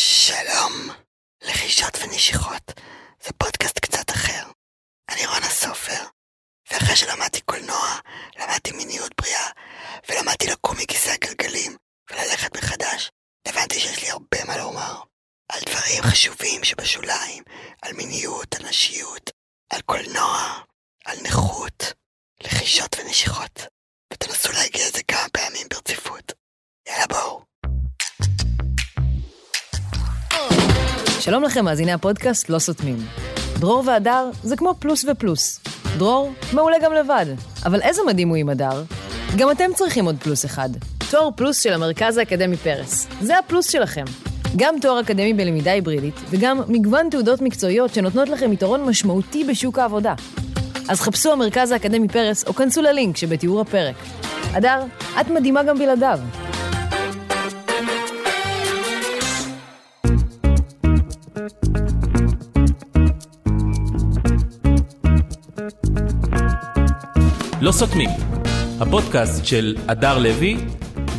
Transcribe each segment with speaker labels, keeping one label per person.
Speaker 1: שלום, לחישות ונשיכות זה פודקאסט קצת אחר. אני רונה סופר, ואחרי שלמדתי קולנוע, למדתי מיניות בריאה, ולמדתי לקום מכיסא הגלגלים וללכת מחדש, הבנתי שיש לי הרבה מה לומר. על דברים חשובים שבשוליים, על מיניות, על נשיות, על קולנוע, על נכות, לחישות ונשיכות. ותנסו להגיע לזה כמה פעמים ברציפות. יאללה בואו.
Speaker 2: שלום לכם, מאזיני הפודקאסט לא סותמים. דרור והדר זה כמו פלוס ופלוס. דרור מעולה גם לבד, אבל איזה מדהים הוא עם הדר. גם אתם צריכים עוד פלוס אחד. תואר פלוס של המרכז האקדמי פרס. זה הפלוס שלכם. גם תואר אקדמי בלמידה היברידית, וגם מגוון תעודות מקצועיות שנותנות לכם יתרון משמעותי בשוק העבודה. אז חפשו המרכז האקדמי פרס, או כנסו ללינק שבתיאור הפרק. הדר, את מדהימה גם בלעדיו.
Speaker 3: לא סותמים, הפודקאסט של הדר לוי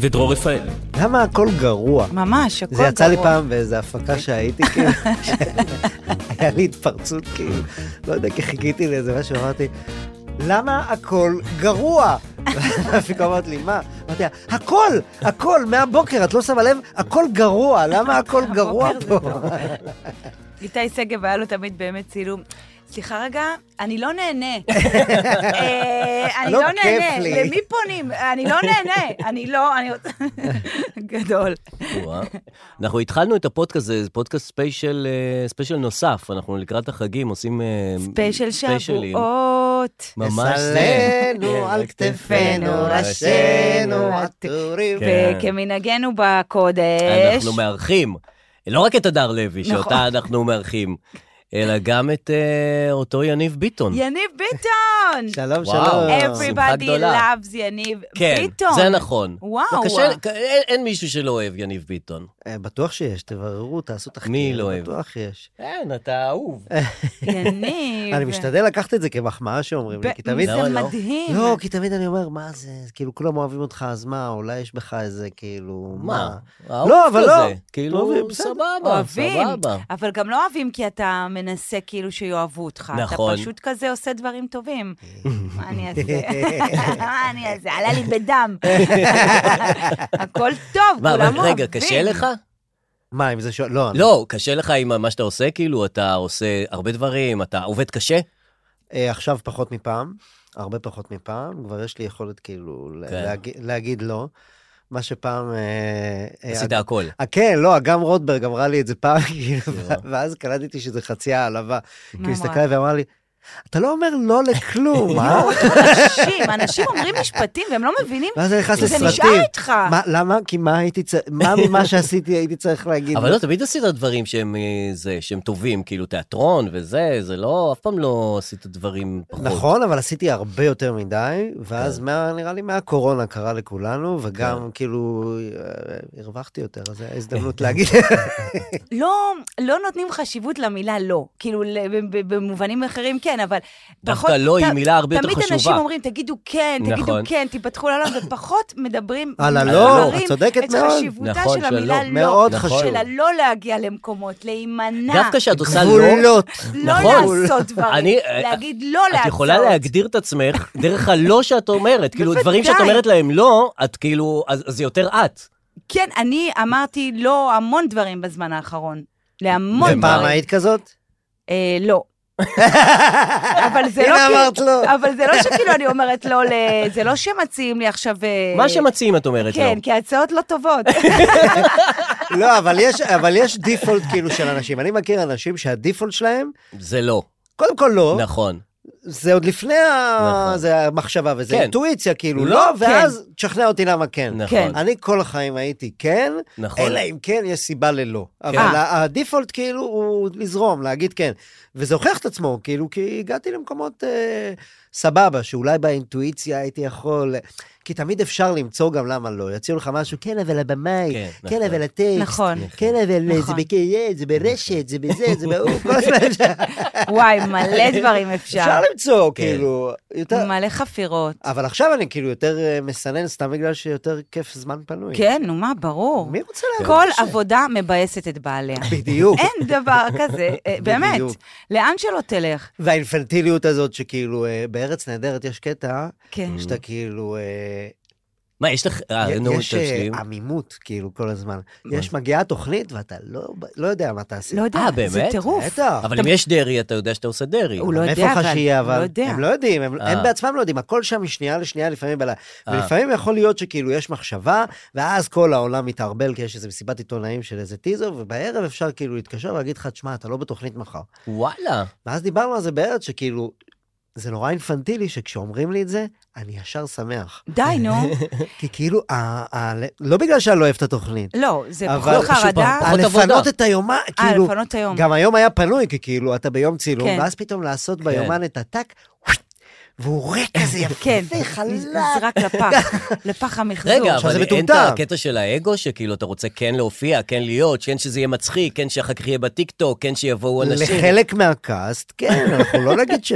Speaker 3: ודרור רפאל.
Speaker 4: למה הכל גרוע?
Speaker 5: ממש, הכל
Speaker 4: זה יצא לי
Speaker 5: גרוע.
Speaker 4: פעם באיזה הפקה שהייתי, כאילו, היה לי התפרצות, כאילו, לא יודע, כי חיכיתי לאיזה משהו, אמרתי, למה הכל גרוע? והפיקה אמרת לי, מה? אמרתי לה, הכל, הכל, מהבוקר, את לא שמה לב, הכל גרוע, למה הכל גרוע
Speaker 5: הבוקר
Speaker 4: פה?
Speaker 5: זה גרוע. איתי שגב היה לו תמיד באמת צילום. סליחה רגע, אני לא נהנה. אה, אני
Speaker 4: לא
Speaker 5: לא
Speaker 4: כיף
Speaker 5: נהנה.
Speaker 4: לי.
Speaker 5: למי פונים? אני לא נהנה. אני לא, אני רוצה... גדול.
Speaker 6: וואו. אה? אנחנו התחלנו את הפודקאסט, זה פודקאסט ספיישל, אה, ספיישל נוסף, אנחנו לקראת החגים עושים... אה,
Speaker 5: ספיישל
Speaker 6: ספיישלים.
Speaker 5: שבועות.
Speaker 6: ממש זה.
Speaker 5: כן,
Speaker 6: כן,
Speaker 4: עלינו על כתפינו, ראשינו
Speaker 5: ראשינו,
Speaker 4: עטורים.
Speaker 6: כן.
Speaker 5: וכמנהגנו בקודש,
Speaker 6: אנחנו מארחים, לא רק את הדר לוי,
Speaker 5: נכון.
Speaker 6: שאותה אנחנו מארחים, אלא גם את אה, אותו יניב ביטון.
Speaker 5: יניב ביטון!
Speaker 4: שלום,
Speaker 6: וואו.
Speaker 4: שלום.
Speaker 6: שמחה
Speaker 5: Everybody
Speaker 6: גדולה.
Speaker 5: loves יניב
Speaker 6: כן,
Speaker 5: ביטון.
Speaker 6: זה נכון.
Speaker 5: וואו.
Speaker 6: לא, קשה- ק- אין- אין מישהו שלא אוהב יניב ביטון.
Speaker 4: אה, בטוח שיש, תבררו, תעשו תחקיר.
Speaker 6: מי לא אוהב?
Speaker 4: בטוח יש.
Speaker 6: אין, אתה אהוב.
Speaker 5: יניב.
Speaker 4: אני משתדל לקחת את זה כמחמאה שאומרים לי, כי תמיד
Speaker 6: למה
Speaker 5: זה
Speaker 6: לא?
Speaker 5: מדהים.
Speaker 4: לא, כי תמיד אני אומר, מה זה, כאילו, כולם אוהבים אותך, אז מה, אולי יש בך איזה, כאילו,
Speaker 6: מה?
Speaker 4: מה?
Speaker 6: אהוב
Speaker 4: לא, אבל לא.
Speaker 6: כזה.
Speaker 4: אוהבים,
Speaker 6: כאילו,
Speaker 4: בסדר.
Speaker 6: סבבה,
Speaker 5: אוהבים,
Speaker 6: סבבה.
Speaker 5: אבל גם לא אוהבים כי אתה מנסה כאילו שיאהבו אותך.
Speaker 6: נכון.
Speaker 5: אתה פשוט כזה עושה דברים טובים. מה אני אעשה? מה אני אעשה? עלה לי בדם. הכל טוב,
Speaker 6: מה,
Speaker 5: כולם
Speaker 6: אבל
Speaker 5: אוהבים.
Speaker 6: רגע, קשה לך?
Speaker 4: מה, אם זה שואל, לא, אני-
Speaker 6: לא, קשה לך עם מה שאתה עושה? כאילו, אתה עושה הרבה דברים, אתה עובד קשה?
Speaker 4: אה, עכשיו פחות מפעם, הרבה פחות מפעם, כבר יש לי יכולת, כאילו, ל-
Speaker 6: כן.
Speaker 4: להגיד- להגיד לא. מה שפעם... אה, אה,
Speaker 6: עשית
Speaker 4: הג-
Speaker 6: הכל.
Speaker 4: אה, כן, לא, אגם רוטברג אמרה לי את זה פעם, כאילו,
Speaker 6: יואו.
Speaker 4: ואז קלטתי שזה חצי העלבה. כי
Speaker 5: מה
Speaker 4: היא
Speaker 5: אמרה?
Speaker 4: הסתכלה עליי ואמרה לי, אתה לא אומר לא לכלום, אה?
Speaker 5: אנשים, אנשים אומרים משפטים והם לא מבינים,
Speaker 4: ואז אני נכנס
Speaker 5: זה
Speaker 4: לסרטים.
Speaker 5: נשאר איתך.
Speaker 4: מה, למה? כי מה הייתי צריך, מה ממה שעשיתי הייתי צריך להגיד?
Speaker 6: אבל לא, תמיד עשית דברים שהם אה, זה, שהם טובים, כאילו תיאטרון וזה, זה לא, אף פעם לא עשית דברים פחות.
Speaker 4: נכון, אבל עשיתי הרבה יותר מדי, ואז
Speaker 6: כן.
Speaker 4: מה- נראה לי מהקורונה קרה לכולנו, וגם כאילו אה, הרווחתי יותר, אז זו ההזדמנות להגיד.
Speaker 5: לא, לא נותנים חשיבות למילה לא. כאילו, ל- ב- ב- במובנים אחרים כן, אבל...
Speaker 6: דווקא
Speaker 5: פחות-
Speaker 6: לא,
Speaker 5: ת-
Speaker 6: היא מילה הרבה יותר
Speaker 5: תמיד אנשים
Speaker 6: חשובה.
Speaker 5: אומרים, תגידו כן, תגידו
Speaker 6: נכון.
Speaker 5: כן, תיפתחו לעולם, ופחות מדברים...
Speaker 4: על הלא,
Speaker 5: מבררים
Speaker 4: את צודקת מאוד.
Speaker 5: את חשיבותה
Speaker 6: נכון,
Speaker 5: של
Speaker 6: של
Speaker 5: המילה
Speaker 6: הלא.
Speaker 5: לא.
Speaker 4: מאוד
Speaker 6: נכון.
Speaker 4: חשוב.
Speaker 5: של הלא להגיע למקומות, להימנע.
Speaker 6: דווקא כשאת עושה לא,
Speaker 4: גבולות.
Speaker 5: לא
Speaker 6: נכון.
Speaker 5: לעשות דברים,
Speaker 6: אני- אה,
Speaker 5: להגיד לא
Speaker 6: את
Speaker 5: להצעות.
Speaker 6: יכולה להגדיר את עצמך דרך הלא שאת אומרת. כאילו,
Speaker 5: בוודאי.
Speaker 6: דברים שאת אומרת להם לא, את כאילו, אז אז זה יותר את.
Speaker 5: כן, אני אמרתי לא המון דברים בזמן האחרון. להמון דברים.
Speaker 4: ופעם היית כזאת?
Speaker 5: אה, לא. אבל זה לא
Speaker 4: הנה
Speaker 5: כאילו-
Speaker 4: אמרת לא.
Speaker 5: אבל זה לא שכאילו אני אומרת לא, ל- זה לא שמציעים לי עכשיו... אה,
Speaker 6: מה שמציעים את אומרת לא.
Speaker 5: כן, כי ההצעות לא טובות.
Speaker 4: לא, אבל יש- אבל יש דיפולט כאילו של אנשים. אני מכיר אנשים שהדיפולט שלהם,
Speaker 6: זה לא,
Speaker 4: קודם כל לא,
Speaker 6: נכון.
Speaker 4: זה עוד לפני ה-
Speaker 6: נכון.
Speaker 4: זה המחשבה וזה
Speaker 6: כן.
Speaker 4: אינטואיציה, כאילו
Speaker 6: לא,
Speaker 4: לא,
Speaker 6: כן.
Speaker 4: ואז תשכנע אותי למה כן.
Speaker 6: נכון,
Speaker 4: אני כל החיים הייתי כן,
Speaker 6: נכון.
Speaker 4: אלא אם כן יש סיבה ללא. אבל
Speaker 5: אה.
Speaker 4: ה- הדיפולט כאילו הוא לזרום, להגיד כן. וזה הוכיח את עצמו, כאילו, כי הגעתי למקומות אה, סבבה, שאולי באינטואיציה הייתי יכול... כי תמיד אפשר למצוא גם למה לא. יציעו לך משהו, כן, אבל הבמאי,
Speaker 6: כן,
Speaker 4: כן,
Speaker 6: נכון.
Speaker 4: אבל הטקסט,
Speaker 5: נכון.
Speaker 4: כן, אבל זה
Speaker 5: נכון.
Speaker 4: בקריית, זה ברשת, זה בזה, זה באור, כל הזמן אפשר-
Speaker 5: וואי, מלא דברים אפשר.
Speaker 4: אפשר למצוא,
Speaker 6: כן.
Speaker 4: כאילו, יותר...
Speaker 5: מלא חפירות.
Speaker 4: אבל עכשיו אני כאילו יותר אה, מסנן סתם בגלל שיותר כיף זמן פנוי.
Speaker 5: כן, נו מה, ברור.
Speaker 4: מי רוצה
Speaker 5: כל
Speaker 4: לעבוד?
Speaker 5: עבודה מבאסת את בעליה.
Speaker 4: בדיוק.
Speaker 5: אין דבר כזה, אה, באמת.
Speaker 4: בדיוק.
Speaker 5: לאן שלא תלך.
Speaker 4: והאינפנטיליות הזאת שכאילו, אה, בארץ נהדרת יש קטע,
Speaker 5: כן.
Speaker 4: שאתה כאילו... אה,
Speaker 6: מה, יש לך... אה, נו,
Speaker 4: יש אה,
Speaker 6: תשלים.
Speaker 4: עמימות, כאילו, כל הזמן. יש, מגיעה תוכנית ואתה לא לא יודע מה תעשה.
Speaker 5: לא יודע,
Speaker 6: אה,
Speaker 5: זה
Speaker 6: באמת?
Speaker 5: טירוף.
Speaker 4: בטח.
Speaker 6: אבל אם יש דרעי, אתה יודע שאתה עושה דרעי.
Speaker 5: הוא לא
Speaker 4: מאיפה
Speaker 5: יודע, אבל-
Speaker 4: לך שיהיה,
Speaker 5: הוא לא
Speaker 4: אבל...
Speaker 5: יודע.
Speaker 4: הם לא יודעים, הם,
Speaker 6: אה.
Speaker 4: הם בעצמם לא יודעים, הכל שם משנייה לשנייה לפעמים בלילה.
Speaker 6: אה.
Speaker 4: ולפעמים יכול להיות שכאילו יש מחשבה, ואז כל העולם מתערבל, כי יש איזו מסיבת עיתונאים של איזה טיזר, ובערב אפשר כאילו להתקשר ולהגיד לך, תשמע, אתה לא בתוכנית מחר.
Speaker 6: וואלה.
Speaker 4: ואז דיברנו על זה בארץ, שכאילו, זה נורא אינפנטילי שכשאומרים לי את זה, אני ישר שמח.
Speaker 5: די, נו.
Speaker 4: כי כאילו, ה- ה- לא בגלל שאני לא אוהב את התוכנית,
Speaker 5: לא, זה
Speaker 4: אבל
Speaker 5: פחות
Speaker 4: שוב פעם,
Speaker 5: חרדה.
Speaker 6: פחות
Speaker 4: לפנות
Speaker 6: עבודה.
Speaker 4: את היומה,
Speaker 5: אה,
Speaker 4: כאילו,
Speaker 5: לפנות היום.
Speaker 4: גם היום היה פנוי, כי כאילו, אתה ביום צילום,
Speaker 5: כן.
Speaker 4: ואז פתאום לעשות ביומן את הטאק, והוא ריק כזה
Speaker 5: כן,
Speaker 4: יפה, חלק.
Speaker 5: נזרק לפח, לפח המחזור.
Speaker 6: רגע,
Speaker 4: עכשיו זה
Speaker 6: אבל אין את
Speaker 4: מטומטם.
Speaker 6: הקטע של האגו, שכאילו אתה רוצה כן להופיע, כן להיות, כן שזה יהיה מצחיק, כן שאחר כך יהיה בטיקטוק, כן שיבואו אנשים.
Speaker 4: לחלק מהקאסט, כן, אנחנו לא נגיד ש...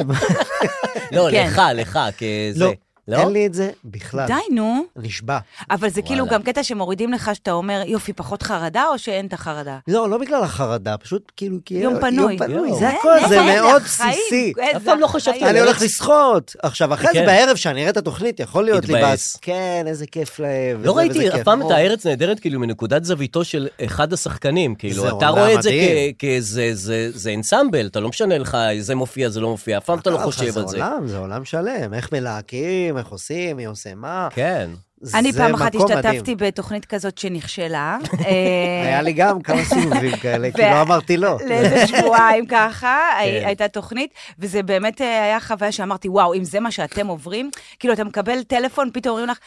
Speaker 6: לא,
Speaker 5: כן.
Speaker 6: לך, לך, כזה.
Speaker 4: לא,
Speaker 6: לא?
Speaker 4: אין לי את זה בכלל.
Speaker 5: די, נו.
Speaker 4: נשבע.
Speaker 5: אבל זה כאילו
Speaker 6: וואלה.
Speaker 5: גם קטע שמורידים לך, שאתה אומר, יופי, פחות חרדה, או שאין את החרדה?
Speaker 4: לא, לא בגלל החרדה, פשוט כאילו, כי...
Speaker 5: יום פנוי.
Speaker 4: יום פנוי,
Speaker 6: יום.
Speaker 4: זה
Speaker 5: אין,
Speaker 4: הכל,
Speaker 5: אין,
Speaker 4: זה
Speaker 5: אין,
Speaker 4: מאוד
Speaker 5: החיים,
Speaker 4: בסיסי.
Speaker 5: איזה
Speaker 6: אף פעם לא חשבתי
Speaker 5: החיים.
Speaker 6: על
Speaker 4: אני
Speaker 6: זה.
Speaker 4: הולך לשחות. עכשיו, אחרי זה
Speaker 6: כן.
Speaker 4: בערב, שאני אראה את התוכנית, יכול להיות לי
Speaker 6: התבאס.
Speaker 4: בס. כן, איזה כיף להם.
Speaker 6: לא
Speaker 4: וזה,
Speaker 6: ראיתי
Speaker 4: וזה
Speaker 6: אף
Speaker 4: כיף.
Speaker 6: פעם את
Speaker 4: או,
Speaker 6: הארץ נהדרת, כאילו, מנקודת זוויתו של אחד השחקנים.
Speaker 4: זה
Speaker 6: כאילו, אתה
Speaker 4: עולם
Speaker 6: רואה את זה
Speaker 4: מדהים.
Speaker 6: כ- כזה, זה- זה אנסמבל, אתה לא משנה לך, זה מופיע, זה לא מופיע, אף פעם אתה לא
Speaker 4: אה,
Speaker 6: חושב
Speaker 4: זה
Speaker 6: על זה.
Speaker 4: עולם, זה עולם שלם. איך מלהקים, איך עושים, מי עושה מה.
Speaker 6: כן.
Speaker 5: אני
Speaker 4: זה
Speaker 5: פעם אחת
Speaker 4: מקום מדהים.
Speaker 5: השתתפתי בתוכנית כזאת שנכשלה. אה,
Speaker 4: היה לי גם כמה סיבובים כאלה, כי
Speaker 5: ו-
Speaker 4: לא אמרתי לא.
Speaker 5: לאיזה שבועיים ככה, הי-
Speaker 6: כן.
Speaker 5: הייתה תוכנית, וזה באמת אה, היה חוויה שאמרתי, וואו, אם זה מה שאתם עוברים, כאילו, אתה מקבל טלפון, פתאום אומרים לך...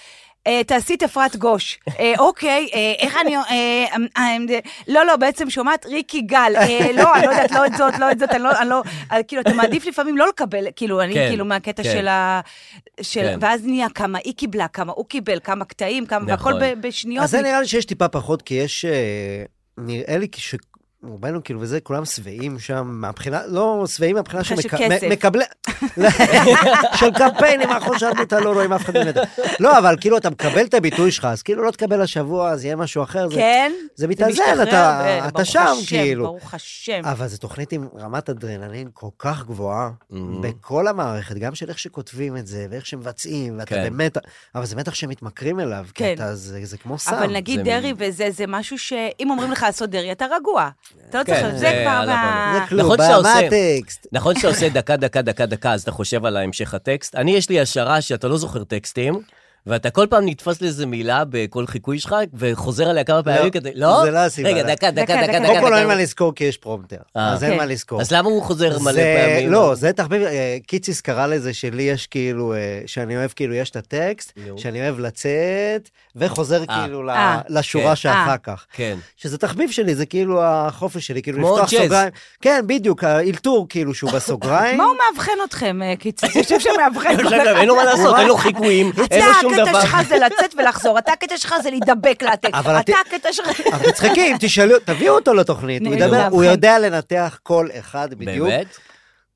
Speaker 5: "אה, תעשי את אפרת גוש. "אה, אוקיי, אה, איך אני... אה, אה, אה, אה, לא, לא, בעצם שומעת ריקי גל. "אה, לא, אני לא יודעת, לא את זאת, לא את זאת, אני לא... אני לא- אה, כאילו, אתה מעדיף לפעמים לא לקבל, כאילו, אני
Speaker 6: כן,
Speaker 5: כאילו מהקטע
Speaker 6: כן.
Speaker 5: של ה... של-
Speaker 6: כן.
Speaker 5: ואז נהיה כמה היא קיבלה, כמה הוא קיבל, כמה קטעים, כמה... והכל
Speaker 6: נכון.
Speaker 5: ב- בשניות.
Speaker 4: אז זה נראה לי שיש טיפה פחות, כי יש... אה, נראה לי כי ש... רובנו כאילו וזה, כולם שבעים שם, מהבחינה, לא שבעים מהבחינה
Speaker 5: מבחינה של
Speaker 4: שמק- מ-
Speaker 5: כסף.
Speaker 4: מקבלי... לא, של קמפיינים, אנחנו שם, אתה לא רואים אף אחד מנהל. לא, אבל כאילו, אתה מקבל את הביטוי שלך, אז כאילו לא תקבל השבוע, אז יהיה משהו אחר. זה-
Speaker 5: כן?
Speaker 4: זה
Speaker 5: משתחרר,
Speaker 4: מתאזן, אתה-
Speaker 5: אה,
Speaker 4: אתה שם,
Speaker 5: ברוך השם,
Speaker 4: כאילו.
Speaker 5: ברוך השם.
Speaker 4: אבל זו תוכנית עם רמת אדרנלין כל כך גבוהה,
Speaker 6: Mhm.
Speaker 4: בכל המערכת, גם של איך שכותבים את זה, ואיך שמבצעים, ואתה
Speaker 6: כן.
Speaker 4: במתח, אבל זה מתח שמתמכרים אליו,
Speaker 5: כן.
Speaker 4: כי אתה, זה זה כמו סם.
Speaker 5: אבל נגיד
Speaker 6: זה-
Speaker 5: דרעי וזה, זה משהו שאם אומרים לך לעשות דרעי, אתה רגוע. אתה לא
Speaker 6: כן,
Speaker 5: צריך, זה
Speaker 6: זה
Speaker 5: כבר
Speaker 6: על
Speaker 5: מה...
Speaker 4: זה כלום,
Speaker 6: נכון שאתה
Speaker 4: מה
Speaker 6: עושה-
Speaker 4: הטקסט?
Speaker 6: נכון שאתה עושה דקה, דקה, דקה, דקה, אז אתה חושב על המשך הטקסט. אני, יש לי השערה שאתה לא זוכר טקסטים, ואתה כל פעם נתפס לאיזה מילה בכל חיקוי שלך, וחוזר עליה כמה פעמים כדי... לא?
Speaker 4: זה לא הסיבה.
Speaker 6: רגע, דקה, דקה,
Speaker 5: דקה,
Speaker 6: דקה,
Speaker 5: דקה.
Speaker 4: קודם כל לא אין מה
Speaker 6: דקה.
Speaker 4: לזכור כי יש פרומטר,
Speaker 6: אה.
Speaker 4: אז אין מה
Speaker 5: כן.
Speaker 4: לזכור.
Speaker 6: אז למה הוא חוזר מלא
Speaker 4: זה-
Speaker 6: פעמים?
Speaker 4: לא, זה תחביב, אה, קיציס קרא לזה שלי יש כאילו, אה, שאני אוהב כאילו, יש את הטקסט,
Speaker 6: נו.
Speaker 4: שאני אוהב לצאת, וחוזר
Speaker 6: אה.
Speaker 4: כאילו ל-
Speaker 5: אה.
Speaker 4: לשורה
Speaker 6: כן.
Speaker 4: שאחר
Speaker 5: אה.
Speaker 4: כך.
Speaker 6: כן.
Speaker 4: שזה תחביב שלי, זה כאילו החופש שלי, כאילו
Speaker 6: כמו
Speaker 4: לפתוח
Speaker 6: ג'אז.
Speaker 4: סוגריים. כן, בדיוק, האלתור כאילו שהוא בסוגריים.
Speaker 5: מה הוא מאבחן אתכם, אה, קיציס? יושב שם מאבחן. כל
Speaker 6: עכשיו
Speaker 5: אחד.
Speaker 6: גם לא, אין לו מה לעשות, אין לו חיקויים, אין לו שום
Speaker 5: אתה, הקטע
Speaker 6: דבר.
Speaker 5: שלך זה לצאת ולחזור, אתה, הקטע שלך זה להידבק לטקסט,
Speaker 4: אבל
Speaker 5: אתה,
Speaker 4: את-
Speaker 5: הקטע שלך...
Speaker 4: אבל תצחקי, אם תשאלו, תביאו אותו לתוכנית, הוא
Speaker 5: נו.
Speaker 4: ידבר, הוא
Speaker 5: מאבחן.
Speaker 4: יודע לנתח כל אחד בדיוק.
Speaker 6: באמת?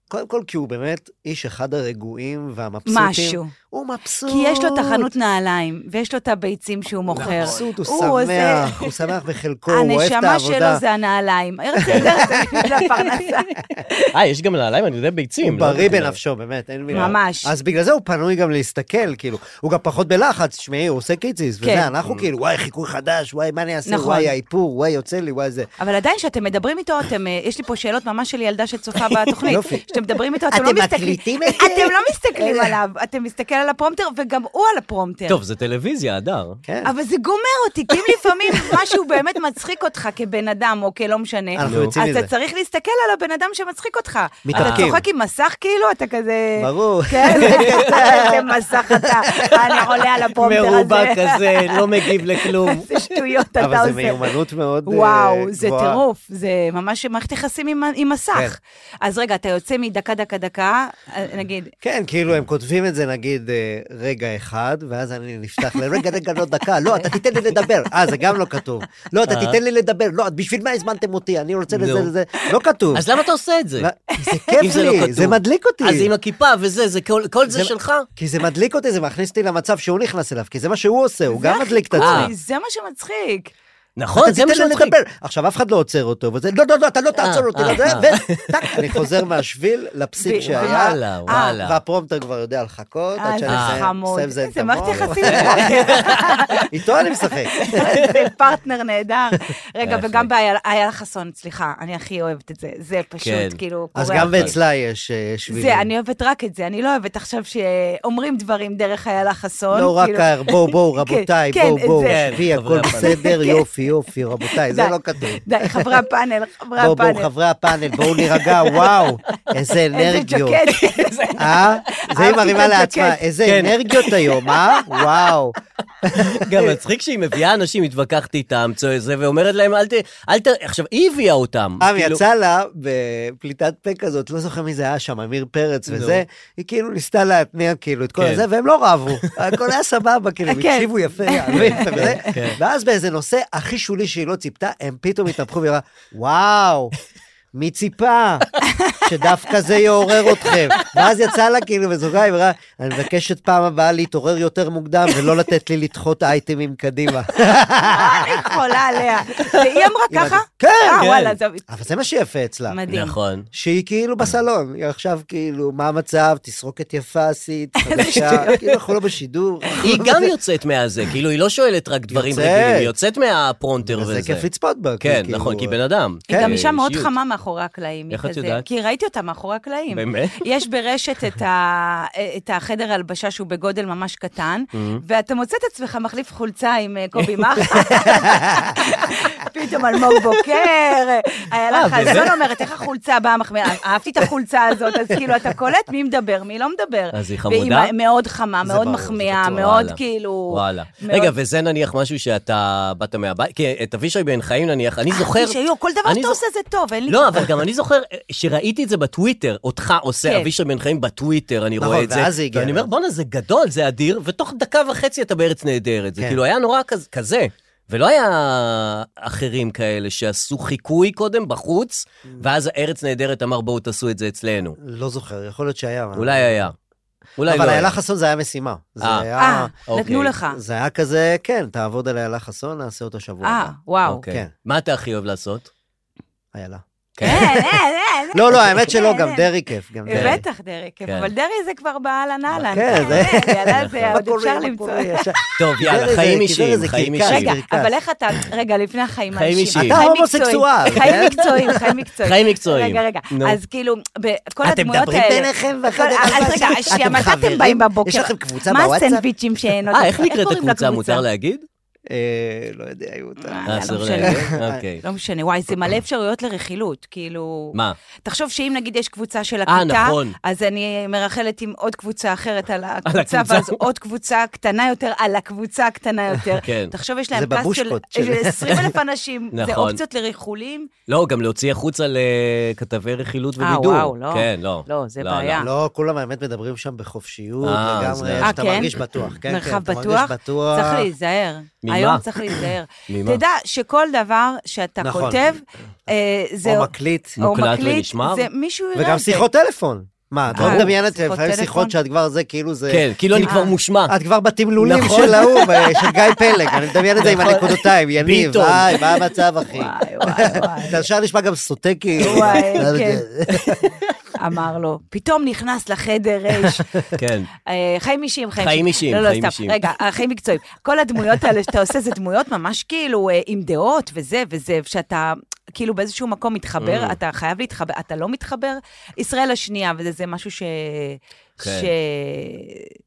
Speaker 4: קודם כל, כי הוא באמת איש אחד הרגועים והמבסוטים.
Speaker 5: משהו.
Speaker 4: הוא מבסוט.
Speaker 5: כי יש לו את החנות נעליים, ויש לו את הביצים שהוא
Speaker 4: הוא
Speaker 5: מוכר.
Speaker 4: מבסוט, הוא
Speaker 5: עושה-
Speaker 4: שמח, הוא שמח בחלקו, הוא אוהב את
Speaker 5: הנשמה
Speaker 4: העבודה.
Speaker 5: שלו זה הנעליים. הרצל, הרצל, זה הפרנסה.
Speaker 6: אה, יש גם נעליים, אני לא יודע, ביצים.
Speaker 4: הוא בריא בנפשו, באמת, אין מילה.
Speaker 5: ממש.
Speaker 4: אז בגלל זה הוא פנוי גם להסתכל, כאילו. הוא גם פחות בלחץ, תשמעי, הוא עושה קיציס,
Speaker 5: כן.
Speaker 4: וזה,
Speaker 6: Mm.
Speaker 4: אנחנו כאילו, וואי, חיקוי חדש, וואי, מה אני אעשה,
Speaker 5: נכון.
Speaker 4: וואי, האיפור, וואי, יוצא לי, וואי, זה.
Speaker 5: אבל עדיין, כשאתם מדברים איתו, אתם, אה, יש לי פה שאלות ממש של ילדה שצופה בתוכנית.
Speaker 4: יופי.
Speaker 5: כשאתם מדברים איתו, אתם לא
Speaker 4: אתם
Speaker 5: מסתכלים.
Speaker 4: מקליטים את זה? אה.
Speaker 5: אתם לא מסתכלים עליו, אתם מסתכל על הפרומטר, וגם הוא על הפרומטר.
Speaker 6: טוב, זה טלוויזיה, הדר.
Speaker 4: כן.
Speaker 5: אבל זה גומר אותי, כי אם לפעמים משהו באמת מצחיק אותך כבן אדם, או כלא משנה,
Speaker 4: אנחנו יוצאים
Speaker 5: אז
Speaker 4: מזה.
Speaker 5: אתה צריך להסתכל על הבן אדם שמצחיק אותך. אתה
Speaker 4: מתרפקים.
Speaker 5: צוחק עם מסך כאילו, אתה כזה...
Speaker 4: ברור.
Speaker 5: כן, איזה מסך אתה, אני עולה על הפרומטר הזה.
Speaker 6: מרובע כזה, לא מגיב לכלום.
Speaker 5: איזה שטויות אתה עושה.
Speaker 4: אבל זה מיומנות מאוד אה,
Speaker 5: וואו, זה
Speaker 4: גבוהה.
Speaker 5: טירוף, זה ממש מערכת יחסים עם, עם מסך. אז רגע, אתה יוצא מדקה, דקה, דקה, אה, נגיד,
Speaker 4: כן, כאילו, הם כותבים את זה, נגיד, אה, אה, רגע אחד, ואז אני נפתח ל... רגע, רגע, לא, דקה, לא, אתה תיתן לי לדבר. אה, זה גם לא כתוב. לא, אתה תיתן לי לדבר. לא, בשביל מה הזמנתם אותי? אני רוצה לזה,
Speaker 6: אה. נו.
Speaker 4: לזה. לא כתוב.
Speaker 6: אז למה אתה עושה את זה?
Speaker 4: מה- זה
Speaker 6: אם
Speaker 4: כיף
Speaker 6: זה לא
Speaker 4: לי,
Speaker 6: כתוב.
Speaker 4: זה מדליק אותי.
Speaker 6: אז עם הכיפה וזה, זה כל- כל זה שלך?
Speaker 4: כי זה מדליק אותי, זה מכניס אותי למצב שהוא נכנס אליו, כי זה מה שהוא עושה, הוא גם מדליק את עצמו.
Speaker 6: אה.
Speaker 5: אוי, זה מה שמצחיק.
Speaker 6: נכון, זה מה
Speaker 4: אתה תיתן לי
Speaker 6: שמצחיק.
Speaker 4: לדבר. עכשיו, אף אחד לא עוצר אותו, וזה, לא, לא, לא, אתה לא תעצור
Speaker 6: אה,
Speaker 4: אותי,
Speaker 6: אה,
Speaker 4: לא זה,
Speaker 6: אה.
Speaker 4: וטק, אני חוזר מהשביל לפסיק
Speaker 5: ו-
Speaker 4: שהיה.
Speaker 6: וואלה, וואלה.
Speaker 4: והפרומטר כבר יודע לחכות, עד
Speaker 5: אה,
Speaker 4: לא שאני
Speaker 5: זה
Speaker 4: מסיים-
Speaker 5: חמוד.
Speaker 4: מסיים זה את
Speaker 5: איזה מערכת
Speaker 4: המוח.
Speaker 5: יחסים. זה
Speaker 4: איתו אני משחק.
Speaker 5: פרטנר נהדר. רגע,
Speaker 6: יפה.
Speaker 5: וגם באיילה איילה חסון, סליחה, אני הכי אוהבת את זה. זה
Speaker 6: כן.
Speaker 5: פשוט, כאילו,
Speaker 4: אז
Speaker 5: קורע
Speaker 4: גם
Speaker 5: אותי.
Speaker 4: ואצלה יש אה, שבילים.
Speaker 5: זה, אני אוהבת רק את זה, אני לא אוהבת עכשיו שאומרים דברים דרך איילה חסון.
Speaker 4: לא רק
Speaker 5: כאילו-
Speaker 4: ה... בואו, בואו,
Speaker 5: כן,
Speaker 4: רבותיי,
Speaker 5: כן,
Speaker 4: בואו,
Speaker 5: את
Speaker 4: בואו,
Speaker 5: זה. כן.
Speaker 4: שבי,
Speaker 6: חברי
Speaker 4: הכל
Speaker 6: הפאנל.
Speaker 4: בסדר, יופי, יופי, רבותיי, זה
Speaker 5: די.
Speaker 4: לא כתוב.
Speaker 5: די, חברי הפאנל, חברי
Speaker 4: בואו, בואו,
Speaker 5: הפאנל.
Speaker 4: חברי הפאנל, בואו נירגע, וואו, איזה
Speaker 5: איזה
Speaker 4: אנרגיות.
Speaker 5: ג'קט.
Speaker 4: אה? זה היא
Speaker 5: אהבתי
Speaker 4: מרימה
Speaker 5: את
Speaker 4: לעצמה,
Speaker 5: הז'קט.
Speaker 4: איזה אנרגיות היום, אה? וואו.
Speaker 6: גם מצחיק שהיא מביאה אנשים, התווכחתי איתם, צועק זה, ואומרת להם, אל ת... אל ת... עכשיו, היא הביאה אותם.
Speaker 4: פעם
Speaker 6: כאילו-
Speaker 4: יצא לה בפליטת פה כזאת, לא זוכר מי זה היה שם, עמיר פרץ וזה, היא כאילו ניסתה להתניע כאילו את כל
Speaker 6: כן.
Speaker 4: הזה, והם לא רבו. הכל היה סבבה, כאילו, הם
Speaker 5: כן.
Speaker 4: הקשיבו יפה, יענו יפה וזה.
Speaker 6: כן.
Speaker 4: ואז באיזה נושא הכי שולי שהיא לא ציפתה, הם פתאום התהפכו והיא אמרה, וואו. מי ציפה שדווקא זה יעורר אתכם? ואז יצא לה כאילו בזוגריים, אמרה, אני מבקשת פעם הבאה להתעורר יותר מוקדם ולא לתת לי לדחות אייטמים קדימה.
Speaker 5: אני חולה עליה. והיא אמרה
Speaker 4: היא
Speaker 5: ככה?
Speaker 4: אמרה, כן, אה,
Speaker 5: אה,
Speaker 6: כן.
Speaker 5: וואלה, זה
Speaker 4: אבל זה מה שיפה אצלה.
Speaker 5: מדהים.
Speaker 6: נכון.
Speaker 4: שהיא כאילו בסלון, היא עכשיו כאילו, מה המצב, תסרוקת יפה עשית, חדשה, כאילו אנחנו לא בשידור.
Speaker 6: היא גם יוצאת מהזה, כאילו, היא לא שואלת רק דברים
Speaker 4: יוצאת.
Speaker 6: רגילים, היא יוצאת מהפרונטר
Speaker 4: וזה
Speaker 6: וזה.
Speaker 4: כיף לצפות בה. כי
Speaker 6: כן,
Speaker 4: כאילו-
Speaker 6: נכון, כי בן אדם.
Speaker 5: היא
Speaker 6: כן,
Speaker 5: גם אישה מאוד
Speaker 6: אישיות.
Speaker 5: חמה מאחורי הקלעים. היא
Speaker 6: איך את
Speaker 5: כזה-
Speaker 6: יודעת?
Speaker 5: כי ראיתי אותה מאחורי הקלעים.
Speaker 6: באמת?
Speaker 5: יש ברשת את, ה... את החדר הלבשה שהוא בגודל ממש קטן,
Speaker 6: Mm-hmm.
Speaker 5: ואתה מוצא את עצמך מחליף חולצה עם אה, קובי מחר. פתאום אלמוג בוקר, אה, איילה חזון לא, אומרת, איך החולצה הבאה מחמיאה? אהבתי את החולצה הזאת, אז כאילו, אתה קולט מי מדבר, מי לא מדבר.
Speaker 6: אז היא
Speaker 5: והיא
Speaker 6: חמודה?
Speaker 5: מ- מאוד חמה, מאוד
Speaker 4: ברור,
Speaker 5: מחמיאה,
Speaker 6: בטוח.
Speaker 5: מאוד
Speaker 6: וואלה.
Speaker 5: כאילו...
Speaker 6: וואלה.
Speaker 5: מאוד-
Speaker 6: רגע, וזה נניח משהו שאתה באת מהבית, כי את אבישי בן חיים נניח, אני זוכר...
Speaker 5: שיהיו, אה, כל דבר
Speaker 6: אני
Speaker 5: שאתה
Speaker 6: זוכ-
Speaker 5: עושה זה טוב, אין לי...
Speaker 6: לא, אבל גם אני זוכר שראיתי את זה בטוויטר, אותך עושה
Speaker 5: כן.
Speaker 6: אבישי בן חיים בטוויטר, אני
Speaker 4: נכון,
Speaker 6: רואה את זה.
Speaker 4: ואז זה הגיע
Speaker 6: ואני
Speaker 4: אליי.
Speaker 6: אומר, בואנה, זה גדול, זה אדיר, ותוך דקה וחצי אתה בארץ נהדרת. זה
Speaker 4: כן.
Speaker 6: כאילו היה נורא כז- כזה. ולא היה אחרים כאלה שעשו חיקוי קודם בחוץ, ואז הארץ נהדרת אמר, בואו תעשו את זה אצלנו.
Speaker 4: לא זוכר, יכול להיות שהיה. אבל-
Speaker 6: אולי היה. אולי לא
Speaker 4: אבל
Speaker 6: היה.
Speaker 4: איילה חסון זה היה משימה. זה
Speaker 6: אה.
Speaker 4: היה...
Speaker 5: אה,
Speaker 6: אוקיי.
Speaker 5: נתנו לך.
Speaker 4: זה היה כזה, כן, תעבוד על איילה חסון, נעשה אותו שבוע.
Speaker 5: אה,
Speaker 4: הבא.
Speaker 5: וואו.
Speaker 6: אוקיי.
Speaker 4: כן.
Speaker 6: מה אתה הכי אוהב לעשות?
Speaker 4: איילה.
Speaker 6: כן,
Speaker 5: אין, אין, אין.
Speaker 4: לא, לא, האמת שלא,
Speaker 5: כן,
Speaker 4: גם
Speaker 5: כן.
Speaker 4: דרעי כיף, גם דרעי.
Speaker 5: בטח דרעי, כיף,
Speaker 6: כן. נכון.
Speaker 5: אבל דרעי זה כבר באהלן אהלן.
Speaker 4: כן, זה-
Speaker 5: יאללה, זה
Speaker 4: מה
Speaker 5: עוד
Speaker 4: קורה,
Speaker 5: אפשר
Speaker 4: מה
Speaker 5: למצוא.
Speaker 4: קורה, ישר-
Speaker 6: טוב,
Speaker 4: קיבל
Speaker 6: יאללה,
Speaker 4: איזה-
Speaker 6: חיים
Speaker 4: קיבל
Speaker 6: אישיים,
Speaker 4: איזה
Speaker 6: חיים
Speaker 4: קרקס.
Speaker 6: אישיים.
Speaker 5: רגע,
Speaker 4: קרקס.
Speaker 5: אבל איך אתה, רגע, לפני החיים
Speaker 6: חיים אישיים.
Speaker 4: אתה
Speaker 5: חיים
Speaker 4: הומוסקסואל,
Speaker 5: מקצועיים, חיים
Speaker 4: כן?
Speaker 5: מקצועיים, חיים מקצועיים.
Speaker 6: חיים מקצועיים.
Speaker 5: רגע, רגע,
Speaker 6: נו.
Speaker 5: אז כאילו, ב- כל
Speaker 4: אתם
Speaker 5: הדמויות
Speaker 4: מדברים
Speaker 5: האלה.
Speaker 4: ביניכם ואחר
Speaker 5: כל-
Speaker 4: כך...
Speaker 5: אז רגע, שנייה,
Speaker 4: אתם
Speaker 5: מתי אתם
Speaker 4: חברים?
Speaker 5: באים בבוקר?
Speaker 4: יש לכם קבוצה
Speaker 5: מה
Speaker 4: בוואטסאפ?
Speaker 5: הסנדוויצ'ים שנותנים?
Speaker 6: אה, איך נקראת
Speaker 5: קוראים
Speaker 6: הקבוצה? מותר
Speaker 5: לקבוצה?
Speaker 6: להגיד?
Speaker 4: אה, לא יודע, היו אותה.
Speaker 5: אה,
Speaker 6: אה, אסור
Speaker 5: לא משנה.
Speaker 6: להגיד? אוקיי.
Speaker 5: לא משנה, וואי, זה מלא אפשרויות לרכילות, כאילו...
Speaker 6: מה?
Speaker 5: תחשוב שאם נגיד יש קבוצה של
Speaker 6: אה,
Speaker 5: הכיתה,
Speaker 6: נכון.
Speaker 5: אז אני מרחלת עם עוד קבוצה אחרת על הקבוצה,
Speaker 6: הקבוצה.
Speaker 5: ואז עוד קבוצה קטנה יותר על הקבוצה הקטנה יותר.
Speaker 6: כן.
Speaker 5: תחשוב, יש להם
Speaker 4: זה
Speaker 5: פס של
Speaker 4: בבושקות של-
Speaker 5: 20 אלף אנשים, זה
Speaker 6: נכון.
Speaker 5: אופציות לריחולים.
Speaker 6: לא, גם להוציא החוצה לכתבי רכילות
Speaker 5: אה,
Speaker 6: ובידור.
Speaker 5: וואו, לא.
Speaker 6: כן, לא.
Speaker 5: לא, זה בעיה.
Speaker 4: לא, כולם האמת מדברים שם בחופשיות,
Speaker 6: אה,
Speaker 4: לגמרי,
Speaker 6: זה-
Speaker 4: שאתה
Speaker 5: אה, כן?
Speaker 4: מרגיש בטוח. כן, כן,
Speaker 5: מרחב
Speaker 4: אתה מרגיש
Speaker 5: בטוח?
Speaker 4: בטוח.
Speaker 5: צריך להיזהר.
Speaker 6: ממה?
Speaker 5: היום צריך להיזהר.
Speaker 6: ממה?
Speaker 5: תדע שכל דבר שאתה
Speaker 4: נכון.
Speaker 5: כותב, אה, זה...
Speaker 4: או מקליט.
Speaker 5: או
Speaker 6: מוקלט
Speaker 5: מקליט,
Speaker 6: ונשמר?
Speaker 5: זה מישהו יראה
Speaker 4: וגם
Speaker 5: את זה.
Speaker 4: שיחות טלפון. מה, את לא
Speaker 5: אה,
Speaker 4: מדמיינת
Speaker 5: שיחות
Speaker 4: לפעמים
Speaker 5: טלפון?
Speaker 4: שיחות שאת כבר זה, כאילו זה...
Speaker 6: כן, כאילו
Speaker 5: אה.
Speaker 6: אני כבר מושמע.
Speaker 4: את כבר בתמלולים
Speaker 6: נכון.
Speaker 4: של ההוא, אה, של גיא פלג, אני מדמיין את זה עם
Speaker 6: נכון.
Speaker 4: הנקודותיים, יניב,
Speaker 6: ביטון.
Speaker 4: היי, מה המצב, אחי?
Speaker 5: וואי, וואי, וואי.
Speaker 4: אתה ישר נשמע גם סוטה, כאילו. אה,
Speaker 5: וואי, כן. אמר לו, פתאום נכנס לחדר אש.
Speaker 6: כן.
Speaker 5: אה, חיים אישיים, חיים,
Speaker 6: חיים אישיים,
Speaker 5: לא, לא,
Speaker 6: חיים
Speaker 5: סתם.
Speaker 6: אישיים.
Speaker 5: רגע, אה, חיים מקצועיים. כל הדמויות האלה שאתה עושה, זה דמויות ממש כאילו אה, עם דעות וזה וזה, שאתה כאילו באיזשהו מקום מתחבר,
Speaker 6: Mm.
Speaker 5: אתה חייב להתחבר, אתה לא מתחבר. ישראל השנייה, וזה זה משהו ש...
Speaker 6: כן.
Speaker 5: ש...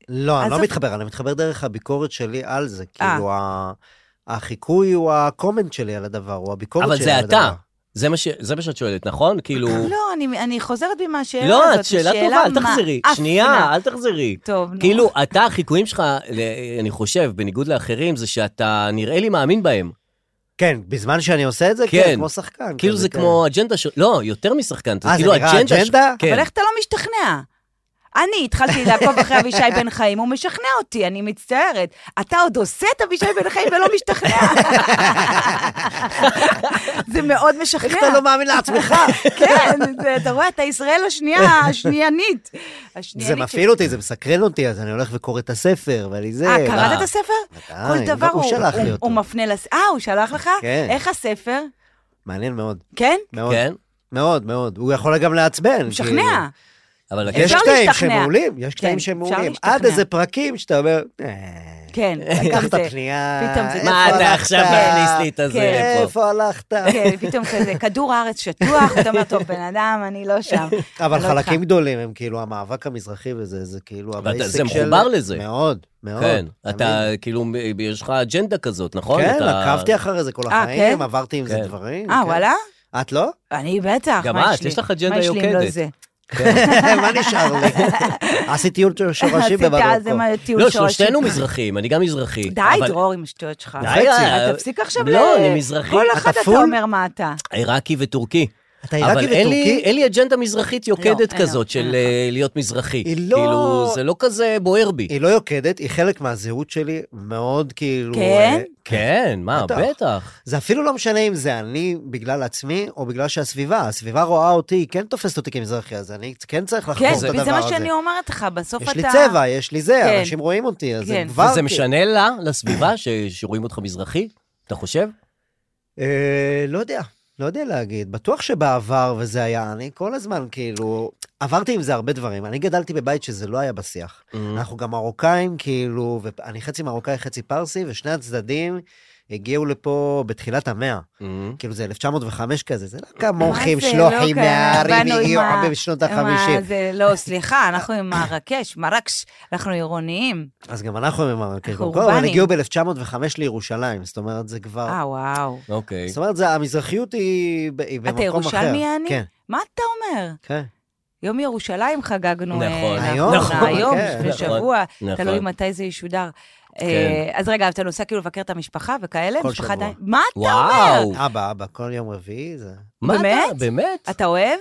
Speaker 4: לא, אני לא
Speaker 5: עזוב.
Speaker 4: מתחבר, אני מתחבר דרך הביקורת שלי על זה.
Speaker 5: אה.
Speaker 4: כאילו, ה- החיקוי הוא הקומנט שלי על הדבר, הוא הביקורת
Speaker 6: אבל
Speaker 4: שלי
Speaker 6: זה
Speaker 4: על הדבר.
Speaker 6: אתה. זה מה ש- זה מה שאת שואלת, נכון? כאילו...
Speaker 5: לא, אני, אני חוזרת בי מהשאלה
Speaker 6: לא,
Speaker 5: הזאת.
Speaker 6: את שאלה
Speaker 5: השאלה
Speaker 6: טובה, אל
Speaker 5: מה-
Speaker 6: תחזרי.
Speaker 5: אף
Speaker 6: שנייה,
Speaker 5: פינה.
Speaker 6: אל תחזרי.
Speaker 5: טוב, נו.
Speaker 6: כאילו, אתה, החיקויים שלך, ל- אני חושב, בניגוד לאחרים, זה שאתה נראה לי מאמין בהם.
Speaker 4: כן, בזמן שאני עושה את זה, כן,
Speaker 6: כן.
Speaker 4: כמו שחקן.
Speaker 6: כאילו
Speaker 4: כזה,
Speaker 6: זה
Speaker 4: כן.
Speaker 6: כמו אג'נדה של... לא, יותר משחקן.
Speaker 4: אה, זה
Speaker 6: כאילו
Speaker 4: נקרא
Speaker 6: ש-
Speaker 4: אג'נדה?
Speaker 6: כן.
Speaker 5: אבל איך אתה לא משתכנע? אני התחלתי לעקוב אחרי אבישי בן חיים, הוא משכנע אותי, אני מצטערת. אתה עוד עושה את אבישי בן חיים ולא משתכנע. זה מאוד משכנע.
Speaker 4: איך אתה לא מאמין לעצמך?
Speaker 5: כן, זה- אתה רואה, אתה ישראל השנייה, השניינית. השניינית
Speaker 4: זה
Speaker 5: של-
Speaker 4: מפעיל אותי, זה מסקרן אותי, אז אני הולך וקורא את הספר, ואני זה...
Speaker 5: אה,
Speaker 4: מה?
Speaker 5: קראת את הספר?
Speaker 4: ודאי,
Speaker 5: כל דבר
Speaker 4: לא- הוא
Speaker 5: הוא
Speaker 4: שלח לי
Speaker 5: הוא-
Speaker 4: אותו.
Speaker 5: הוא מפנה לס... אה, הוא שלח לך?
Speaker 4: כן.
Speaker 5: איך הספר?
Speaker 4: מעניין מאוד.
Speaker 5: כן?
Speaker 4: מאוד.
Speaker 6: כן?
Speaker 4: מאוד, מאוד. הוא יכול גם לעצבן. כאילו.
Speaker 5: משכנע.
Speaker 6: אבל
Speaker 4: יש
Speaker 5: אפשר
Speaker 4: קטעים
Speaker 5: להשתכנע.
Speaker 4: שמעולים, יש
Speaker 5: כן,
Speaker 4: קטעים
Speaker 5: אפשר
Speaker 4: שמעולים.
Speaker 5: להשתכנע.
Speaker 4: עד איזה פרקים שאתה אומר, אה,
Speaker 5: כן.
Speaker 4: לקחת
Speaker 5: גם זה.
Speaker 4: פנייה,
Speaker 5: פתאום זה...
Speaker 4: איפה
Speaker 6: מה אתה
Speaker 4: הלכת?
Speaker 6: עכשיו מכניס לי את הזה
Speaker 5: כן.
Speaker 6: פה?
Speaker 4: איפה הלכת?
Speaker 5: כן, פתאום כזה, כדור הארץ שטוח, אתה אומר, טוב, בן אדם, אני לא שם.
Speaker 4: אבל
Speaker 5: אני לא איתך."
Speaker 4: חלקים גדולים הם כאילו המאבק המזרחי וזה, זה כאילו
Speaker 6: אבל אתה-
Speaker 4: הבייסיק של...
Speaker 6: זה מחובר לזה.
Speaker 4: מאוד, מאוד.
Speaker 6: כן,
Speaker 4: תמיד.
Speaker 6: אתה כאילו, מ- יש לך אג'נדה כזאת, נכון?
Speaker 4: כן,
Speaker 6: אתה-
Speaker 4: עקבתי אחרי זה כל
Speaker 5: אה,
Speaker 4: החיים,
Speaker 5: כן?
Speaker 4: עברתי עם זה
Speaker 6: כן.
Speaker 4: דברים.
Speaker 5: אה,
Speaker 4: כן.
Speaker 5: וואלה?
Speaker 4: את לא?
Speaker 5: אני בטח,
Speaker 6: גם
Speaker 5: מה
Speaker 6: את,
Speaker 5: לי?
Speaker 6: יש לך אג'נדה
Speaker 5: מה לי אם לא
Speaker 6: יוקדת.
Speaker 5: זה?
Speaker 6: כן.
Speaker 4: מה נשאר לי? עשיתי טיול של שורשים
Speaker 5: עשית על זה
Speaker 4: במרוקו.
Speaker 5: מה- טיול
Speaker 6: לא,
Speaker 5: שורשים.
Speaker 6: שלושתנו מזרחים, אני גם מזרחי.
Speaker 5: די,
Speaker 6: אבל-
Speaker 5: דרור, עם השטויות שלך.
Speaker 6: די, אה,
Speaker 5: תפסיק עכשיו
Speaker 6: לא,
Speaker 5: ל-
Speaker 6: אני מזרחי.
Speaker 5: כל
Speaker 4: אתה
Speaker 5: אחד אתה
Speaker 4: פול?
Speaker 5: אומר מה אתה.
Speaker 6: עיראקי וטורקי.
Speaker 4: אתה
Speaker 6: אבל
Speaker 4: עיראקי
Speaker 6: אין לי,
Speaker 4: וטורקי? לא,
Speaker 6: אין לי אג'נדה מזרחית יוקדת
Speaker 5: אין
Speaker 6: כזאת
Speaker 5: לך,
Speaker 6: של
Speaker 5: אין
Speaker 6: אה, להיות מזרחי.
Speaker 4: היא לא-
Speaker 6: כאילו, זה לא כזה בוער בי.
Speaker 4: היא לא יוקדת, היא חלק מהזהות שלי, מאוד כאילו...
Speaker 5: כן?
Speaker 4: אה,
Speaker 6: כן, מה,
Speaker 4: בטח.
Speaker 6: בטח.
Speaker 4: זה אפילו לא משנה אם זה אני בגלל עצמי, או בגלל שהסביבה, הסביבה רואה אותי, היא כן תופסת אותי כמזרחי, אז אני כן צריך לחקור
Speaker 5: כן,
Speaker 4: את הדבר הזה.
Speaker 5: וזה מה שאני אומרת לך, בסוף אתה...
Speaker 4: יש לי צבע, יש לי זה,
Speaker 5: כן.
Speaker 4: אנשים רואים אותי, אז זה
Speaker 5: כן.
Speaker 4: כבר...
Speaker 6: וזה
Speaker 4: כאילו-
Speaker 6: משנה לה, לסביבה, ש- שרואים אותך מזרחי? אתה חושב?
Speaker 4: אה, לא יודע, לא יודע להגיד. בטוח שבעבר וזה היה, אני כל הזמן כאילו... עברתי עם זה הרבה דברים. אני גדלתי בבית שזה לא היה בשיח.
Speaker 6: Mm. Mm-hmm.
Speaker 4: אנחנו גם מרוקאים, כאילו, ואני חצי מרוקאי, חצי פרסי, ושני הצדדים הגיעו לפה בתחילת המאה.
Speaker 6: אמ,
Speaker 4: כאילו זה 1905 כזה, זה לא כמוכם
Speaker 5: מה זה, לא
Speaker 4: שלוחים
Speaker 5: כאן,
Speaker 4: מהערים
Speaker 5: באנו עם
Speaker 4: הגיעו
Speaker 5: ה-
Speaker 4: בשנות
Speaker 5: אה, מה
Speaker 4: ה-50.
Speaker 5: זה, לא, סליחה, אנחנו עם מרקש, מרקש, אנחנו עירוניים.
Speaker 4: אז גם אנחנו ממרקש.
Speaker 5: אנחנו
Speaker 4: קודם כל, הם
Speaker 5: אורבנים.
Speaker 4: הגיעו ב-1905 לירושלים, זאת אומרת, זה כבר...
Speaker 5: אה, וואו.
Speaker 6: אוקיי.
Speaker 4: זאת אומרת, זה- המזרחיות היא ב- היא במקום אחר.
Speaker 5: אתה ירושלמי, יעני?
Speaker 4: כן,
Speaker 5: מה אתה אומר?
Speaker 4: כן.
Speaker 5: יום ירושלים חגגנו אה,
Speaker 6: נכון.
Speaker 4: היום,
Speaker 5: לאחרונה,
Speaker 4: נכון,
Speaker 5: היום,
Speaker 4: כן.
Speaker 5: לפני
Speaker 6: נכון,
Speaker 5: שבוע,
Speaker 6: נכון. כן.
Speaker 5: תלוי מתי זה ישודר. אה, אז רגע, אתה נוסע כאילו לבקר את המשפחה וכאלה?
Speaker 4: כל
Speaker 5: משפחה
Speaker 4: שבוע.
Speaker 5: עדיין- מה אתה אומר?
Speaker 6: וואו.
Speaker 4: אבא, אבא, כל יום רביעי זה
Speaker 6: מה אתה-
Speaker 5: באמת?
Speaker 6: באמת?
Speaker 5: אתה אוהב?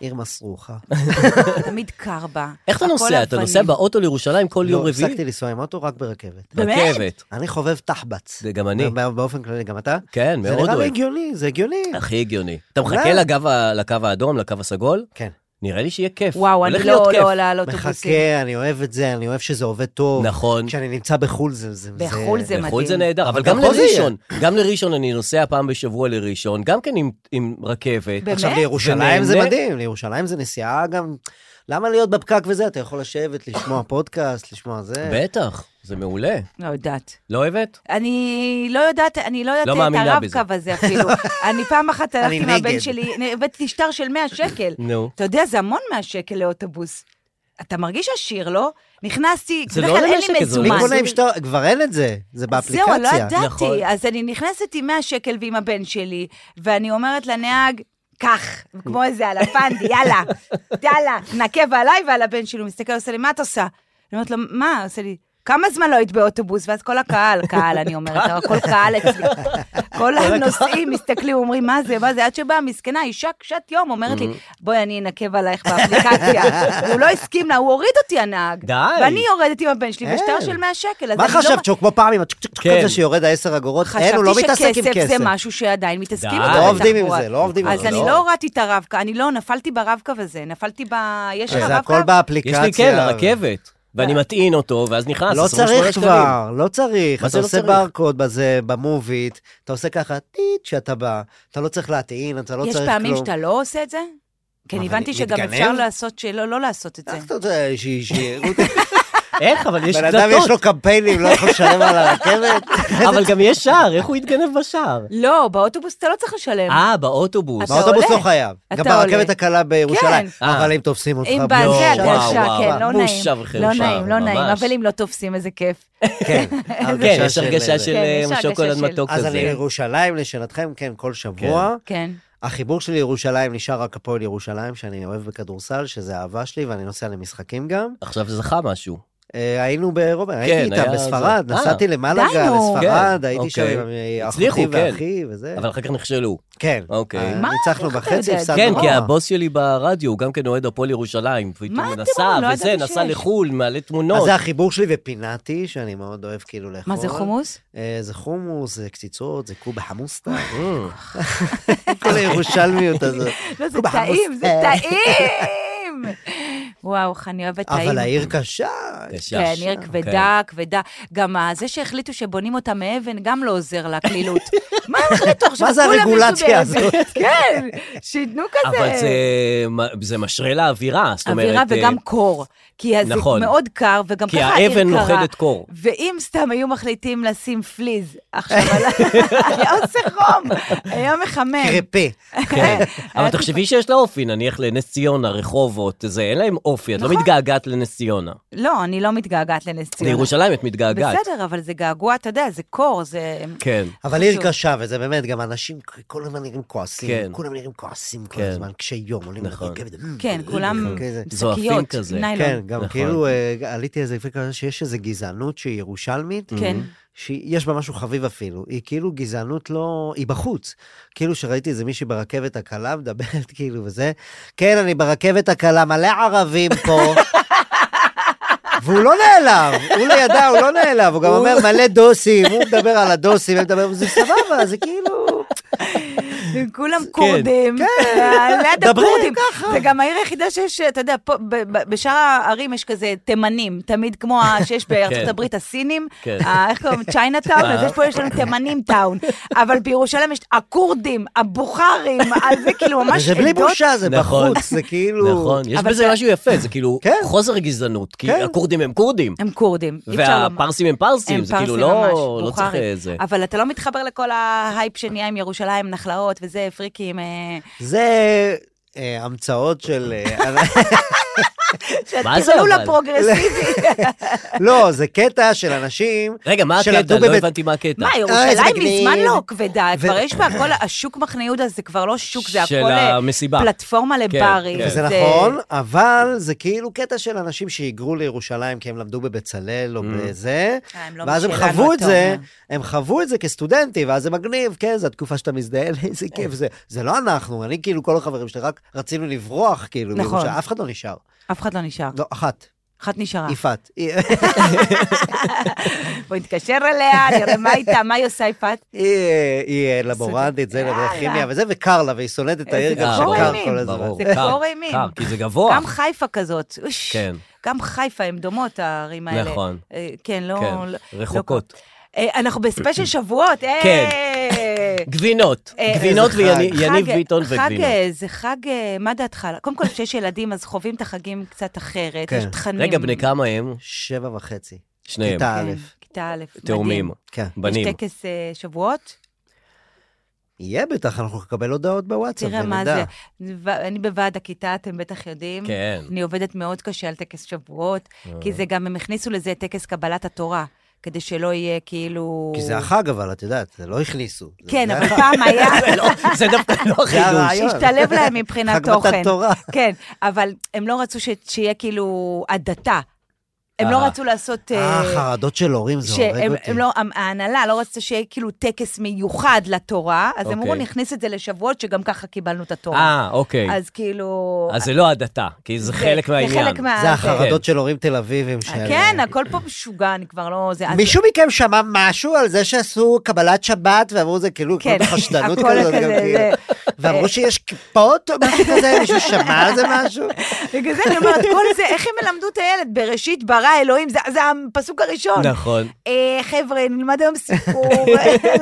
Speaker 4: עיר מסרוחה.
Speaker 5: תמיד קר בה.
Speaker 6: איך אתה
Speaker 5: הכל
Speaker 6: נוסע? אתה
Speaker 5: אבנים.
Speaker 6: נוסע באוטו לירושלים כל יום
Speaker 4: לא,
Speaker 6: רביעי?
Speaker 4: הפסקתי לנסוע עם אוטו רק ברכבת.
Speaker 5: באמת?
Speaker 6: רכבת.
Speaker 4: אני חובב תחבץ.
Speaker 6: זה גם אני.
Speaker 4: בא- באופן כללי, גם אתה?
Speaker 6: כן, מאוד
Speaker 4: זה נראה לי
Speaker 6: אוהב.
Speaker 4: הגיוני, זה הגיוני.
Speaker 6: הכי הגיוני. אתה
Speaker 4: אולי-
Speaker 6: מחכה לגב ה- לקו האדום, לקו הסגול?
Speaker 4: כן.
Speaker 6: נראה לי שיהיה כיף.
Speaker 5: וואו, אני
Speaker 6: הולך
Speaker 5: לא
Speaker 6: להיות כיף.
Speaker 5: לא עולה על אוטובוסים.
Speaker 4: מחכה, אני אוהב את זה, אני אוהב שזה עובד טוב.
Speaker 6: נכון.
Speaker 4: כשאני נמצא בחו"ל זה... זה-
Speaker 5: בחו"ל זה
Speaker 6: בחו"ל
Speaker 5: מדהים.
Speaker 6: זה נהדר, אבל
Speaker 4: אבל
Speaker 6: גם
Speaker 4: בחו"ל זה
Speaker 6: לראשון, גם לראשון אני נוסע פעם בשבוע לראשון, גם כן עם- עם רכבת.
Speaker 5: באמת?
Speaker 4: עכשיו, לירושלים זה
Speaker 6: ונהנה.
Speaker 4: מדהים, לירושלים זה נסיעה גם... למה להיות בפקק וזה? אתה יכול לשבת, לשמוע פודקאסט, לשמוע
Speaker 5: אה.
Speaker 4: זה.
Speaker 6: בטח, זה מעולה.
Speaker 5: לא יודעת.
Speaker 6: לא אוהבת?
Speaker 5: אני לא יודעת, אני לא
Speaker 6: לא
Speaker 5: יודעת את
Speaker 6: מאמינה
Speaker 5: הרב-קו הזה אפילו. אני פעם אחת הלכתי עם
Speaker 4: נגד.
Speaker 5: הבן שלי, הבאתי שטר של 100 שקל.
Speaker 6: נו.
Speaker 5: אתה יודע, זה המון 100 שקל לאוטובוס. אתה מרגיש עשיר, לא? נכנסתי,
Speaker 6: זה לא
Speaker 5: בדרך כלל אין לי
Speaker 6: למשק, זה
Speaker 4: מי
Speaker 5: מזומן.
Speaker 4: קונה עם שטר? כבר אין את זה, זה באפליקציה.
Speaker 5: זהו, לא
Speaker 6: נכון.
Speaker 5: ידעתי. אז אני נכנסת עם 100 שקל ועם הבן שלי, ואני אומרת לנהג, קח, כמו איזה אלפנדי, יאללה, יאללה, נקב עליי ועל הבן שלי. הוא מסתכל, עושה לי, מה את עושה? אני אומרת לו, מה? הוא עושה לי, כמה זמן לא היית באוטובוס? ואז כל הקהל, קהל, אני אומרת, כל קהל אצלי. כל הנוסעים מסתכלים, אומרים, מה זה, מה זה, עד שבאה מסכנה, אישה קשת יום, אומרת לי, בואי, אני אנקב עלייך באפליקציה. והוא לא הסכים לה, הוא הוריד אותי, הנהג.
Speaker 6: די.
Speaker 5: ואני יורדת עם הבן שלי בשטר
Speaker 4: אין.
Speaker 5: של 100 שקל. אז
Speaker 4: מה
Speaker 5: אני לא-
Speaker 4: חשבת, שהוא כמו פעם עם הצ'ק צ'ק צ'ק
Speaker 6: כן.
Speaker 4: כזה שיורד ה-10 אגורות? אין, הוא לא
Speaker 5: חשבתי
Speaker 4: מתעסק עם
Speaker 5: שכסף
Speaker 4: כסף.
Speaker 5: זה משהו שעדיין מתעסקים
Speaker 6: די.
Speaker 5: איתו.
Speaker 6: לא
Speaker 5: בתחבורה.
Speaker 4: עובדים עם זה, לא עובדים עם
Speaker 5: אז
Speaker 4: זה,
Speaker 5: אני
Speaker 4: לא.
Speaker 5: לא הורדתי את הרב-קו, אני לא, נפלתי ברב-קו הזה, נפלתי ב...
Speaker 6: אה,
Speaker 5: יש לך
Speaker 4: אה, זה
Speaker 5: רב-קו?
Speaker 4: הכל
Speaker 6: יש
Speaker 4: באפליקציה.
Speaker 6: לי כן, לרכבת.
Speaker 5: אה.
Speaker 6: ואני מטעין אותו, ואז נכנס.
Speaker 4: לא
Speaker 6: 28
Speaker 4: צריך
Speaker 6: שקלים.
Speaker 4: כבר, לא צריך.
Speaker 6: מה
Speaker 4: אתה
Speaker 6: זה לא
Speaker 4: עושה
Speaker 6: צריך?
Speaker 4: ברקוד בזה, במוביט, אתה עושה ככה טיט שאתה בא, אתה לא צריך להטעין, אתה לא צריך
Speaker 5: יש
Speaker 4: כלום.
Speaker 5: פעמים שאתה לא עושה את זה? כן,
Speaker 4: מה,
Speaker 5: הבנתי
Speaker 4: אני
Speaker 5: שגם
Speaker 4: מתגנב?
Speaker 5: אפשר לעשות שלא, לא לעשות את זה.
Speaker 4: איך אתה יודע שיראו אותי?
Speaker 6: איך, אבל יש
Speaker 4: בן אדם יש לו
Speaker 6: דלתות.
Speaker 4: קמפיינים, לא יכול לשלם על הרכבת?
Speaker 6: אבל גם יש שער, איך הוא יתגנב בשער?
Speaker 5: לא, באוטובוס אתה לא צריך לשלם.
Speaker 6: אה, באוטובוס.
Speaker 5: אתה-
Speaker 4: באוטובוס
Speaker 5: עולה.
Speaker 4: לא חייב. גם
Speaker 5: אתה
Speaker 4: ברכבת
Speaker 5: עולה.
Speaker 4: הקלה בירושלים.
Speaker 6: כן.
Speaker 4: אבל אם תופסים אותך...
Speaker 5: אם
Speaker 4: בלי
Speaker 6: לא,
Speaker 5: בזה,
Speaker 4: שעה.
Speaker 6: וואו,
Speaker 5: הגשה,
Speaker 6: וואו,
Speaker 5: כן, לא
Speaker 6: וואו.
Speaker 5: נעים.
Speaker 6: בושה
Speaker 5: לא
Speaker 6: וחרפה,
Speaker 5: נעים, לא נעים,
Speaker 6: ממש.
Speaker 5: אבל אם לא תופסים, איזה כיף.
Speaker 4: כן,
Speaker 6: כן,
Speaker 4: הרגשה
Speaker 6: יש
Speaker 4: של
Speaker 6: הרגשה
Speaker 4: איזה-
Speaker 6: של
Speaker 5: כן, יש
Speaker 6: אה,
Speaker 5: הרגשה
Speaker 6: שוקולד
Speaker 5: של-
Speaker 6: מתוק
Speaker 4: אז
Speaker 6: כזה.
Speaker 4: אני לירושלים, לשאלתכם, כן, כל שבוע.
Speaker 5: כן.
Speaker 4: החיבור שלי לירושלים נשאר רק הפועל ירושלים, שאני אוהב בכדורסל, שזה אהבה שלי, ואני נוסע למשחקים גם.
Speaker 6: עכשיו זכה משהו.
Speaker 4: אה, היינו באירופה, הייתי
Speaker 6: כן, היה
Speaker 4: איתם
Speaker 6: זה.
Speaker 4: בספרד,
Speaker 6: אה.
Speaker 4: נסעתי למלאגה,
Speaker 5: די, נו.
Speaker 4: לספרד,
Speaker 6: כן,
Speaker 4: הייתי שם
Speaker 6: אוקיי.
Speaker 4: עם אה,
Speaker 6: הצליחו,
Speaker 4: אחותי
Speaker 6: כן.
Speaker 4: ואחי וזה.
Speaker 6: אבל אחר כך נכשלו.
Speaker 4: כן.
Speaker 6: אוקיי.
Speaker 4: אה,
Speaker 5: מה?
Speaker 4: ניצחנו
Speaker 5: איך אתה
Speaker 4: בחצי,
Speaker 5: יודע?
Speaker 4: הפסדנו.
Speaker 6: כן, כי
Speaker 4: אה.
Speaker 6: הבוס שלי ברדיו, הוא גם כן אוהד הפועל ירושלים.
Speaker 5: מה
Speaker 6: פתאום
Speaker 5: אתם
Speaker 6: נסע
Speaker 5: אומרים? לא
Speaker 6: וזה,
Speaker 5: ידעתי
Speaker 6: נסע
Speaker 5: שיש.
Speaker 6: לחו"ל, מעלה
Speaker 4: אז
Speaker 6: תמונות.
Speaker 4: זה החיבור שלי ופינאטי, שאני מאוד אוהב כאילו לאכול.
Speaker 5: מה זה חומוס?
Speaker 4: אה, זה חומוס, זה קציצות, זה קובה חמוסטה.
Speaker 6: אה,
Speaker 4: כל הירושלמיות הזאת.
Speaker 5: לא, זה
Speaker 4: קובה
Speaker 5: טעים, זה
Speaker 4: חמוסטה.
Speaker 5: טעים! וואו, איך אני אוהבת טעים.
Speaker 4: אבל העיר קשה.
Speaker 6: קשה.
Speaker 5: כן, עיר
Speaker 4: אוקיי.
Speaker 5: כבדה, כבדה. גם זה שהחליטו שבונים אותה מאבן, גם לא עוזר לקלילות. מה החליטו עכשיו?
Speaker 4: מה זה
Speaker 5: כולם יבנו
Speaker 4: הרגולציה
Speaker 5: באבן.
Speaker 4: הזאת?
Speaker 5: כן, שייתנו כזה.
Speaker 6: אבל זה, זה משרה לאווירה, זאת אומרת...
Speaker 5: אווירה וגם
Speaker 6: אה,
Speaker 5: קור, כי אז
Speaker 6: נכון.
Speaker 5: זה מאוד קר, וגם
Speaker 6: כי
Speaker 5: ככה העיר קרה.
Speaker 6: האבן נוחדת קור.
Speaker 5: ואם סתם היו מחליטים לשים פליז עכשיו, על- היה עושה חום, היה מחמם.
Speaker 4: קרפה.
Speaker 6: כן, אבל תחשבי שיש לה אופי, נניח לנס ציונה, רחובות, זה, אין להם אופי, את לא
Speaker 5: נכון.
Speaker 6: מתגעגעת לנס ציונה.
Speaker 5: לא, אני לא מתגעגעת לנס ציונה.
Speaker 6: לירושלים את מתגעגעת.
Speaker 5: בסדר, אבל זה געגוע, אתה יודע, זה קור, זה...
Speaker 6: כן.
Speaker 4: אבל עיר
Speaker 5: חשוב.
Speaker 4: קשה, וזה באמת, גם אנשים כל הזמן נראים
Speaker 6: כן.
Speaker 4: כועסים, כולם נראים כועסים כל
Speaker 6: כן.
Speaker 4: הזמן, קשי יום, עולים
Speaker 6: נכון.
Speaker 4: לרכבת.
Speaker 5: כן,
Speaker 4: אה,
Speaker 5: כולם
Speaker 4: כזה.
Speaker 6: זועפים
Speaker 5: שקיות,
Speaker 6: כזה.
Speaker 5: ניילון.
Speaker 4: כן, גם
Speaker 6: נכון.
Speaker 4: כאילו אה, עליתי איזה לפני כמה זמן שיש איזו גזענות שהיא ירושלמית,
Speaker 5: כן.
Speaker 4: שיש בה משהו חביב אפילו, היא כאילו גזענות לא... היא בחוץ. כאילו שראיתי איזה מישהי ברכבת הקלה מדברת כאילו וזה, כן, אני ברכבת הקלה, מלא ערבים פה. והוא לא נעלב, הוא לידה, הוא לא נעלב, הוא גם אומר מלא דוסים, הוא מדבר על הדוסים, הם מדברים, זה סבבה, זה כאילו...
Speaker 6: Mm-hmm.
Speaker 5: כולם
Speaker 6: כן.
Speaker 5: כורדים, ליד
Speaker 4: דברי
Speaker 5: הכורדים. זה גם העיר היחידה שיש, אתה יודע, פה, ב- ב- בשאר הערים יש כזה תימנים, תמיד כמו ה- שיש
Speaker 6: כן.
Speaker 5: בארצות הברית הסינים,
Speaker 6: כן.
Speaker 5: ה- איך קוראים? צ'יינה טאון, אז
Speaker 6: אה.
Speaker 5: יש פה, יש לנו תימנים טאון. אבל בירושלים יש הכורדים, הבוכרים, אז זה כאילו ממש
Speaker 4: זה בלי
Speaker 5: עדות.
Speaker 4: בושה, זה
Speaker 6: נכון.
Speaker 4: בחוץ, זה כאילו...
Speaker 6: נכון, יש
Speaker 5: אבל
Speaker 6: בזה
Speaker 5: אתה-
Speaker 6: משהו יפה, זה כאילו
Speaker 4: כן.
Speaker 6: חוסר גזענות, כי
Speaker 4: כן.
Speaker 6: הכורדים הם כורדים,
Speaker 5: הם כורדים, אי אפשר לומר.
Speaker 6: והפרסים הם פרסים,
Speaker 5: הם
Speaker 6: זה כאילו
Speaker 5: פרסים
Speaker 6: לא
Speaker 5: ממש,
Speaker 6: לא צריך
Speaker 5: בוכרים.
Speaker 6: איזה...
Speaker 5: אבל אתה לא מתחבר לכל ההייפ שנהיה עם ירושלים, נחלאות וזה, פריקים, אה,
Speaker 4: זה אה, המצאות של... אה,
Speaker 6: מה זה
Speaker 5: טרלול
Speaker 6: אבל?
Speaker 5: הפרוגרסיבי.
Speaker 4: לא, זה קטע של אנשים...
Speaker 6: רגע, מה
Speaker 4: שלמדו
Speaker 6: הקטע? לא
Speaker 4: בבית-
Speaker 6: הבנתי מה הקטע.
Speaker 5: מה,
Speaker 4: איזה
Speaker 5: ירושלים
Speaker 4: מגניב.
Speaker 5: מזמן לא כבדה,
Speaker 4: ו-
Speaker 5: כבר יש בה הכל, השוק מחנה יהודה זה כבר לא שוק, זה הכל
Speaker 6: של
Speaker 5: אה,
Speaker 6: המסיבה.
Speaker 5: פלטפורמה לברים.
Speaker 6: כן.
Speaker 4: וזה נכון, אבל זה כאילו קטע של אנשים שהיגרו לירושלים כי הם למדו בבצלאל
Speaker 6: Mm.
Speaker 4: או בזה,
Speaker 5: אה, הם לא
Speaker 4: ואז הם
Speaker 5: משלנו,
Speaker 4: חוו את
Speaker 5: אתה
Speaker 4: זה,
Speaker 5: אומר.
Speaker 4: הם חוו את זה כסטודנטים, ואז זה מגניב, כן, זו התקופה שאתה מזדהה, איזה כיף זה. זה לא אנחנו, אני כאילו כל החברים שלי, רק רצינו לברוח כאילו
Speaker 5: נכון.
Speaker 4: מירושלים, אף אחד לא נשאר.
Speaker 5: אף אחד לא נשאר,
Speaker 4: לא, אחת,
Speaker 5: אחת נשארה.
Speaker 4: יפעת. היא-
Speaker 5: בואי נתקשר אליה, נראה מה איתה, מה היא עושה יפעת?
Speaker 4: היא לבורנטית, זה
Speaker 5: יאללה.
Speaker 4: לכימיה וזה, וקר לה, והיא שונאת את העיר גם
Speaker 5: אה,
Speaker 4: שקר
Speaker 5: ברור.
Speaker 4: כל הזמן.
Speaker 6: ברור,
Speaker 5: זה
Speaker 6: קר,
Speaker 5: קור אימים.
Speaker 6: קר, כי זה גבוה.
Speaker 5: גם חיפה כזאת, אוש,
Speaker 6: כן.
Speaker 5: גם חיפה, הן דומות הערים האלה.
Speaker 6: נכון.
Speaker 5: אה, כן, לא...
Speaker 6: כן,
Speaker 5: לא-
Speaker 6: רחוקות.
Speaker 5: לא- אה, אנחנו בספיישל שבועות, אה!
Speaker 6: כן. גבינות,
Speaker 5: אה,
Speaker 6: גבינות
Speaker 4: איזה חג.
Speaker 6: ויניב יניב
Speaker 5: חג-
Speaker 6: ביטון
Speaker 5: חג,
Speaker 6: וגבינות.
Speaker 5: אה, זה חג, אה, מה דעתך? קודם כל, כשיש ילדים, אז חווים את החגים קצת אחרת,
Speaker 4: כן.
Speaker 5: יש תכנים.
Speaker 6: רגע, בני כמה הם?
Speaker 4: שבע וחצי.
Speaker 6: שניהם.
Speaker 4: כיתה
Speaker 5: כן,
Speaker 4: א',
Speaker 5: כיתה א',
Speaker 6: תאומים.
Speaker 5: מדהים.
Speaker 4: כן.
Speaker 6: בנים.
Speaker 5: יש טקס אה, שבועות,
Speaker 4: יהיה בטח, אנחנו נקבל הודעות בוואטסאפ,
Speaker 5: תראה מה זה. ו- אני בוועד הכיתה, אתם בטח יודעים.
Speaker 6: כן. אה.
Speaker 5: אני עובדת מאוד קשה על טקס שבועות, כי זה גם, הם הכניסו לזה את טקס קבלת התורה, כדי שלא יהיה כאילו...
Speaker 4: כי זה החג, אבל את יודעת, זה לא הכניסו. זה-
Speaker 5: כן,
Speaker 4: זה
Speaker 5: אבל
Speaker 4: החג.
Speaker 5: פעם היה...
Speaker 6: זה לא- זה דווקא לא
Speaker 4: זה
Speaker 6: חידוש.
Speaker 4: הרעיון.
Speaker 5: שהשתלב להם מבחינת
Speaker 4: חג
Speaker 5: תוכן.
Speaker 4: מתן תורה.
Speaker 5: כן, אבל הם לא רצו ש- שיהיה כאילו הדתה. הם לא
Speaker 6: אה.
Speaker 5: רצו לעשות...
Speaker 4: אה,
Speaker 5: אה,
Speaker 4: חרדות של הורים, זה הורג
Speaker 5: שהם
Speaker 4: אותי.
Speaker 5: הם לא, ההנהלה לא רצתה שיהיה כאילו טקס מיוחד לתורה, אז הם
Speaker 6: אוקיי.
Speaker 5: אמרו, נכניס את זה לשבועות, שגם ככה קיבלנו את התורה.
Speaker 6: אה, אוקיי.
Speaker 5: אז כאילו... כן,
Speaker 6: אז זה לא הדתה, כי זה חלק
Speaker 5: זה
Speaker 6: מהעניין.
Speaker 5: חלק מה...
Speaker 4: זה
Speaker 6: כן.
Speaker 4: החרדות של הורים תל אביבים. של-
Speaker 5: אה, כן, הכל פה משוגע, אני כבר לא... זה- אז-
Speaker 4: מישהו מכם שמע משהו על זה שעשו קבלת שבת ואמרו זה כאילו
Speaker 5: כן,
Speaker 4: כל בחשדנות
Speaker 5: הכל
Speaker 4: כזאת, גם
Speaker 5: כזה,
Speaker 4: כאילו.
Speaker 5: זה-
Speaker 4: ואמרו שיש כיפות או משהו כזה, מישהו שמע על זה משהו?
Speaker 5: בגלל זה אני אומרת, כל זה, איך הם מלמדו את הילד? בראשית ברא אלוהים, זה- זה הפסוק הראשון.
Speaker 6: נכון.
Speaker 5: אה, חבר'ה, נלמד היום סיפור,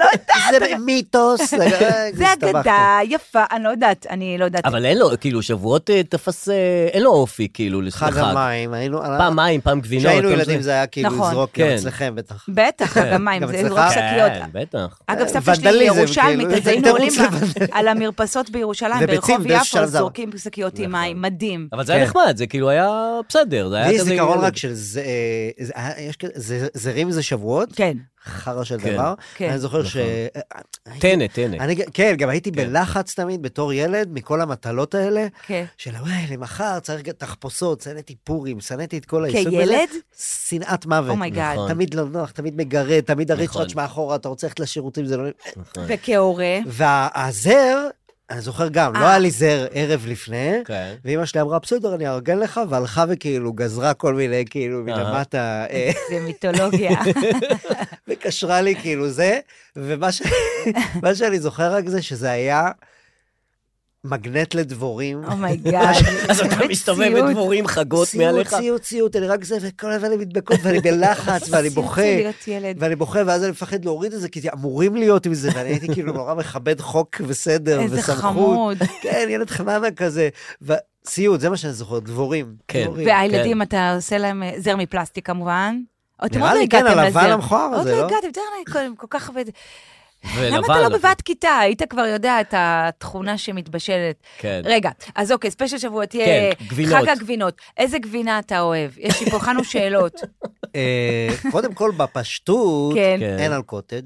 Speaker 5: לא יודעת.
Speaker 4: זה מיתוס.
Speaker 5: זה
Speaker 4: הסתבכת.
Speaker 5: אגדה יפה, אני לא יודעת, אני לא יודעת.
Speaker 6: אבל אין לו, כאילו, שבועות אה, תפס, אה, אין לו אופי, כאילו, לחג.
Speaker 4: חג המים, היינו...
Speaker 6: פעם מים, פעם גבינות.
Speaker 4: כשהיינו
Speaker 6: פעם
Speaker 4: ילדים זה היה כאילו
Speaker 5: נכון.
Speaker 4: לזרוק, גם
Speaker 6: כן.
Speaker 4: אצלכם בטח.
Speaker 5: בטח, חג המים,
Speaker 4: גם
Speaker 5: זה
Speaker 4: אצלך?
Speaker 5: רק לא שקיות.
Speaker 6: כן, בטח.
Speaker 5: אגב, סבתא
Speaker 4: אה, ונדליזם,
Speaker 5: שלי היא ירושלמית,
Speaker 4: כאילו,
Speaker 5: אז
Speaker 4: זה
Speaker 5: היינו
Speaker 4: תירוץ
Speaker 5: עולים ב-
Speaker 4: לוונדליזם.
Speaker 5: על המרפסות בירושלים,
Speaker 4: וביצים,
Speaker 5: ברחוב
Speaker 4: דש
Speaker 5: יפו,
Speaker 4: של זר.
Speaker 5: זורקים שקיות
Speaker 4: נכון.
Speaker 5: עם מים, מדהים.
Speaker 6: אבל זה היה
Speaker 4: כן.
Speaker 6: נחמד, זה כאילו היה בסדר, זה היה
Speaker 4: לי
Speaker 6: כזה...
Speaker 4: זיכרון
Speaker 6: ילד.
Speaker 4: רק של זה- אה, זה- אה, יש כזה- זה- זרים זה שבועות,
Speaker 5: כן.
Speaker 4: חרא של
Speaker 6: כן,
Speaker 4: דבר.
Speaker 5: כן.
Speaker 4: אני זוכר ש...
Speaker 6: טנט, טנט.
Speaker 4: אני, ג- כן, גם הייתי
Speaker 6: כן.
Speaker 4: בלחץ תמיד בתור ילד מכל המטלות האלה,
Speaker 5: כן.
Speaker 4: של וואי, למחר צריך גם תחפושות, שנאתי פורים, שנאתי את כל העיסוק בזה.
Speaker 5: כילד? Oh
Speaker 4: שנאת מוות.
Speaker 5: אומייגאד.
Speaker 6: נכון.
Speaker 4: תמיד לא נוח, תמיד מגרד, תמיד הריצ'ראץ'
Speaker 6: נכון.
Speaker 4: מאחורה, אתה רוצה ללכת לשירותים, זה לא...
Speaker 6: נכון.
Speaker 5: וכהורה?
Speaker 4: והזר, אני זוכר גם, לא
Speaker 5: אה.
Speaker 4: היה לי זר ערב לפני,
Speaker 6: כן.
Speaker 4: ואימא שלי אמרה, בסדר, אני אארגן לך, והלכה וכאילו גזרה כל מיני, כאילו,
Speaker 6: אהה.
Speaker 4: מלמטה, אה,
Speaker 5: זה מיתולוגיה.
Speaker 4: וקשרה לי כאילו זה, ומה ש... מה שאני זוכר רק זה שזה היה מגנט
Speaker 5: Oh
Speaker 4: לדבורים.
Speaker 5: אומייגאד.
Speaker 6: אז אתה מסתובב בדבורים, חגות
Speaker 4: ציוט,
Speaker 6: מעליך.
Speaker 4: ציוט, ציוט, אני רק זה, וכל הזמן אני מתבקעות, ואני בלחץ, ואני בוכה.
Speaker 5: להיות ילד.
Speaker 4: ואני בוכה, ואז אני מפחד להוריד את זה, כי אמורים להיות עם זה, ואני הייתי כאילו נורא מכבד חוק וסדר וסמכות.
Speaker 5: איזה חמוד.
Speaker 4: כן, ילד חננה כזה. וציוד, זה מה שאני זוכר, דבורים.
Speaker 6: כן.
Speaker 4: דבורים.
Speaker 5: והילדים, אתה עושה להם אה, זר מפלסטיק כמובן. אתם
Speaker 4: נראה
Speaker 5: עוד לא
Speaker 4: לי, כן,
Speaker 5: הגעתם
Speaker 4: הלבן
Speaker 5: לזר.
Speaker 4: המכוער הזה, לא?
Speaker 5: עוד לא הגעתם, תראה, אני כל- כל כך הרבה... למה
Speaker 6: ולבן,
Speaker 5: אתה לא
Speaker 6: אבל-
Speaker 5: בבת כיתה? היית כבר יודע את התכונה שמתבשלת.
Speaker 6: כן.
Speaker 5: רגע, אז אוקיי, ספיישל שבועות יהיה...
Speaker 6: כן, גבינות.
Speaker 5: חג הגבינות. איזה גבינה אתה אוהב? יש לי פה הכנו שאלות.
Speaker 4: אה, קודם כל, בפשטות,
Speaker 5: כן.
Speaker 6: כן.
Speaker 4: אין על קוטג'.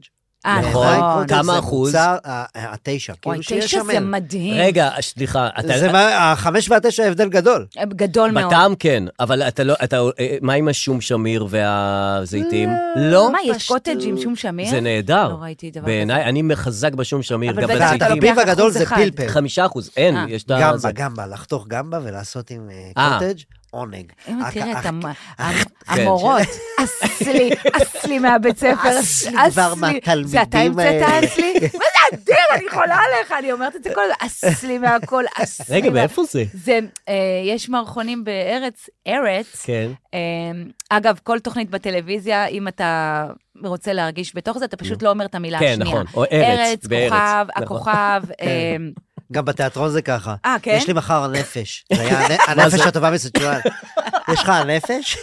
Speaker 5: אה,
Speaker 6: נכון.
Speaker 4: בעיניי קוטג'
Speaker 6: כמה
Speaker 4: זה
Speaker 6: אחוז?
Speaker 4: מוצר, אה, אה, התשע,
Speaker 5: וואי,
Speaker 4: כאילו שיש
Speaker 5: תשע
Speaker 4: שם
Speaker 5: זה
Speaker 4: אין.
Speaker 5: מדהים.
Speaker 6: רגע, סליחה, אתה...
Speaker 4: זה מה- אה, החמש והתשע הבדל גדול.
Speaker 5: גדול מאוד.
Speaker 6: בטעם כן, אבל אתה לא, אתה, אה, מה עם השום שמיר והזיתים? לא.
Speaker 5: מה, יש קוטג' עם שום שמיר?
Speaker 6: זה נהדר.
Speaker 5: לא ראיתי דבר
Speaker 6: בעיניי, אני מחזק בשום שמיר,
Speaker 5: אבל
Speaker 6: כן, גם
Speaker 5: בטח אתה
Speaker 6: בזיתים.
Speaker 5: לוקח
Speaker 4: והתלביב הגדול
Speaker 5: אחוז
Speaker 4: זה
Speaker 5: אחד.
Speaker 4: פלפל.
Speaker 6: חמישה אחוז, אין,
Speaker 5: אה.
Speaker 6: יש את ה...
Speaker 4: גמבה,
Speaker 6: זה-
Speaker 4: גמבה, לחתוך גמבה ולעשות עם אה,
Speaker 6: אה.
Speaker 4: קוטג', עונג. אה,
Speaker 5: אמא, תראה את
Speaker 4: הק-
Speaker 5: המ-
Speaker 4: הק-
Speaker 6: כן.
Speaker 5: המורות, אסלי, אסלי מהבית ספר,
Speaker 4: אסלי כבר מהתלמידים אה.
Speaker 5: זה אתה המצאת
Speaker 4: האלה.
Speaker 5: אסלי? מה זה אדיר, אני חולה עליך, אני אומרת את זה כל הזמן, אסלי מהכל, אסלי.
Speaker 6: רגע,
Speaker 5: מה-
Speaker 6: מאיפה זה?
Speaker 5: זה, אה, יש מערכונים בארץ, ארץ.
Speaker 6: כן.
Speaker 5: אמ, אגב, כל תוכנית בטלוויזיה, אם אתה רוצה להרגיש בתוך זה, אתה פשוט לא אומר את המילה
Speaker 6: כן,
Speaker 5: השנייה.
Speaker 6: נכון, או ארץ, בארץ,
Speaker 5: כוכב,
Speaker 6: נכון.
Speaker 5: הכוכב,
Speaker 4: כן.
Speaker 5: אמ,
Speaker 4: גם בתיאטרון זה ככה.
Speaker 5: אה, כן?
Speaker 4: יש לי מחר הנפש. זה היה הנ- הנפש הטובה מסצ'ואן. יש לך הנפש?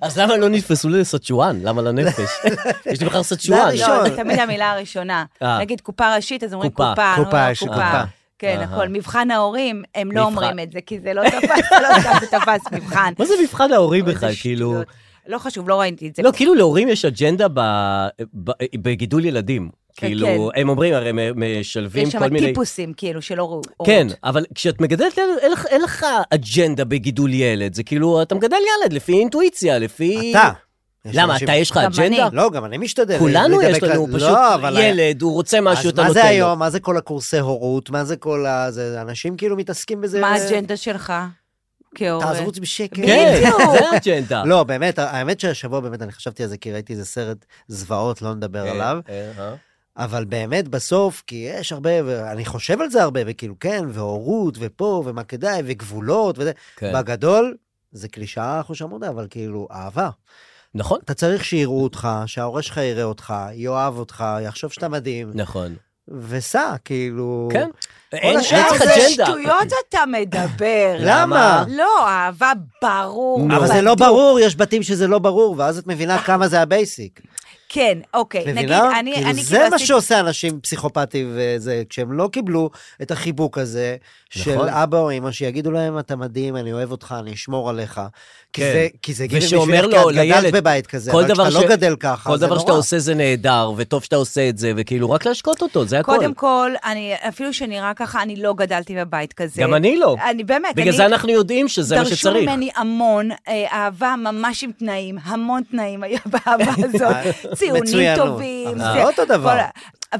Speaker 6: אז למה לא נתפסו לסצ'ואן? למה לנפש? יש לי בכלל סצ'ואן.
Speaker 4: זה
Speaker 5: לא,
Speaker 4: ראשון.
Speaker 5: זה תמיד המילה הראשונה.
Speaker 6: אה.
Speaker 5: נגיד קופה ראשית, אז אומרים
Speaker 6: קופה.
Speaker 5: קופה.
Speaker 4: קופה,
Speaker 5: אומרים,
Speaker 4: יש קופה.
Speaker 5: כן,
Speaker 6: אהה.
Speaker 5: הכל. מבחן ההורים, הם לא
Speaker 6: מבחן.
Speaker 5: אומרים את זה, כי זה לא תפס, זה לא תפס, זה תפס מבחן.
Speaker 6: מה זה מבחן ההורים
Speaker 5: איזה
Speaker 6: בכלל? כאילו...
Speaker 5: שטויות. לא חשוב, לא ראיתי את זה.
Speaker 6: לא, כאילו להורים יש אג'נדה ב- ב- בגידול ילדים. כאילו, הם אומרים, הרי הם משלבים
Speaker 5: כן, יש
Speaker 6: כל
Speaker 5: שם
Speaker 6: מיני...
Speaker 5: טיפוסים, כאילו, שלא ראו אורות.
Speaker 6: כן, אבל כשאת מגדלת ילד, אין לך- אין לך אג'נדה בגידול ילד. זה כאילו, אתה מגדל ילד לפי אינטואיציה, לפי...
Speaker 4: אתה. יש
Speaker 6: למה,
Speaker 4: אנשים-
Speaker 6: אתה יש לך
Speaker 5: גם
Speaker 6: אג'נדה?
Speaker 5: אני.
Speaker 4: לא, גם אני משתדל.
Speaker 6: כולנו
Speaker 4: להידבק
Speaker 6: יש לנו,
Speaker 4: ל-
Speaker 6: פשוט
Speaker 4: לא, אבל-
Speaker 6: ילד, הוא רוצה
Speaker 4: אז
Speaker 6: משהו, אתה
Speaker 4: מה
Speaker 6: נותן
Speaker 4: זה
Speaker 6: לו.
Speaker 4: היום? מה זה כל הקורסי הורות? מה זה כל ה... זה- אנשים כאילו מתעסקים בזה.
Speaker 5: מה
Speaker 4: אה,
Speaker 5: האג'נדה שלך? כהורה.
Speaker 4: תעזבו את זה בשקט.
Speaker 6: כן, זה האג'נדה.
Speaker 4: לא, באמת, האמת שהשבוע באמת אני חשבתי על זה, כי ראיתי איזה סרט זוועות, לא נדבר
Speaker 6: אה,
Speaker 4: עליו.
Speaker 6: אה, אה.
Speaker 4: אבל באמת בסוף, כי יש הרבה, ואני חושב על זה הרבה, וכאילו, כן, והורות, ופה, ומה כדאי, וגבולות, וזה.
Speaker 6: כן.
Speaker 4: בגדול, זה קלישאה חושמודה, אבל כאילו, אהבה.
Speaker 6: נכון,
Speaker 4: אתה צריך שיראו אותך, שההורה שלך יראה אותך, יאהב אותך, יחשוב שאתה מדהים,
Speaker 6: נכון.
Speaker 4: וסע, כאילו...
Speaker 6: כן. אין
Speaker 4: השאר
Speaker 6: אין לך
Speaker 4: זה
Speaker 5: איזה
Speaker 6: אג'נדה.
Speaker 5: אה, שטויות אתה מדבר.
Speaker 4: למה?
Speaker 5: לא, אהבה ברור.
Speaker 4: אבל זה לא ברור, יש בתים שזה לא ברור, ואז את מבינה כמה זה הבייסיק.
Speaker 5: כן, אוקיי. נגיד,
Speaker 4: מבינה?
Speaker 5: אני
Speaker 4: כאילו
Speaker 5: אני
Speaker 4: זה מה
Speaker 5: עשיתי-
Speaker 4: שעושה אנשים פסיכופטים וזה, כשהם לא קיבלו את החיבוק הזה של
Speaker 6: נכון.
Speaker 4: אבא או אמא, שיגידו להם, אתה מדהים, אני אוהב אותך, אני אשמור עליך. כי
Speaker 6: כן.
Speaker 4: זה- כי זה גיל
Speaker 6: ושאומר
Speaker 4: בשבילך, כי
Speaker 6: לו,
Speaker 4: את גדלת
Speaker 6: לילד,
Speaker 4: בבית כזה,
Speaker 6: כל
Speaker 4: אבל
Speaker 6: דבר
Speaker 4: כשאתה
Speaker 6: ש-
Speaker 4: לא גדל ככה,
Speaker 6: כל
Speaker 4: זה
Speaker 6: דבר
Speaker 4: נורא.
Speaker 6: שאתה עושה זה נהדר, וטוב שאתה עושה את זה, וכאילו, רק להשקות אותו, זה הכל.
Speaker 5: קודם כל, אני, אפילו שנראה ככה, אני לא גדלתי בבית כזה.
Speaker 6: גם אני לא.
Speaker 5: אני באמת,
Speaker 6: בגלל
Speaker 5: אני...
Speaker 6: זה אנחנו יודעים שזה מה
Speaker 5: דרשו
Speaker 6: שצריך.
Speaker 5: ממני המון אה, אהבה ממש עם תנאים, המון תנאים היה באהבה הזאת, ציונים
Speaker 4: אה, מצוינות.
Speaker 5: טובים.
Speaker 4: אבל
Speaker 5: זה-
Speaker 4: זה אותו דבר.
Speaker 5: כל ה-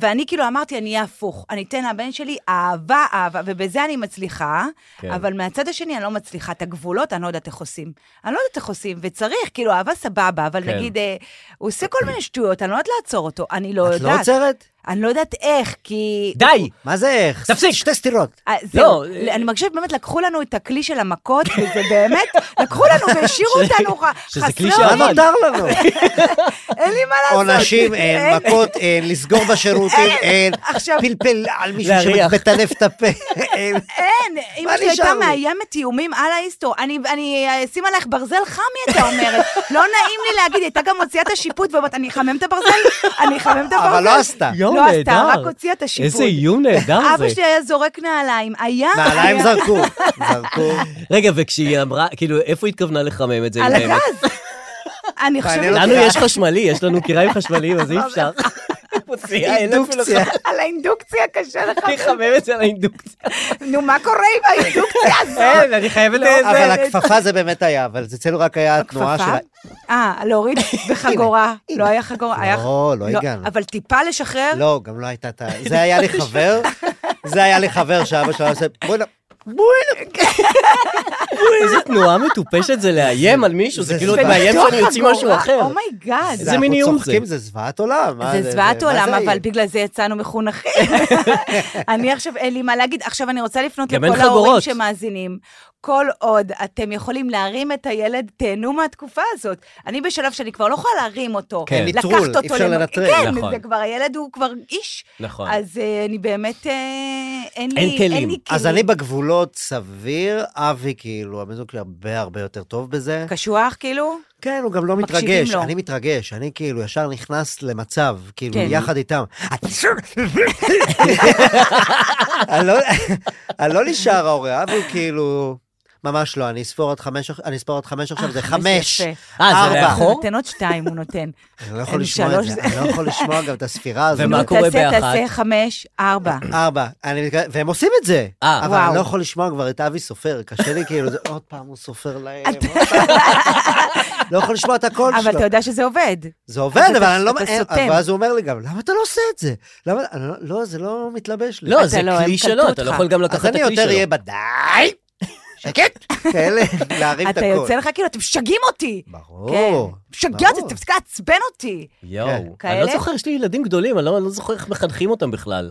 Speaker 5: ואני כאילו אמרתי, אני אהיה הפוך, אני אתן לבן שלי אהבה, אהבה, ובזה אני מצליחה,
Speaker 6: כן.
Speaker 5: אבל מהצד השני אני לא מצליחה. את הגבולות, אני לא יודעת איך עושים. אני לא יודעת איך עושים, וצריך, כאילו, אהבה סבבה, אבל
Speaker 6: כן.
Speaker 5: נגיד, אה, הוא עושה כל מיני שטויות, אני לא יודעת לעצור אותו, אני לא
Speaker 4: את לא
Speaker 5: יודעת.
Speaker 4: עוצרת?
Speaker 5: אני לא יודעת איך, כי...
Speaker 6: די!
Speaker 4: מה זה איך?
Speaker 6: תפסיק.
Speaker 4: שתי סטירות.
Speaker 5: אה, זהו,
Speaker 6: לא,
Speaker 5: לא, אני מרגישה שבאמת לקחו לנו את הכלי של המכות, וזה באמת, לקחו לנו והשאירו אותנו ח-
Speaker 6: שזה כלי
Speaker 4: מה
Speaker 5: חסרי,
Speaker 6: שעבד.
Speaker 4: נותר לנו?
Speaker 5: אין לי מה לעשות.
Speaker 4: עונשים אין,
Speaker 5: אין.
Speaker 4: מכות אין, לסגור בשירותים אין,
Speaker 5: עכשיו-
Speaker 4: פלפל על מישהו
Speaker 6: להריח.
Speaker 4: שמטנף את הפה אין.
Speaker 5: אין, אמא שלי
Speaker 4: נשאר
Speaker 5: הייתה
Speaker 4: לי?
Speaker 5: מאיימת איומים על ההיסטור. אני- אני אה, אשים עלייך ברזל חם, היא הייתה אומרת. לא נעים לי להגיד, היא הייתה גם מוציאה את השיפוט ואומרת, אני אחמם את הברזל? אני אחמם את הברזל?
Speaker 4: אבל לא עשתה.
Speaker 6: יואו,
Speaker 5: לא עשתה,
Speaker 6: נהדר.
Speaker 5: רק הוציאה את השיפוט.
Speaker 6: איזה איום נהדר זה.
Speaker 5: אבא שלי היה זורק נעליים, היה...
Speaker 4: נעליים
Speaker 5: אה, היה-
Speaker 4: זרקו, זרקו.
Speaker 6: רגע, וכשהיא אמרה, כאילו, איפה היא התכוונה לחמם את זה? אם
Speaker 5: על
Speaker 6: באמת?
Speaker 5: הגז. אני
Speaker 4: מעניין
Speaker 5: חושבת
Speaker 4: אותי.
Speaker 6: לנו יש חשמלי, יש לנו קיריים חשמליים, אז אי אפשר. מוציאה, אין אפילו
Speaker 4: אינדוקציה.
Speaker 6: אחד.
Speaker 5: על האינדוקציה קשה לך.
Speaker 6: אני חמם את זה על האינדוקציה.
Speaker 5: נו, מה קורה עם האינדוקציה הזאת?
Speaker 6: אין, כן, אני חייבת
Speaker 5: לא,
Speaker 6: את
Speaker 4: אבל
Speaker 6: זה.
Speaker 4: הכפפה זה באמת היה, אבל אצלנו רק היה התנועה של...
Speaker 5: כפפה? אה, להוריד בחגורה. לא היה חגורה. היה-
Speaker 4: לא, לא הגענו.
Speaker 5: אבל טיפה לשחרר.
Speaker 4: לא, גם לא הייתה את ה... זה היה לי חבר, זה היה לי חבר שאבא שלו היה עושה, בואי נ...
Speaker 6: איזה תנועה מטופשת זה לאיים על מישהו, זה
Speaker 4: זה
Speaker 6: כאילו את
Speaker 4: זוועה.
Speaker 6: מאיים שאני אוציא משהו אחר.
Speaker 5: Oh אומייגאד.
Speaker 6: איזה מין איום
Speaker 4: אנחנו
Speaker 6: זה?
Speaker 4: צוחקים, זה זוועת עולם. מה
Speaker 5: זה זוועת
Speaker 4: מה
Speaker 5: עולם,
Speaker 4: זה
Speaker 5: אבל
Speaker 4: יהיה?
Speaker 5: בגלל זה יצאנו מחונכים. אני עכשיו, אין לי מה להגיד. עכשיו אני רוצה לפנות
Speaker 6: גם אין
Speaker 5: לכל ההורים
Speaker 6: חגורות.
Speaker 5: שמאזינים. כל עוד אתם יכולים להרים את הילד, תהנו מהתקופה הזאת. אני בשלב שאני כבר לא יכולה להרים אותו.
Speaker 4: כן,
Speaker 5: לקחת
Speaker 4: נטרול,
Speaker 5: אותו
Speaker 4: אי אפשר
Speaker 5: למ-
Speaker 4: לנטרל.
Speaker 5: כן,
Speaker 6: נכון.
Speaker 5: זה כבר, הילד הוא כבר איש.
Speaker 6: נכון.
Speaker 5: אז אה, אני באמת, אה, אין לי
Speaker 6: אין
Speaker 5: אין
Speaker 6: כלים.
Speaker 5: לי
Speaker 4: אז אני בגבולות סביר, אבי כאילו, הבן זוג שלי הרבה הרבה יותר טוב בזה.
Speaker 5: קשוח, כאילו?
Speaker 4: כן, הוא גם לא
Speaker 5: מקשיבים
Speaker 4: מתרגש,
Speaker 5: לו.
Speaker 4: אני מתרגש, אני כאילו ישר נכנס למצב, כאילו,
Speaker 5: כן.
Speaker 4: יחד איתם. אני לא- אני לא נשאר ההורה, אבל הוא כאילו... ממש לא, אני אספור עד חמש, עכ- אני אספור עד חמש עכשיו, זה
Speaker 5: אה,
Speaker 4: חמש,
Speaker 5: יפה.
Speaker 6: אה, זה
Speaker 4: ארבע.
Speaker 5: הוא
Speaker 6: לאחור?
Speaker 5: לא, נותן עוד שתיים, הוא נותן.
Speaker 4: אני לא יכול
Speaker 5: אין
Speaker 4: לשמוע את
Speaker 5: שלוש,
Speaker 4: זה,
Speaker 5: זה-
Speaker 4: אני לא יכול לשמוע גם את הספירה הזאת.
Speaker 6: ומה
Speaker 5: נו,
Speaker 4: נו,
Speaker 6: קורה
Speaker 5: תעשה,
Speaker 6: באחת?
Speaker 5: תעשה חמש, ארבע.
Speaker 4: ארבע, אני מתכוון- והם עושים את זה.
Speaker 6: אה.
Speaker 4: אבל
Speaker 5: וואו.
Speaker 4: אני לא יכול לשמוע כבר את אבי סופר, קשה לי כאילו, זה עוד פעם הוא סופר להם. עוד פעם. לא יכול לשמוע את הקול
Speaker 5: אבל
Speaker 4: שלו.
Speaker 5: אתה יודע שזה עובד.
Speaker 4: זה עובד,
Speaker 5: אז
Speaker 4: אבל
Speaker 5: אתה-
Speaker 4: אני לא...
Speaker 5: אתה
Speaker 4: אין-
Speaker 5: סותם.
Speaker 4: ואז הוא אומר לי גם, למה אתה לא עושה את זה? למה... אני לא- לא, זה לא מתלבש לי.
Speaker 6: לא,
Speaker 5: אתה
Speaker 6: זה
Speaker 5: לא, הם
Speaker 6: כלי
Speaker 5: קלטו
Speaker 6: שלו, אתה
Speaker 5: אותך.
Speaker 6: לא יכול גם לקחת את
Speaker 4: אז אני
Speaker 6: הכלי
Speaker 4: יותר אהיה
Speaker 6: שלו.
Speaker 4: בדי! שקט! כאלה, להרים את
Speaker 5: אתה
Speaker 4: הקול.
Speaker 5: יוצא לך כאילו, אתם משגעים אותי.
Speaker 4: ברור.
Speaker 5: כן. משגע אותי,
Speaker 4: ברור.
Speaker 5: תפסיק לעצבן אותי.
Speaker 6: יואו.
Speaker 4: כן.
Speaker 6: אני לא
Speaker 5: כאלה?
Speaker 6: זוכר, יש לי ילדים גדולים, אני לא אני לא זוכר איך מחנכים אותם בכלל.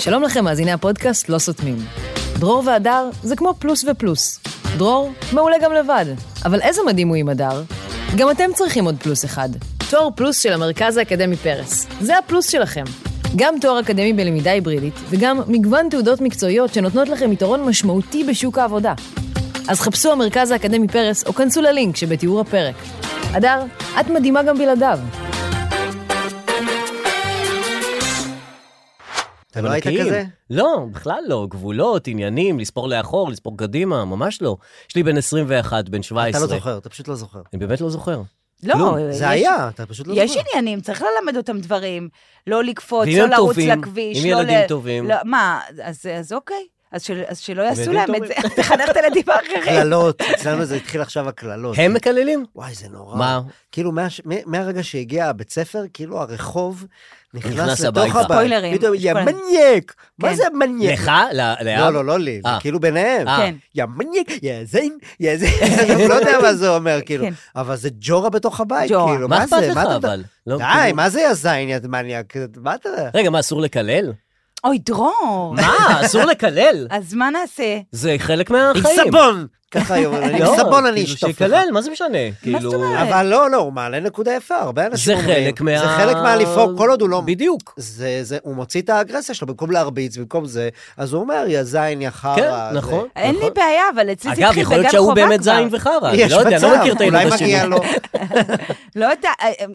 Speaker 2: שלום לכם, מאזיני הפודקאסט לא סותמים. דרור והדר זה כמו פלוס ופלוס. דרור מעולה גם לבד, אבל איזה מדהים הוא עם הדר. גם אתם צריכים עוד פלוס אחד. תואר פלוס של המרכז האקדמי פרס. זה הפלוס שלכם. גם תואר אקדמי בלמידה היברידית, וגם מגוון תעודות מקצועיות שנותנות לכם יתרון משמעותי בשוק העבודה. אז חפשו המרכז האקדמי פרס, או כנסו ללינק שבתיאור הפרק. הדר, את מדהימה גם בלעדיו.
Speaker 4: אתה לא היית
Speaker 6: בנקיים.
Speaker 4: כזה?
Speaker 6: לא, בכלל לא. גבולות, עניינים, לספור לאחור, לספור קדימה, ממש לא. יש לי בן 21, בן 17.
Speaker 4: אתה לא זוכר, אתה פשוט לא זוכר.
Speaker 6: אני באמת לא זוכר.
Speaker 5: לא,
Speaker 6: כלום.
Speaker 5: יש-
Speaker 4: זה היה, אתה פשוט לא זוכר.
Speaker 5: יש עניינים, צריך ללמד אותם דברים. לא לקפוץ,
Speaker 6: ואם
Speaker 5: לא
Speaker 6: הם
Speaker 5: לרוץ
Speaker 6: טובים?
Speaker 5: לכביש.
Speaker 6: אם
Speaker 5: לא
Speaker 6: ילדים
Speaker 5: ל-
Speaker 6: טובים?
Speaker 5: לא- מה, אז אז אוקיי. אז של- אז שלא יעשו
Speaker 6: ילדים
Speaker 5: להם את
Speaker 6: טובים.
Speaker 5: זה. תחנך את הילדים האחרים.
Speaker 4: קללות, אצלנו זה התחיל עכשיו הקללות.
Speaker 6: הם מקללים?
Speaker 4: וואי, זה נורא.
Speaker 6: מה?
Speaker 4: כאילו, מה- מ- מהרגע שהגיע הבית ספר, כאילו הרחוב נכנס
Speaker 6: נכנס
Speaker 4: לתוך
Speaker 6: הביתה.
Speaker 4: הבית.
Speaker 5: ספוילרים,
Speaker 4: פתאום, יא
Speaker 5: ספוילרים.
Speaker 4: מניאק! מה
Speaker 5: כן.
Speaker 4: זה מניאק?
Speaker 6: לך? ל- לאב?
Speaker 4: לא, לא, לא לי, זה
Speaker 6: אה.
Speaker 4: כאילו ביניהם.
Speaker 6: אה.
Speaker 5: כן.
Speaker 4: יא מניאק, יא זין, יא זין, אני לא יודע מה זה אומר, כאילו.
Speaker 5: כן.
Speaker 4: אבל זה ג'ורה בתוך הבית,
Speaker 5: ג'ורה.
Speaker 4: כאילו,
Speaker 6: מה
Speaker 4: מה זה?
Speaker 6: אכפת לך
Speaker 4: אתה-
Speaker 6: אבל? לא,
Speaker 4: די,
Speaker 6: כאילו-
Speaker 4: מה זה יא זין, יא מניאק? מה אתה...
Speaker 6: רגע, מה, אסור לקלל?
Speaker 5: אוי, דרור.
Speaker 6: מה, אסור לקלל?
Speaker 5: אז מה נעשה?
Speaker 6: זה חלק מהחיים.
Speaker 4: עם סבון! ככה היא אומרת, עם
Speaker 6: לא,
Speaker 4: סבון אני
Speaker 6: כאילו,
Speaker 4: אשטוף לך.
Speaker 6: שיקלל, מה זה משנה? כאילו...
Speaker 5: אומרת?
Speaker 4: אבל לא, לא, הוא מעלה נקודה יפה, הרבה
Speaker 6: זה
Speaker 4: אנשים אומרים.
Speaker 6: חלק מה...
Speaker 4: זה חלק מהלפרוק, כל עוד הוא לא...
Speaker 6: בדיוק.
Speaker 4: זה, זה, הוא מוציא את האגרסיה שלו, במקום להרביץ, במקום זה, אז הוא אומר, יא זין, יא חרא.
Speaker 6: כן,
Speaker 4: זה."
Speaker 6: נכון.
Speaker 5: אין לי
Speaker 6: נכון.
Speaker 5: בעיה, אבל אצלי זה
Speaker 6: אגב,
Speaker 5: התחיל בגן חובה כבר.
Speaker 6: יכול להיות שההוא באמת זין וחרא, אני
Speaker 4: יש
Speaker 6: לא יודע, אני
Speaker 4: מצב,
Speaker 6: לא מכיר את
Speaker 4: אולי
Speaker 6: הילד השני.
Speaker 4: מגיע לו.
Speaker 5: לא יודע,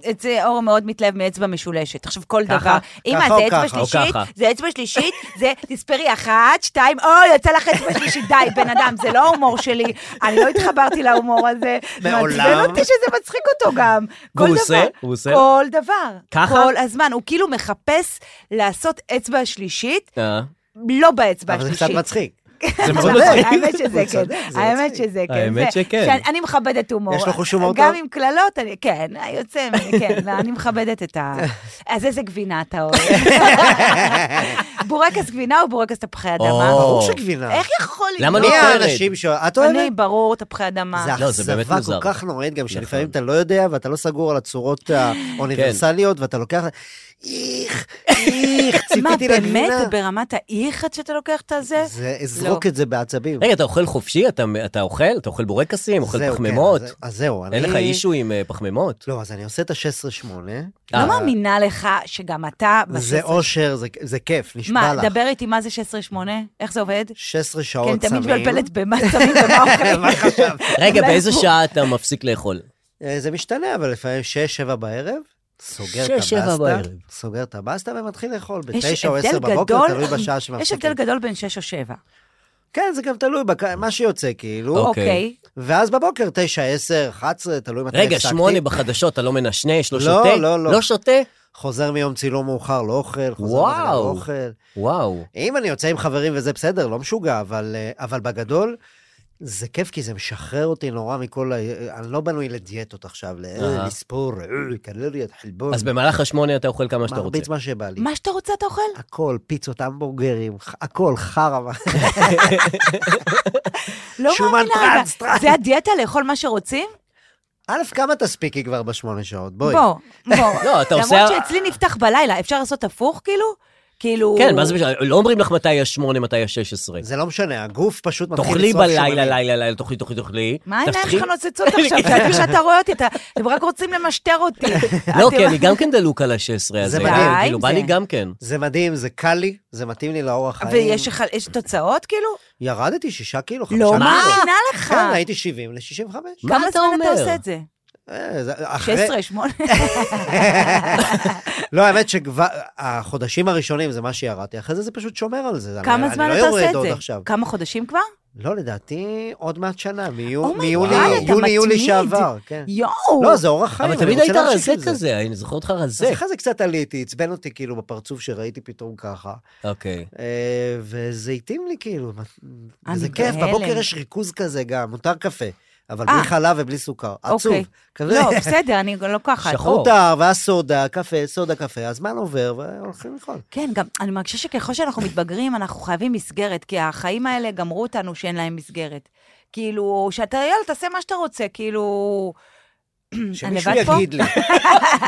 Speaker 5: אצל אור מאוד מתלהב מאצבע משולשת. עכשיו, כל
Speaker 6: ככה?
Speaker 5: דבר. אמא,
Speaker 4: ככה
Speaker 5: זה
Speaker 4: או
Speaker 5: אצבע
Speaker 4: ככה?
Speaker 6: או
Speaker 5: שלישית,
Speaker 6: ככה?
Speaker 5: זה אצבע שלישית, זה, תספרי, אחת, שתיים, אוי, יצא לך אצבע שלישית, די, בן אדם, זה לא ההומור שלי, אני לא התחברתי להומור הזה. זה
Speaker 4: מעולם.
Speaker 5: מעצבן אותי שזה מצחיק אותו גם. כל
Speaker 6: והוא
Speaker 5: דבר.
Speaker 6: עושה? הוא עושה?
Speaker 5: כל דבר.
Speaker 6: ככה?
Speaker 5: כל הזמן. הוא כאילו מחפש לעשות אצבע שלישית,
Speaker 6: אה,
Speaker 5: לא באצבע
Speaker 4: אבל זה
Speaker 5: השלישית.
Speaker 4: קצת מצחיק.
Speaker 6: זה מאוד
Speaker 4: צודק.
Speaker 6: מצחיק.
Speaker 5: האמת שזה
Speaker 4: הוא
Speaker 5: כן,
Speaker 4: צודק, זה
Speaker 5: האמת
Speaker 4: מצחיק.
Speaker 5: שזה כן.
Speaker 6: האמת
Speaker 5: זה-
Speaker 6: שכן.
Speaker 5: שאני- אני מכבדת הומור.
Speaker 4: יש לך חוש הומור
Speaker 5: גם
Speaker 4: טוב?
Speaker 5: עם קללות, אני- כן, יוצא, ממני, כן, לא, אני מכבדת את ה... אז איזה גבינה אתה אוהב. בורקס גבינה או בורקס תפוחי אדמה?
Speaker 6: או.
Speaker 4: ברור שגבינה.
Speaker 5: איך יכול להיות?
Speaker 6: למה
Speaker 4: מי
Speaker 6: לא אוכלת?
Speaker 4: האנשים ש... את
Speaker 5: אני,
Speaker 4: אוהבת?
Speaker 5: ברור, תפוחי אדמה.
Speaker 4: זה
Speaker 6: לא, זה באמת
Speaker 4: אכזבה כל
Speaker 6: מוזר.
Speaker 4: כך נוראית גם, שלפעמים
Speaker 6: נכון.
Speaker 4: אתה לא יודע, ואתה לא סגור על הצורות
Speaker 5: כן.
Speaker 4: האוניברסליות, ואתה לוקח... איך, איך,
Speaker 5: מה,
Speaker 4: ציפיתי
Speaker 5: באמת?
Speaker 4: לגבינה.
Speaker 5: זה ברמת האיך עד שאתה לוקח את הזה?
Speaker 4: זה, אזרוק
Speaker 5: לא.
Speaker 4: את זה בעצבים.
Speaker 6: רגע, אתה אוכל חופשי? אתה- אתה אוכל? אתה אוכל בורקסים? אוכל
Speaker 4: זהו, כן,
Speaker 6: פחמימות?
Speaker 4: אז- אז זהו, אני...
Speaker 6: אין לך אישו עם אה, פחמימות?
Speaker 4: לא, אז אני עושה את ה-16-8.
Speaker 6: אה.
Speaker 5: לא מאמינה לך שגם אתה...
Speaker 4: אה. זה
Speaker 5: ב-
Speaker 4: אושר, זה- זה כיף, נשבע
Speaker 5: מה,
Speaker 4: לך.
Speaker 5: דבר איתי מה זה 16-8? איך זה עובד?
Speaker 4: 16 שעות
Speaker 5: כן,
Speaker 4: סמים.
Speaker 5: תמיד מתבלבלת במה שמים ומה אוכלים.
Speaker 4: מה חשבת?
Speaker 6: רגע,
Speaker 5: אולי
Speaker 6: באיזה
Speaker 5: הוא-
Speaker 6: שעה אתה מפסיק לאכול?
Speaker 4: אה, זה משתנה, אבל לפעמים 6-7 בערב, סוגר את
Speaker 6: שש, שבע
Speaker 4: הבסטה,
Speaker 6: בערב.
Speaker 4: סוגר את הבסטה ומתחיל לאכול
Speaker 5: יש
Speaker 4: ב-9 או
Speaker 5: הבדל
Speaker 4: 10 בבוקר,
Speaker 5: גדול-
Speaker 4: תלוי בשעה
Speaker 5: יש
Speaker 4: שמפסיקים.
Speaker 5: הבדל גדול בין 6 או 7.
Speaker 4: כן, זה גם תלוי, בק... מה שיוצא כאילו.
Speaker 6: אוקיי.
Speaker 5: אוקיי.
Speaker 4: ואז בבוקר, 9, 10, 11, תלוי מתי
Speaker 6: רגע,
Speaker 4: הפסקתי.
Speaker 6: שמונה בחדשות, אתה לא מנשנש, לא
Speaker 4: לא,
Speaker 6: שותה?
Speaker 4: לא, לא.
Speaker 6: לא שותה?
Speaker 4: חוזר מיום צילום מאוחר, לא אוכל, חוזר מזה לא
Speaker 6: וואו.
Speaker 4: אוכל.
Speaker 6: וואו.
Speaker 4: אם אני יוצא עם חברים וזה בסדר, לא משוגע, אבל, אה, אבל בגדול, זה כיף כי זה משחרר אותי נורא מכל ה... אה, אני לא בנוי לדיאטות עכשיו, ל-
Speaker 6: אהה.
Speaker 4: לספור, אה, קלוריות, חלבון.
Speaker 6: אז במהלך השמונה אתה אוכל כמה שאתה רוצה.
Speaker 4: מרביץ מה שבא לי.
Speaker 5: מה שאתה רוצה אתה אוכל?
Speaker 4: הכל, פיצות, המבורגרים, ח- הכל, חרא. מה-
Speaker 5: לא
Speaker 4: שומן
Speaker 5: מאמינה רגע.
Speaker 4: טראנס, טראנס.
Speaker 5: זה הדיאטה לאכול מה שרוצים?
Speaker 4: א', כמה תספיקי כבר בשמונה שעות? בואי.
Speaker 5: בוא, בוא.
Speaker 6: לא, אתה עושה-
Speaker 5: למרות שאצלי נפתח בלילה, אפשר לעשות הפוך כאילו? כאילו...
Speaker 6: כן, מה זה משנה? לא אומרים לך מתי השמונה, מתי השש עשרה.
Speaker 5: אוקיי,
Speaker 4: זה לא משנה, הגוף פשוט מתחיל
Speaker 6: תאכלי
Speaker 4: לשרוף
Speaker 6: בלילה,
Speaker 4: שומנים.
Speaker 6: לילה, לילה, תאכלי, תאכלי, תאכלי.
Speaker 5: מה העיניים
Speaker 6: תפחי-
Speaker 5: שלך נוצצות עכשיו?
Speaker 6: כן.
Speaker 5: חשבתי שאתה רואה אותי, אתה- אתם רק רוצים למשטר אותי.
Speaker 6: לא,
Speaker 5: אתם-
Speaker 6: כי אני גם כן דלוק על ה-16 הזה.
Speaker 4: מדהים.
Speaker 6: אני-
Speaker 5: די
Speaker 6: כאילו,
Speaker 5: עם
Speaker 6: בא
Speaker 5: זה.
Speaker 6: לי גם כן.
Speaker 4: זה מדהים, זה קל לי, זה מתאים לי לאורח חיים.
Speaker 5: ויש לך- יש תוצאות כאילו?
Speaker 4: ירדתי שישה קילו, חמישה
Speaker 5: לא
Speaker 4: קילו.
Speaker 5: מאמינה לך.
Speaker 4: כן, הייתי 70 ל-65.
Speaker 6: מה
Speaker 5: כמה
Speaker 6: אתה
Speaker 5: זמן אתה
Speaker 6: אומר?
Speaker 5: עושה את זה?
Speaker 4: אה, אחרי...
Speaker 5: 16, 8?
Speaker 4: לא, האמת שכבר, החודשים הראשונים זה מה שירדתי, אחרי זה זה פשוט שומר על זה. אני-
Speaker 5: כמה זמן
Speaker 4: אני
Speaker 5: אתה
Speaker 4: לא יורד
Speaker 5: עושה
Speaker 4: עוד
Speaker 5: את זה?
Speaker 4: עכשיו.
Speaker 5: כמה חודשים כבר?
Speaker 4: לא, לדעתי עוד מעט שנה,
Speaker 5: Oh my
Speaker 4: מיו-
Speaker 5: God,
Speaker 4: מיולי,
Speaker 5: אתה
Speaker 4: יוני, יולי
Speaker 5: מתמיד.
Speaker 4: שעבר, כן.
Speaker 5: יואו!
Speaker 4: לא, זה אורח חיים,
Speaker 6: אבל
Speaker 4: אני
Speaker 6: תמיד
Speaker 4: רוצה
Speaker 6: היית
Speaker 4: להמשיך עם
Speaker 6: רזה
Speaker 4: זה.
Speaker 6: כזה, אני זוכר אותך
Speaker 4: אז
Speaker 6: רזה.
Speaker 4: אחרי זה קצת עליתי, עצבן אותי כאילו בפרצוף שראיתי פתאום ככה.
Speaker 6: אוקיי.
Speaker 4: אה, וזה התאים לי כאילו,
Speaker 5: אני
Speaker 4: זה כיף,
Speaker 5: בהלם.
Speaker 4: בבוקר יש ריכוז כזה גם, מותר קפה, אבל
Speaker 5: אה.
Speaker 4: בלי חלב ובלי סוכר, עצוב.
Speaker 5: אוקיי.
Speaker 4: כזה.
Speaker 5: לא, בסדר, אני לוקחת.
Speaker 6: שחור.
Speaker 4: מותר, ואז סודה, קפה, סודה, קפה, הזמן עובר, והולכים לאכול.
Speaker 5: כן, גם, אני מרגישה שככל שאנחנו מתבגרים, אנחנו חייבים מסגרת, כי החיים האלה גמרו אותנו שאין להם מסגרת. כאילו, שאתה, יאללה, תעשה מה שאתה רוצה, כאילו... אני
Speaker 4: שמישהו
Speaker 5: לבד פה?
Speaker 4: יגיד לי.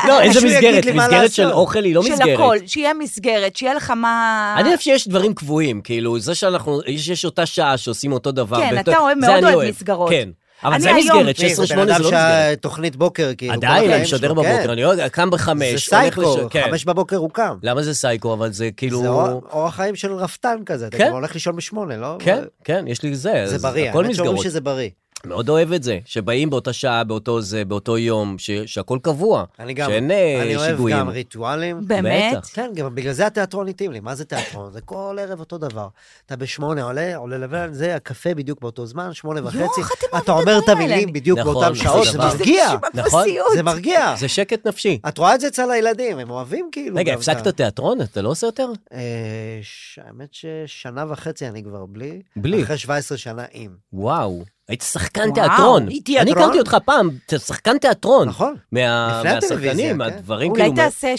Speaker 6: לא, איזה
Speaker 4: מישהו יגיד
Speaker 6: מסגרת?
Speaker 4: לי מה
Speaker 6: מסגרת
Speaker 4: לעשות.
Speaker 6: של אוכל היא לא
Speaker 5: של
Speaker 6: מסגרת.
Speaker 5: הכל, אה. שיהיה מסגרת, שיהיה לך מה...
Speaker 6: אני חושב שיש דברים קבועים, כאילו, זה שאנחנו, יש יש אותה שעה שעושים אותו דבר.
Speaker 5: כן,
Speaker 6: ואת-
Speaker 5: אתה אוהב-
Speaker 6: זה
Speaker 5: מאוד
Speaker 6: אני
Speaker 5: אוהב מסגרות.
Speaker 6: כן. אבל
Speaker 5: אני
Speaker 6: זה
Speaker 5: היום- כאילו-
Speaker 6: מסגרת, 16-8
Speaker 4: תראי,
Speaker 6: זה
Speaker 4: זה בן
Speaker 6: לא
Speaker 4: אדם
Speaker 6: מסגרת.
Speaker 4: שתוכנית בוקר, כאילו. כל
Speaker 6: עדיין, אני
Speaker 4: החיים
Speaker 6: משדר
Speaker 4: שלו,
Speaker 6: בבוקר,
Speaker 4: כן.
Speaker 6: אני לא יודע, קם בחמש,
Speaker 4: זה
Speaker 6: הולך
Speaker 4: סייקו,
Speaker 6: לש- כן.
Speaker 4: חמש בבוקר הוא קם.
Speaker 6: למה זה סייקו? אבל זה כאילו...
Speaker 4: זה אור- אורח חיים של רפתן כזה, אתה
Speaker 6: כן.
Speaker 4: גם הולך לישון בשמונה, לא?
Speaker 6: כן, כן, יש לי זה.
Speaker 4: זה
Speaker 6: אז
Speaker 4: בריא,
Speaker 6: הכל
Speaker 4: האמת שאומרים
Speaker 6: מסגרות.
Speaker 4: שזה בריא.
Speaker 6: מאוד אוהב את זה, שבאים באותה שעה, באותו זה, באותו יום, ש- שהכל קבוע.
Speaker 4: אני גם,
Speaker 6: שאין אה,
Speaker 4: אני אוהב
Speaker 6: שיגועים.
Speaker 4: גם ריטואלים.
Speaker 5: באמת?
Speaker 6: בטח.
Speaker 4: כן, גם בגלל זה התיאטרון התאים לי. מה זה תיאטרון? זה כל ערב אותו דבר. אתה בשמונה עולה, עולה לבן, זה הקפה בדיוק באותו זמן, שמונה וחצי.
Speaker 5: איך אתם אוהבים
Speaker 4: אתה
Speaker 5: את
Speaker 4: אומר את
Speaker 5: הדברים האלה?
Speaker 4: המילים בדיוק
Speaker 6: נכון,
Speaker 4: באותן
Speaker 6: זה
Speaker 4: שעות, זה
Speaker 6: דבר.
Speaker 4: מרגיע.
Speaker 6: נכון.
Speaker 5: נכון.
Speaker 4: זה מרגיע.
Speaker 6: זה שקט נפשי.
Speaker 4: את רואה את זה אצל הילדים, הם אוהבים כאילו.
Speaker 6: רגע,
Speaker 4: גם את
Speaker 6: הפסקת
Speaker 4: ה-
Speaker 6: תיאטרון? אתה לא עושה יותר?
Speaker 4: אה, ש- האמת ששנה וחצי אני כבר בלי.
Speaker 6: בלי.
Speaker 4: אחרי 17 שנה עם.
Speaker 6: וואו. היית שחקן
Speaker 5: וואו,
Speaker 6: תיאטרון.
Speaker 4: הייתי
Speaker 6: אני
Speaker 4: תיאטרון.
Speaker 6: הכרתי אותך פעם, ת- שחקן תיאטרון.
Speaker 4: נכון.
Speaker 6: מה-
Speaker 4: לפני הטלוויזיה,
Speaker 6: מהשחקנים,
Speaker 4: כן.
Speaker 6: הדברים
Speaker 5: אולי
Speaker 6: כאילו...
Speaker 5: תעשה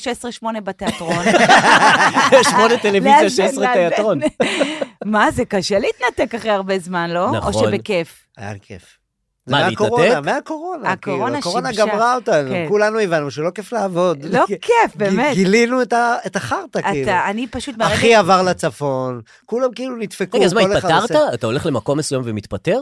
Speaker 5: 16-8 בתיאטרון.
Speaker 6: שמונה
Speaker 5: לאזן,
Speaker 6: טלוויזיה, 16
Speaker 5: לאזן.
Speaker 6: תיאטרון.
Speaker 5: מה, זה קשה להתנתק אחרי הרבה זמן, לא? או
Speaker 6: נכון.
Speaker 5: שבכיף.
Speaker 4: היה לי כיף. זה
Speaker 6: מה,
Speaker 4: מהקורונה,
Speaker 6: להתנתק?
Speaker 4: מהקורונה, כאילו,
Speaker 5: הקורונה
Speaker 4: הקורונה
Speaker 5: שיבשה.
Speaker 4: גמרה אותנו,
Speaker 5: כן.
Speaker 4: כולנו הבנו שלא כיף לעבוד.
Speaker 5: לא כיף, באמת.
Speaker 4: גילינו את ה- את החרטא, כאילו.
Speaker 5: אתה, אני פשוט מהרגע...
Speaker 4: אחי עבר לצפון, כולם כאילו נדפקו.
Speaker 6: רגע, אז מה,
Speaker 4: כל אחד
Speaker 6: התפטרת?
Speaker 4: עושה-
Speaker 6: אתה הולך למקום מסוים ומתפטר?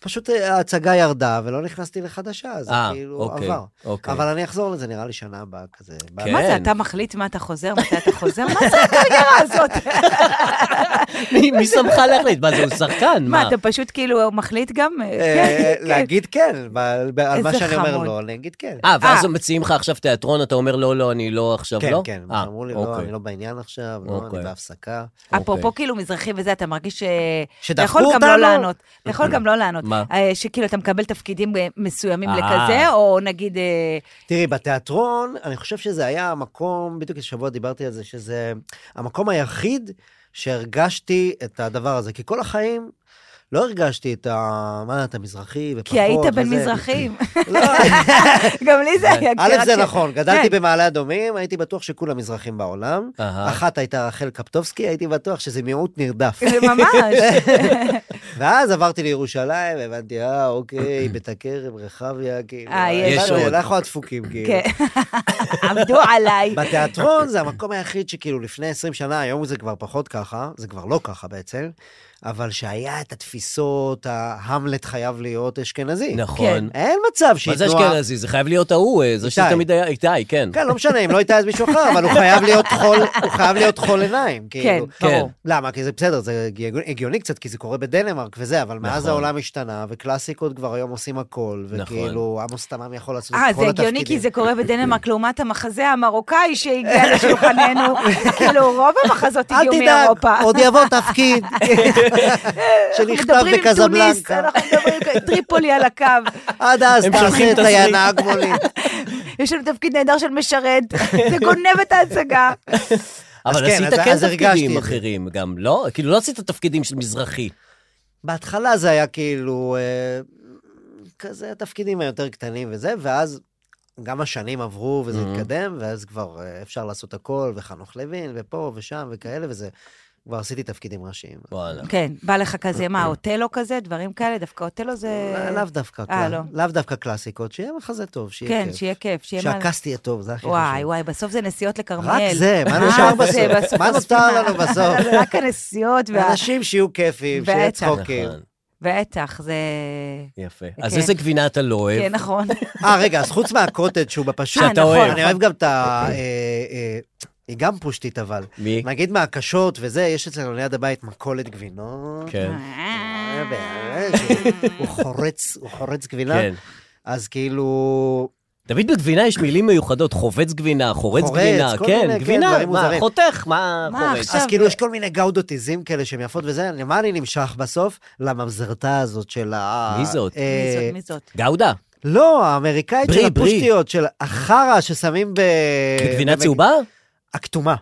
Speaker 4: פשוט אה, ההצגה ירדה, ולא נכנסתי לחדשה, אז
Speaker 6: אה,
Speaker 4: כאילו
Speaker 6: אוקיי,
Speaker 4: עבר.
Speaker 6: אוקיי.
Speaker 4: אבל אני אחזור לזה, נראה לי שנה הבאה כזה. בא-
Speaker 6: כן.
Speaker 5: אה, מה זה, אתה מחליט מה אתה חוזר, מתי אתה חוזר? מה זה הקריירה הזאת?
Speaker 6: מי מי שמך להחליט? מה, זה הוא שחקן?
Speaker 5: מה,
Speaker 6: מה?
Speaker 5: אתה פשוט כאילו מחליט גם?
Speaker 4: אה,
Speaker 5: כן, כן.
Speaker 4: להגיד כן, ב- ב- על מה
Speaker 5: איזה
Speaker 4: שאני אומר
Speaker 5: חמוד.
Speaker 4: לא, אני אגיד כן.
Speaker 6: אה, ואז
Speaker 5: אה.
Speaker 6: מציעים לך עכשיו תיאטרון, אתה אומר, לא, לא, אני לא עכשיו,
Speaker 4: כן,
Speaker 6: לא?
Speaker 4: כן,
Speaker 6: אה,
Speaker 4: אמרו לי, לא,
Speaker 6: אוקיי.
Speaker 4: אני לא בעניין עכשיו, לא, אני
Speaker 6: אוקיי.
Speaker 4: בהפסקה.
Speaker 5: אפרופו כאילו מזרחי וזה, אתה מרגיש ש... אתה
Speaker 4: שדפקו
Speaker 5: יכול גם לא
Speaker 4: אוקיי. אותנו?
Speaker 5: לענות. אתה יכול גם לא לענות.
Speaker 6: מה?
Speaker 5: אה, שכאילו אתה מקבל תפקידים אה, מסוימים
Speaker 6: אה.
Speaker 5: לכזה, או נגיד... אה,
Speaker 4: תראי, בתיאטרון, אני חושב שזה היה המקום, בדיוק השבוע דיברתי על זה, שזה המקום היחיד שהרגשתי את הדבר הזה. כי כל החיים לא הרגשתי את ה... מה, אתה מזרחי ופחות
Speaker 5: כי היית בין
Speaker 4: וזה.
Speaker 5: מזרחים.
Speaker 4: לא,
Speaker 5: גם לי זה היה...
Speaker 4: א',
Speaker 5: רק
Speaker 4: זה
Speaker 5: ש-
Speaker 4: נכון, גדלתי
Speaker 5: כן.
Speaker 4: במעלה אדומים, הייתי בטוח שכולם מזרחים בעולם.
Speaker 6: אהה.
Speaker 4: אחת הייתה רחל קפטובסקי, הייתי בטוח שזה מיעוט נרדף.
Speaker 5: זה ממש.
Speaker 4: ואז עברתי לירושלים, הבנתי, אה, אוקיי, בית הכרם, רחביה, כאילו.
Speaker 5: אה, יש
Speaker 4: הבנו,
Speaker 6: עוד.
Speaker 4: אנחנו הדפוקים, כאילו.
Speaker 5: כן. עבדו עליי.
Speaker 4: בתיאטרון זה המקום היחיד שכאילו לפני 20 שנה, היום זה כבר פחות ככה, זה כבר לא ככה בעצם, אבל שהיה את התפיסות, ההמלט חייב להיות אשכנזי.
Speaker 6: נכון.
Speaker 4: אין מצב שהיא
Speaker 6: מה זה
Speaker 4: תנועה...
Speaker 6: אשכנזי? זה חייב להיות ההוא, אה, זה
Speaker 4: כן, איתי.
Speaker 6: שתמיד היה, איתי, כן.
Speaker 4: כן, לא משנה, אם לא הייתה אז מישהו אחר, אבל הוא חייב להיות חול, הוא חייב להיות חול עיניים,
Speaker 5: כן,
Speaker 4: כאילו.
Speaker 5: ברור.
Speaker 4: למה? כי זה בסדר, זה הגיוני- הגיוני קצת, כי זה קורה בדנמרק וזה, אבל מאז
Speaker 6: נכון.
Speaker 4: העולם השתנה, וקלאסיקות כבר היום עושים הכל, וכאילו, עמוס תמם יכול לעשות את כל
Speaker 5: אה, זה
Speaker 4: התפקידים. כן.
Speaker 5: הגיוני כי זה קורה בדנמרק לעומת המחזה המרוקאי שהגיע לשולחננו. כאילו, רוב המחזות
Speaker 4: אל
Speaker 5: הגיעו
Speaker 4: תדאג,
Speaker 5: מאירופה.
Speaker 4: עוד יבוא תפקיד. שנכתב
Speaker 5: מדברים עם תוניס,
Speaker 4: בקזבלנקה.
Speaker 5: אנחנו מדברים עם טריפולי על הקו.
Speaker 4: עד אז
Speaker 6: הם
Speaker 4: תעשה
Speaker 6: שולחים
Speaker 4: את
Speaker 6: תסריט.
Speaker 4: הינהג מולי.
Speaker 5: יש לנו תפקיד נהדר של משרת, זה גונב את ההצגה.
Speaker 6: אבל
Speaker 4: כן,
Speaker 6: עשית
Speaker 4: אז-
Speaker 6: כן
Speaker 4: אז הרגשתי
Speaker 6: תפקידים
Speaker 4: את זה.
Speaker 6: אחרים גם, לא? כאילו, לא עשית תפקידים של מזרחי.
Speaker 4: בהתחלה זה היה כאילו, אה, כזה התפקידים היותר קטנים וזה, ואז גם השנים עברו וזה
Speaker 6: Mhm.
Speaker 4: התקדם, ואז כבר אה, אפשר לעשות הכל, וחנוך לוין, ופה ושם וכאלה, וזה, כבר עשיתי תפקידים ראשיים.
Speaker 6: וואלה.
Speaker 5: כן, בא לך כזה, מה, אוטלו כזה, דברים כאלה, דווקא אוטלו זה...
Speaker 4: לא- לאו דווקא,
Speaker 5: אה,
Speaker 4: קלא-
Speaker 5: לא.
Speaker 4: לאו דווקא קלאסיקות, שיהיה מחזה טוב, שיהיה
Speaker 5: כן,
Speaker 4: כיף.
Speaker 5: שיהיה כיף, שיהיה מה...
Speaker 4: שהקאסט יהיה טוב, זה הכי חשוב.
Speaker 5: וואי, וואי, בסוף זה נסיעות לכרמל.
Speaker 4: רק זה, מה נשאר
Speaker 5: זה,
Speaker 4: בסוף? מה נותר לנו
Speaker 5: עושים-
Speaker 4: בסוף?
Speaker 5: רק הנסיעות וה-
Speaker 4: אנשים שיהיו כיפים, שיהיה
Speaker 5: בטח.
Speaker 4: צחוקים.
Speaker 6: נכון,
Speaker 5: והעטח, זה...
Speaker 6: יפה. אז
Speaker 5: כן.
Speaker 6: איזה גבינה אתה לא אוהב?
Speaker 5: כן, נכון.
Speaker 4: אה, רגע, אז חוץ מהקוטג' שהוא בפשוט, נכון,
Speaker 5: שאתה אוהב.
Speaker 4: אני אוהב גם את ה...
Speaker 6: אוקיי.
Speaker 4: אה, אה, היא גם פושטית, אבל.
Speaker 6: מי?
Speaker 4: נגיד מהקשות וזה, יש אצלנו ליד הבית מכולת גבינות.
Speaker 6: כן.
Speaker 4: אה, באמת, הוא- הוא חורץ, הוא חורץ גבינה.
Speaker 6: כן.
Speaker 4: אז כאילו...
Speaker 6: תמיד בגבינה יש מילים מיוחדות, חובץ גבינה, חורץ
Speaker 4: חורץ,
Speaker 6: גבינה,
Speaker 4: כל
Speaker 6: כן,
Speaker 4: מיני, כן,
Speaker 6: גבינה,
Speaker 4: דברים
Speaker 6: מה,
Speaker 4: מוזרים.
Speaker 6: חותך, מה
Speaker 5: מה,
Speaker 6: חורץ?
Speaker 5: עכשיו-
Speaker 4: אז כאילו יש כל מיני גאודוטיזים כאלה שהן יפות וזה, למה אני נמשך בסוף? לממזרתה הזאת של ה...
Speaker 6: מי זאת?
Speaker 4: אה,
Speaker 5: מי זאת, מי זאת?
Speaker 6: גאודה,
Speaker 4: לא, האמריקאית של
Speaker 6: ברי, ברי.
Speaker 4: הפושטיות, של החרא ששמים ב...
Speaker 6: גבינה
Speaker 4: במק-
Speaker 6: צהובה?
Speaker 4: הכתומה,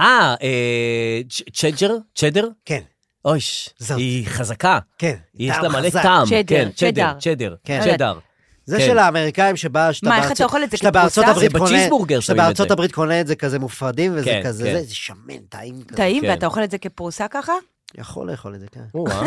Speaker 6: אה, אה, צ'- צ'ג'ר? צ'דר?
Speaker 4: כן,
Speaker 6: אויש,
Speaker 4: זאת.
Speaker 6: היא חזקה.
Speaker 4: כן.
Speaker 6: יש
Speaker 4: טעם
Speaker 6: לה מלא
Speaker 4: חזק.
Speaker 6: טעם.
Speaker 5: צ'דר,
Speaker 6: כן,
Speaker 5: צ'דר.
Speaker 6: צ'דר, צ'דר,
Speaker 4: כן.
Speaker 6: צ'דר.
Speaker 4: זה
Speaker 6: כן.
Speaker 4: של האמריקאים שבה, שאתה
Speaker 5: מה, איך
Speaker 4: בארצות-
Speaker 5: אתה אוכל את זה,
Speaker 4: שאתה
Speaker 5: כקבוצה?
Speaker 4: בארצות
Speaker 5: זה
Speaker 4: הברית קונה...
Speaker 6: בצ'יזבורגר
Speaker 4: שאתה
Speaker 6: שמים את
Speaker 4: בארצות
Speaker 6: זה.
Speaker 4: הברית קונה את זה כזה מופרדים, וזה
Speaker 6: כן,
Speaker 4: כזה,
Speaker 6: כן.
Speaker 4: זה- זה שמן, טעים כזה.
Speaker 5: טעים,
Speaker 6: כן.
Speaker 5: ואתה אוכל את זה כפרוסה ככה?
Speaker 4: יכול לאכול את זה, כן.
Speaker 6: או-אה.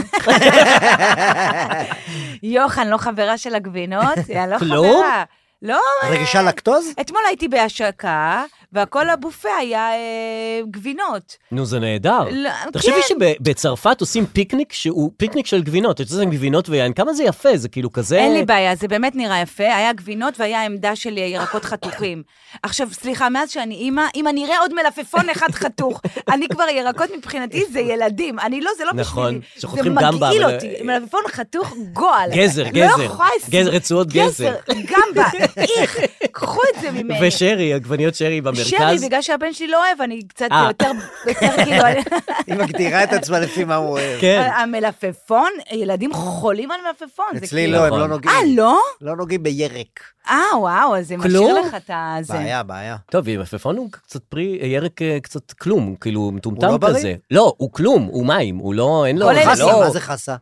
Speaker 5: יוחן, לא חברה של הגבינות? יא, לא
Speaker 6: כלום?
Speaker 5: חברה. לא,
Speaker 4: רגישה לקטוז?
Speaker 5: אתמול הייתי בהשקה, והכל הבופה היה אה, גבינות.
Speaker 6: נו, זה נהדר.
Speaker 5: לא,
Speaker 6: תחשבי
Speaker 5: כן.
Speaker 6: שבצרפת עושים פיקניק שהוא פיקניק של גבינות, את יודעת, גבינות ויין, כמה זה יפה, זה כאילו כזה...
Speaker 5: אין לי בעיה, זה באמת נראה יפה. היה גבינות והיה עמדה של אה, ירקות חתוכים. עכשיו, סליחה, מאז שאני אימא, אם אני אראה עוד מלפפון אחד חתוך, אני כבר, ירקות מבחינתי זה ילדים. אני לא, זה לא בשבילי.
Speaker 6: נכון,
Speaker 5: זה
Speaker 6: שחותכים גמבה,
Speaker 5: מגעיל
Speaker 6: אבל- אה,
Speaker 5: אותי. מלפפון חתוך, גועל.
Speaker 6: גזר,
Speaker 5: לא
Speaker 6: גזר.
Speaker 5: יכולה
Speaker 6: גזר, רצועות גזר.
Speaker 5: גמבה, איך, קחו את זה ממני.
Speaker 6: ושרי, עגבניות שרי
Speaker 5: שרי,
Speaker 6: במרכז.
Speaker 5: בגלל שהבן שלי לא אוהב, אני קצת
Speaker 6: אה.
Speaker 5: יותר, יותר כאילו...
Speaker 4: היא מגדירה את עצמה לפי מה הוא אוהב.
Speaker 5: אה,
Speaker 6: כן.
Speaker 5: המלפפון, ילדים חולים על מלפפון. זה
Speaker 4: אה. אצלי
Speaker 5: כאילו-
Speaker 4: לא, הם
Speaker 6: נכון.
Speaker 4: לא
Speaker 5: אה,
Speaker 4: נוגעים.
Speaker 5: לא?
Speaker 4: לא נוגעים בירק.
Speaker 5: אה, וואו, אז זה משאיר
Speaker 6: כלום?
Speaker 5: לך את הזה.
Speaker 4: בעיה, בעיה.
Speaker 6: טוב, יפפון הוא קצת פרי, ירק אה, קצת כלום, כאילו
Speaker 4: הוא לא
Speaker 6: מטומטם
Speaker 4: בריא?
Speaker 6: כזה. לא, הוא כלום, הוא מים, הוא לא, אין לו,
Speaker 5: כל אלה-
Speaker 6: זה
Speaker 4: חסה,
Speaker 6: לא...
Speaker 4: מה זה חסה?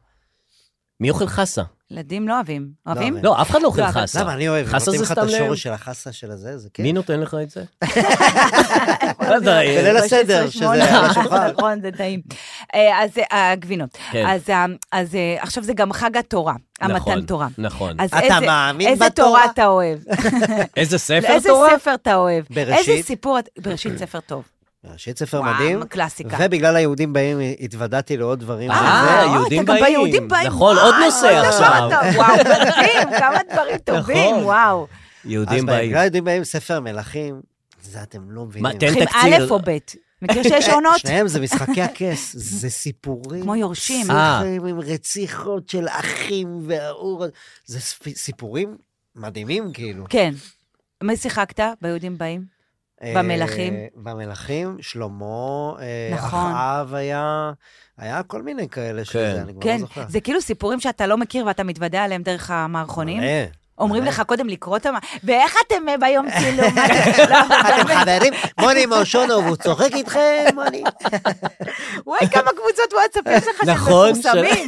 Speaker 6: מי אוכל חסה?
Speaker 5: ילדים לא אוהבים. אוהבים?
Speaker 4: אוהבים.
Speaker 6: לא, אף אחד לא
Speaker 5: לא,
Speaker 6: אוכל
Speaker 5: אבל-
Speaker 6: חסה.
Speaker 4: למה, אני אוהב.
Speaker 6: חסה
Speaker 4: נותנים
Speaker 6: זה
Speaker 4: לך את
Speaker 6: סתם לב.
Speaker 4: השורש של החסה של הזה, זה כיף.
Speaker 6: מי נותן לך את זה? לא יודע, אה,
Speaker 4: בליל הסדר,
Speaker 5: 16,
Speaker 4: שזה על השולחן.
Speaker 5: נכון, זה טעים. אה, אז אה, הגבינות.
Speaker 6: כן.
Speaker 5: אז, אה, אז אה, עכשיו זה גם חג התורה, המתן
Speaker 6: נכון,
Speaker 5: תורה. אה,
Speaker 6: נכון.
Speaker 5: אז
Speaker 4: Mm. אתה
Speaker 5: איזה-
Speaker 4: מאמין
Speaker 5: איזה
Speaker 4: בתורה?
Speaker 5: תורה אתה אוהב?
Speaker 6: איזה ספר
Speaker 5: איזה
Speaker 6: תורה?
Speaker 5: ספר אתה אוהב?
Speaker 4: בראשית?
Speaker 5: איזה סיפור... את- בראשית ספר טוב.
Speaker 4: ראשית כן. ספר
Speaker 5: וואו,
Speaker 4: מדהים.
Speaker 5: קלאסיקה.
Speaker 4: ובגלל היהודים באים, התוודעתי לעוד דברים.
Speaker 6: אה,
Speaker 4: וזה.
Speaker 5: אתה
Speaker 6: יהודים
Speaker 5: גם
Speaker 6: באים.
Speaker 5: ביהודים באים.
Speaker 6: נכון,
Speaker 5: וואו,
Speaker 6: עוד נושא
Speaker 5: עוד דבר
Speaker 6: עכשיו.
Speaker 5: טוב, וואו, מדהים, כמה דברים טובים,
Speaker 6: נכון.
Speaker 5: וואו.
Speaker 6: יהודים
Speaker 4: אז
Speaker 6: באים.
Speaker 4: בגלל היהודים באים, לא ספר מלכים, זה אתם לא
Speaker 6: מה,
Speaker 4: מבינים.
Speaker 6: תן
Speaker 5: צריכים
Speaker 6: תקציר.
Speaker 5: א' או ב'. מכיר שיש עונות?
Speaker 4: שניהם זה משחקי הכס, זה סיפורים.
Speaker 5: כמו יורשים.
Speaker 6: אה.
Speaker 4: סיפורים עם רציחות של אחים והאור. זה ספ- סיפורים מדהימים, כאילו.
Speaker 5: כן. מי שיחקת ביהודים באים? במלכים?
Speaker 4: אה, במלכים, שלמה, אה,
Speaker 5: נכון.
Speaker 4: אחאב היה, היה כל מיני כאלה שזה, אני כבר
Speaker 5: כן,
Speaker 4: לא זוכר.
Speaker 5: זה כאילו סיפורים שאתה לא מכיר ואתה מתוודע עליהם דרך המערכונים.
Speaker 4: מלא,
Speaker 5: אומרים
Speaker 4: מלא.
Speaker 5: לך קודם לקרוא אותם, ואיך אתם אה, ביום צילום? לא,
Speaker 4: אה, אתם חברים, מוני מושונוב, הוא צוחק איתכם, מוני.
Speaker 5: וואי, כמה קבוצות וואטסאפ יש לך של
Speaker 6: נכון, של-
Speaker 5: מפורסמים.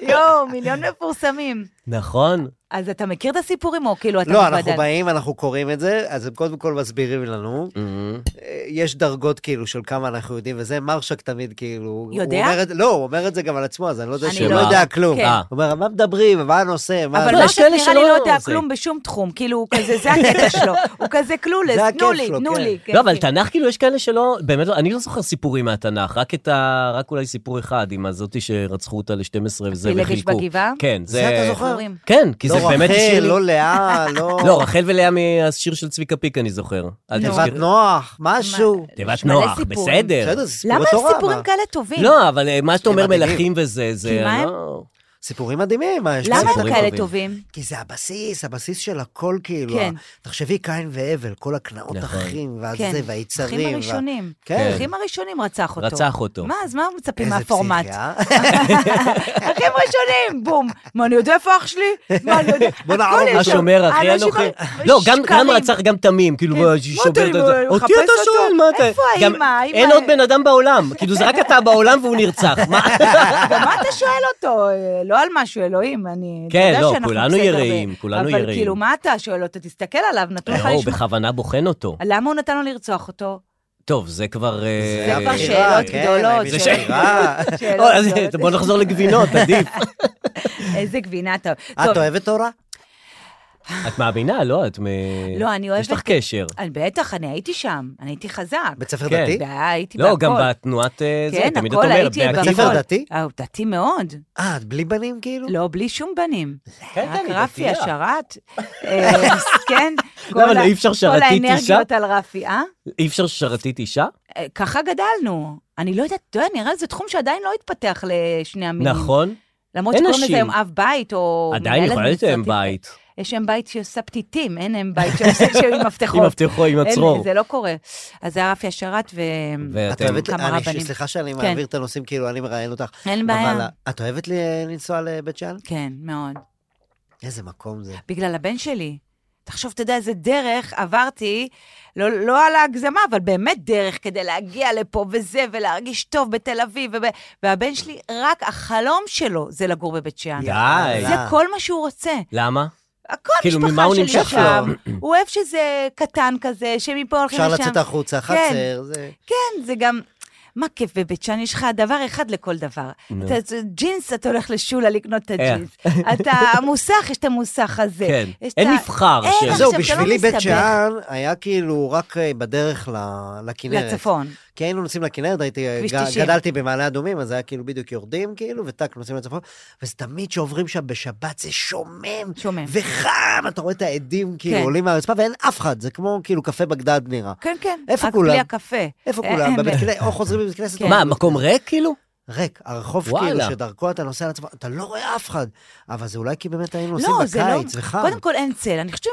Speaker 5: יואו, מיליון מפורסמים.
Speaker 6: נכון.
Speaker 5: אז אתה מכיר את הסיפורים, או כאילו אתה
Speaker 4: לא,
Speaker 5: מתוודע?
Speaker 4: אנחנו באים, אנחנו קוראים את זה, אז הם קודם כל מסבירים לנו.
Speaker 6: Mm-hmm.
Speaker 4: אה, יש דרגות כאילו של כמה אנחנו יודעים, וזה מרשק תמיד כאילו...
Speaker 5: יודע?
Speaker 4: הוא אומר את, לא, הוא אומר את זה גם על עצמו, אז אני לא יודע
Speaker 5: אני
Speaker 4: שהוא
Speaker 5: לא.
Speaker 4: לא יודע כלום.
Speaker 5: כן.
Speaker 4: הוא אומר, מה מדברים, מה הנושא, מה...
Speaker 5: אבל
Speaker 6: לא,
Speaker 5: מה
Speaker 6: יש
Speaker 5: שנראה
Speaker 6: כאלה
Speaker 5: לי
Speaker 6: שלא
Speaker 5: לא יודע
Speaker 6: זה.
Speaker 5: כלום בשום תחום, כאילו, הוא כזה, זה הקטע שלו, הוא כזה קלולס,
Speaker 4: זה
Speaker 5: תנו
Speaker 4: הכיף
Speaker 5: לי,
Speaker 4: שלו,
Speaker 5: תנו
Speaker 4: כן.
Speaker 5: לי. כן,
Speaker 6: לא, אבל
Speaker 5: כן.
Speaker 6: תנ"ך, כאילו, יש כאלה שלא, באמת, לא- אני לא זוכר סיפורים מהתנ"ך, רק את ה... רק אולי סיפור אחד, עם הזאתי שרצחו אותה ל-12 וזה,
Speaker 5: פילגש
Speaker 6: וחילקו.
Speaker 5: בגבעה?
Speaker 6: כן, זה...
Speaker 4: זה אתה זוכר?
Speaker 5: זוכרים.
Speaker 6: כן, כי זה
Speaker 4: לא
Speaker 6: באמת
Speaker 4: רחל,
Speaker 6: השיר לי...
Speaker 4: לא לאה, לא...
Speaker 6: לא, רחל ולאה מהשיר של צביקה פיק, אני זוכר. אל
Speaker 4: תיבת
Speaker 6: תזכיר.
Speaker 4: נוח, משהו.
Speaker 6: תיבת
Speaker 5: יש מלא
Speaker 6: נוח,
Speaker 5: סיפורים.
Speaker 6: בסדר.
Speaker 4: בסדר, זה סיפור
Speaker 5: כן. למה
Speaker 4: התורה.
Speaker 5: הם סיפורים כאלה טובים?
Speaker 6: לא, אבל אה, מה שאתה אומר
Speaker 4: מדהימים.
Speaker 6: מלכים וזה, זה...
Speaker 5: כי מה הם?
Speaker 6: לא-
Speaker 4: סיפורים מדהימים, מה יש
Speaker 5: למה
Speaker 4: בסרט?
Speaker 5: הם
Speaker 6: סיפורים
Speaker 5: כאלה
Speaker 6: טובים.
Speaker 5: טובים?
Speaker 4: כי זה הבסיס, הבסיס של הכל, כאילו.
Speaker 5: כן.
Speaker 4: כן. תחשבי, קין והבל, כל הקנאות
Speaker 6: נכון.
Speaker 4: אחים, ואז
Speaker 5: כן.
Speaker 4: זה, והיצרים.
Speaker 5: אחים
Speaker 4: וה-
Speaker 5: הראשונים.
Speaker 4: כן.
Speaker 5: אחים הראשונים רצח אותו.
Speaker 6: רצח אותו.
Speaker 5: מה, אז מה מצפים
Speaker 4: איזה אה?
Speaker 5: מהפורמט?
Speaker 4: פסיכיה.
Speaker 5: אחים ראשונים, בום. מה, אני יודע איפה אח שלי? מה, אני יודע...
Speaker 4: בוא
Speaker 5: הכל
Speaker 4: נערוב
Speaker 5: יש
Speaker 4: אותו.
Speaker 5: שם.
Speaker 6: השומר הכי
Speaker 5: אנשים
Speaker 6: אנוכי.
Speaker 5: ה-
Speaker 6: לא, גם-
Speaker 5: שקרים.
Speaker 6: גם רצח גם תמים, כאילו,
Speaker 5: כן.
Speaker 6: שובר את
Speaker 5: מוטי,
Speaker 6: זה.
Speaker 5: הוא
Speaker 6: אותי
Speaker 5: מחפש
Speaker 6: אתה
Speaker 5: אותו.
Speaker 6: שואל, מה אתה...
Speaker 5: איפה
Speaker 6: גם-
Speaker 5: האמא? האמא-
Speaker 6: אין עוד בן אדם בעולם. כאילו, זה רק אתה בעולם והוא נרצח. מה?
Speaker 5: לא, גם מה אתה שואל אותו? אה, לא על משהו, אלוהים, אני... אתה
Speaker 6: כן,
Speaker 5: יודע
Speaker 6: לא,
Speaker 5: שאנחנו
Speaker 6: כולנו
Speaker 5: בסדר,
Speaker 6: יראים,
Speaker 5: ו-
Speaker 6: כולנו
Speaker 5: אבל
Speaker 6: יראים.
Speaker 5: כאילו, מה אתה שואל אותו? תסתכל עליו, נתנו לך
Speaker 6: לא, הוא
Speaker 5: לשמוע.
Speaker 6: בכוונה בוחן אותו.
Speaker 5: למה הוא נתן לו לרצוח אותו?
Speaker 6: טוב, זה כבר... אה,
Speaker 5: זה כבר
Speaker 4: הבחירה,
Speaker 5: שאלות
Speaker 4: כן,
Speaker 5: גדולות.
Speaker 4: זה
Speaker 5: שאלות
Speaker 4: שאלה.
Speaker 5: גדולות,
Speaker 6: או, אז
Speaker 5: שאלות גדולות.
Speaker 6: בוא נחזור לגבינות, עדיף.
Speaker 5: איזה גבינה אתה...
Speaker 4: את אוהבת תורה?
Speaker 6: את מאמינה, לא? את מ...
Speaker 5: לא, אני אוהבת...
Speaker 6: יש לך קשר.
Speaker 5: אני- בטח, אני הייתי שם, אני הייתי חזק.
Speaker 4: בית ספר
Speaker 6: כן.
Speaker 4: דתי?
Speaker 5: הייתי
Speaker 6: לא,
Speaker 5: בהכל.
Speaker 6: גם בתנועת אה, זה,
Speaker 5: כן,
Speaker 6: תמיד את
Speaker 5: הכל,
Speaker 6: אומרת,
Speaker 5: הייתי
Speaker 6: בעקיבא.
Speaker 4: בית ספר
Speaker 5: בהכל.
Speaker 4: דתי?
Speaker 5: אה, הוא דתי מאוד.
Speaker 4: אה, את בלי בנים, כאילו?
Speaker 5: לא, בלי שום בנים.
Speaker 6: כן,
Speaker 5: רק
Speaker 6: אני
Speaker 5: רפי
Speaker 6: דתייה.
Speaker 5: השרת, אה, כן.
Speaker 6: למה,
Speaker 5: כל
Speaker 6: לא,
Speaker 5: ה-
Speaker 6: אי אפשר שרתית
Speaker 5: כל
Speaker 6: אישה?
Speaker 5: האנרגיות על רפי, אה?
Speaker 6: אי אפשר שרתית אישה?
Speaker 5: אה, ככה גדלנו. אני לא יודעת, אתה יודע, נראה לי זה תחום שעדיין לא התפתח לשני המינים.
Speaker 6: נכון.
Speaker 5: למרות
Speaker 6: אין
Speaker 5: שקוראים
Speaker 6: נשים.
Speaker 5: לזה היום אב בית, או...
Speaker 6: עדיין
Speaker 5: מנהלת
Speaker 6: יכולה להיות אם
Speaker 5: משרדית.
Speaker 6: בית.
Speaker 5: יש אם בית שעושה פתיתים, אין אם בית שעושה עם מפתחות.
Speaker 6: עם מפתחו, עם
Speaker 5: אין,
Speaker 6: הצרור.
Speaker 5: זה לא קורה. אז זה הרפי השרת, ואין
Speaker 4: את
Speaker 6: ואתם...
Speaker 4: אוהבת,
Speaker 5: כמה
Speaker 4: אני-
Speaker 5: רבנים.
Speaker 4: סליחה שאני
Speaker 5: כן.
Speaker 4: מעביר את הנושאים, כאילו, אני מראיין אותך.
Speaker 5: בעיה.
Speaker 4: אבל אה, את אוהבת ל- לנסוע לבית שאן?
Speaker 5: כן, מאוד.
Speaker 4: איזה מקום זה.
Speaker 5: בגלל הבן שלי. תחשוב, אתה יודע איזה דרך עברתי, לא, לא על ההגזמה, אבל באמת דרך כדי להגיע לפה וזה, ולהרגיש טוב בתל אביב, וב... והבן שלי, רק החלום שלו זה לגור בבית שאן.
Speaker 6: די.
Speaker 5: זה
Speaker 4: יאללה.
Speaker 5: כל מה שהוא רוצה.
Speaker 6: למה?
Speaker 5: הכל
Speaker 6: אה. כאילו, ממה
Speaker 5: משפחה
Speaker 6: הוא
Speaker 5: שלי
Speaker 6: נמשך
Speaker 5: שם.
Speaker 6: לו?
Speaker 5: הוא אוהב שזה קטן כזה, שמפה הולכים
Speaker 4: אפשר
Speaker 5: לשם.
Speaker 4: לצאת החוצה, חצר, זה...
Speaker 5: כן, זה גם... מה כיף בבית שאן, יש לך דבר אחד לכל דבר.
Speaker 6: נו.
Speaker 5: אתה זה ג'ינס, אתה הולך לשולה לקנות את
Speaker 6: אה.
Speaker 5: הג'ינס. אתה המוסך, יש את המוסך הזה.
Speaker 6: כן.
Speaker 5: יש את
Speaker 6: אין
Speaker 5: ה-
Speaker 6: מבחר
Speaker 5: אין,
Speaker 6: של...
Speaker 5: עכשיו,
Speaker 4: זהו,
Speaker 5: אתה לא
Speaker 4: בשבילי בית
Speaker 5: מסתבך.
Speaker 4: שאן היה כאילו רק אה, בדרך ל- לכנרת.
Speaker 5: לצפון.
Speaker 4: כי היינו נוסעים לכנרת, הייתי, אה,
Speaker 5: כביש
Speaker 4: ג-
Speaker 5: 90.
Speaker 4: גדלתי במעלה אדומים, אז היה כאילו בדיוק יורדים כאילו, וטאק נוסעים לצפון, וזה תמיד שעוברים שם בשבת, זה שומם,
Speaker 5: שומם.
Speaker 4: וחם, אתה רואה את העדים כאילו
Speaker 5: כן.
Speaker 4: עולים מהרצפה, ואין אף אחד, זה כמו כאילו קפה בגדד נראה.
Speaker 5: כן, כן.
Speaker 4: איפה
Speaker 5: רק
Speaker 4: כולם?
Speaker 5: בלי הקפה.
Speaker 4: איפה
Speaker 5: אה,
Speaker 4: כולם?
Speaker 5: אה,
Speaker 4: בבית
Speaker 5: אה,
Speaker 4: כנסת, או חוזרים מבית כנסת, או
Speaker 5: כן.
Speaker 6: מה,
Speaker 4: בבית
Speaker 6: מקום ריק כאילו?
Speaker 4: ריק, הרחוב כאילו
Speaker 6: וואלה.
Speaker 4: שדרכו אתה נוסע לצפון, אתה לא רואה אף אחד, אבל זה אולי כי באמת היינו נוסעים
Speaker 5: לא, זה לא...
Speaker 4: בקיץ וחם.
Speaker 5: קודם כל אין צל. אני חושבת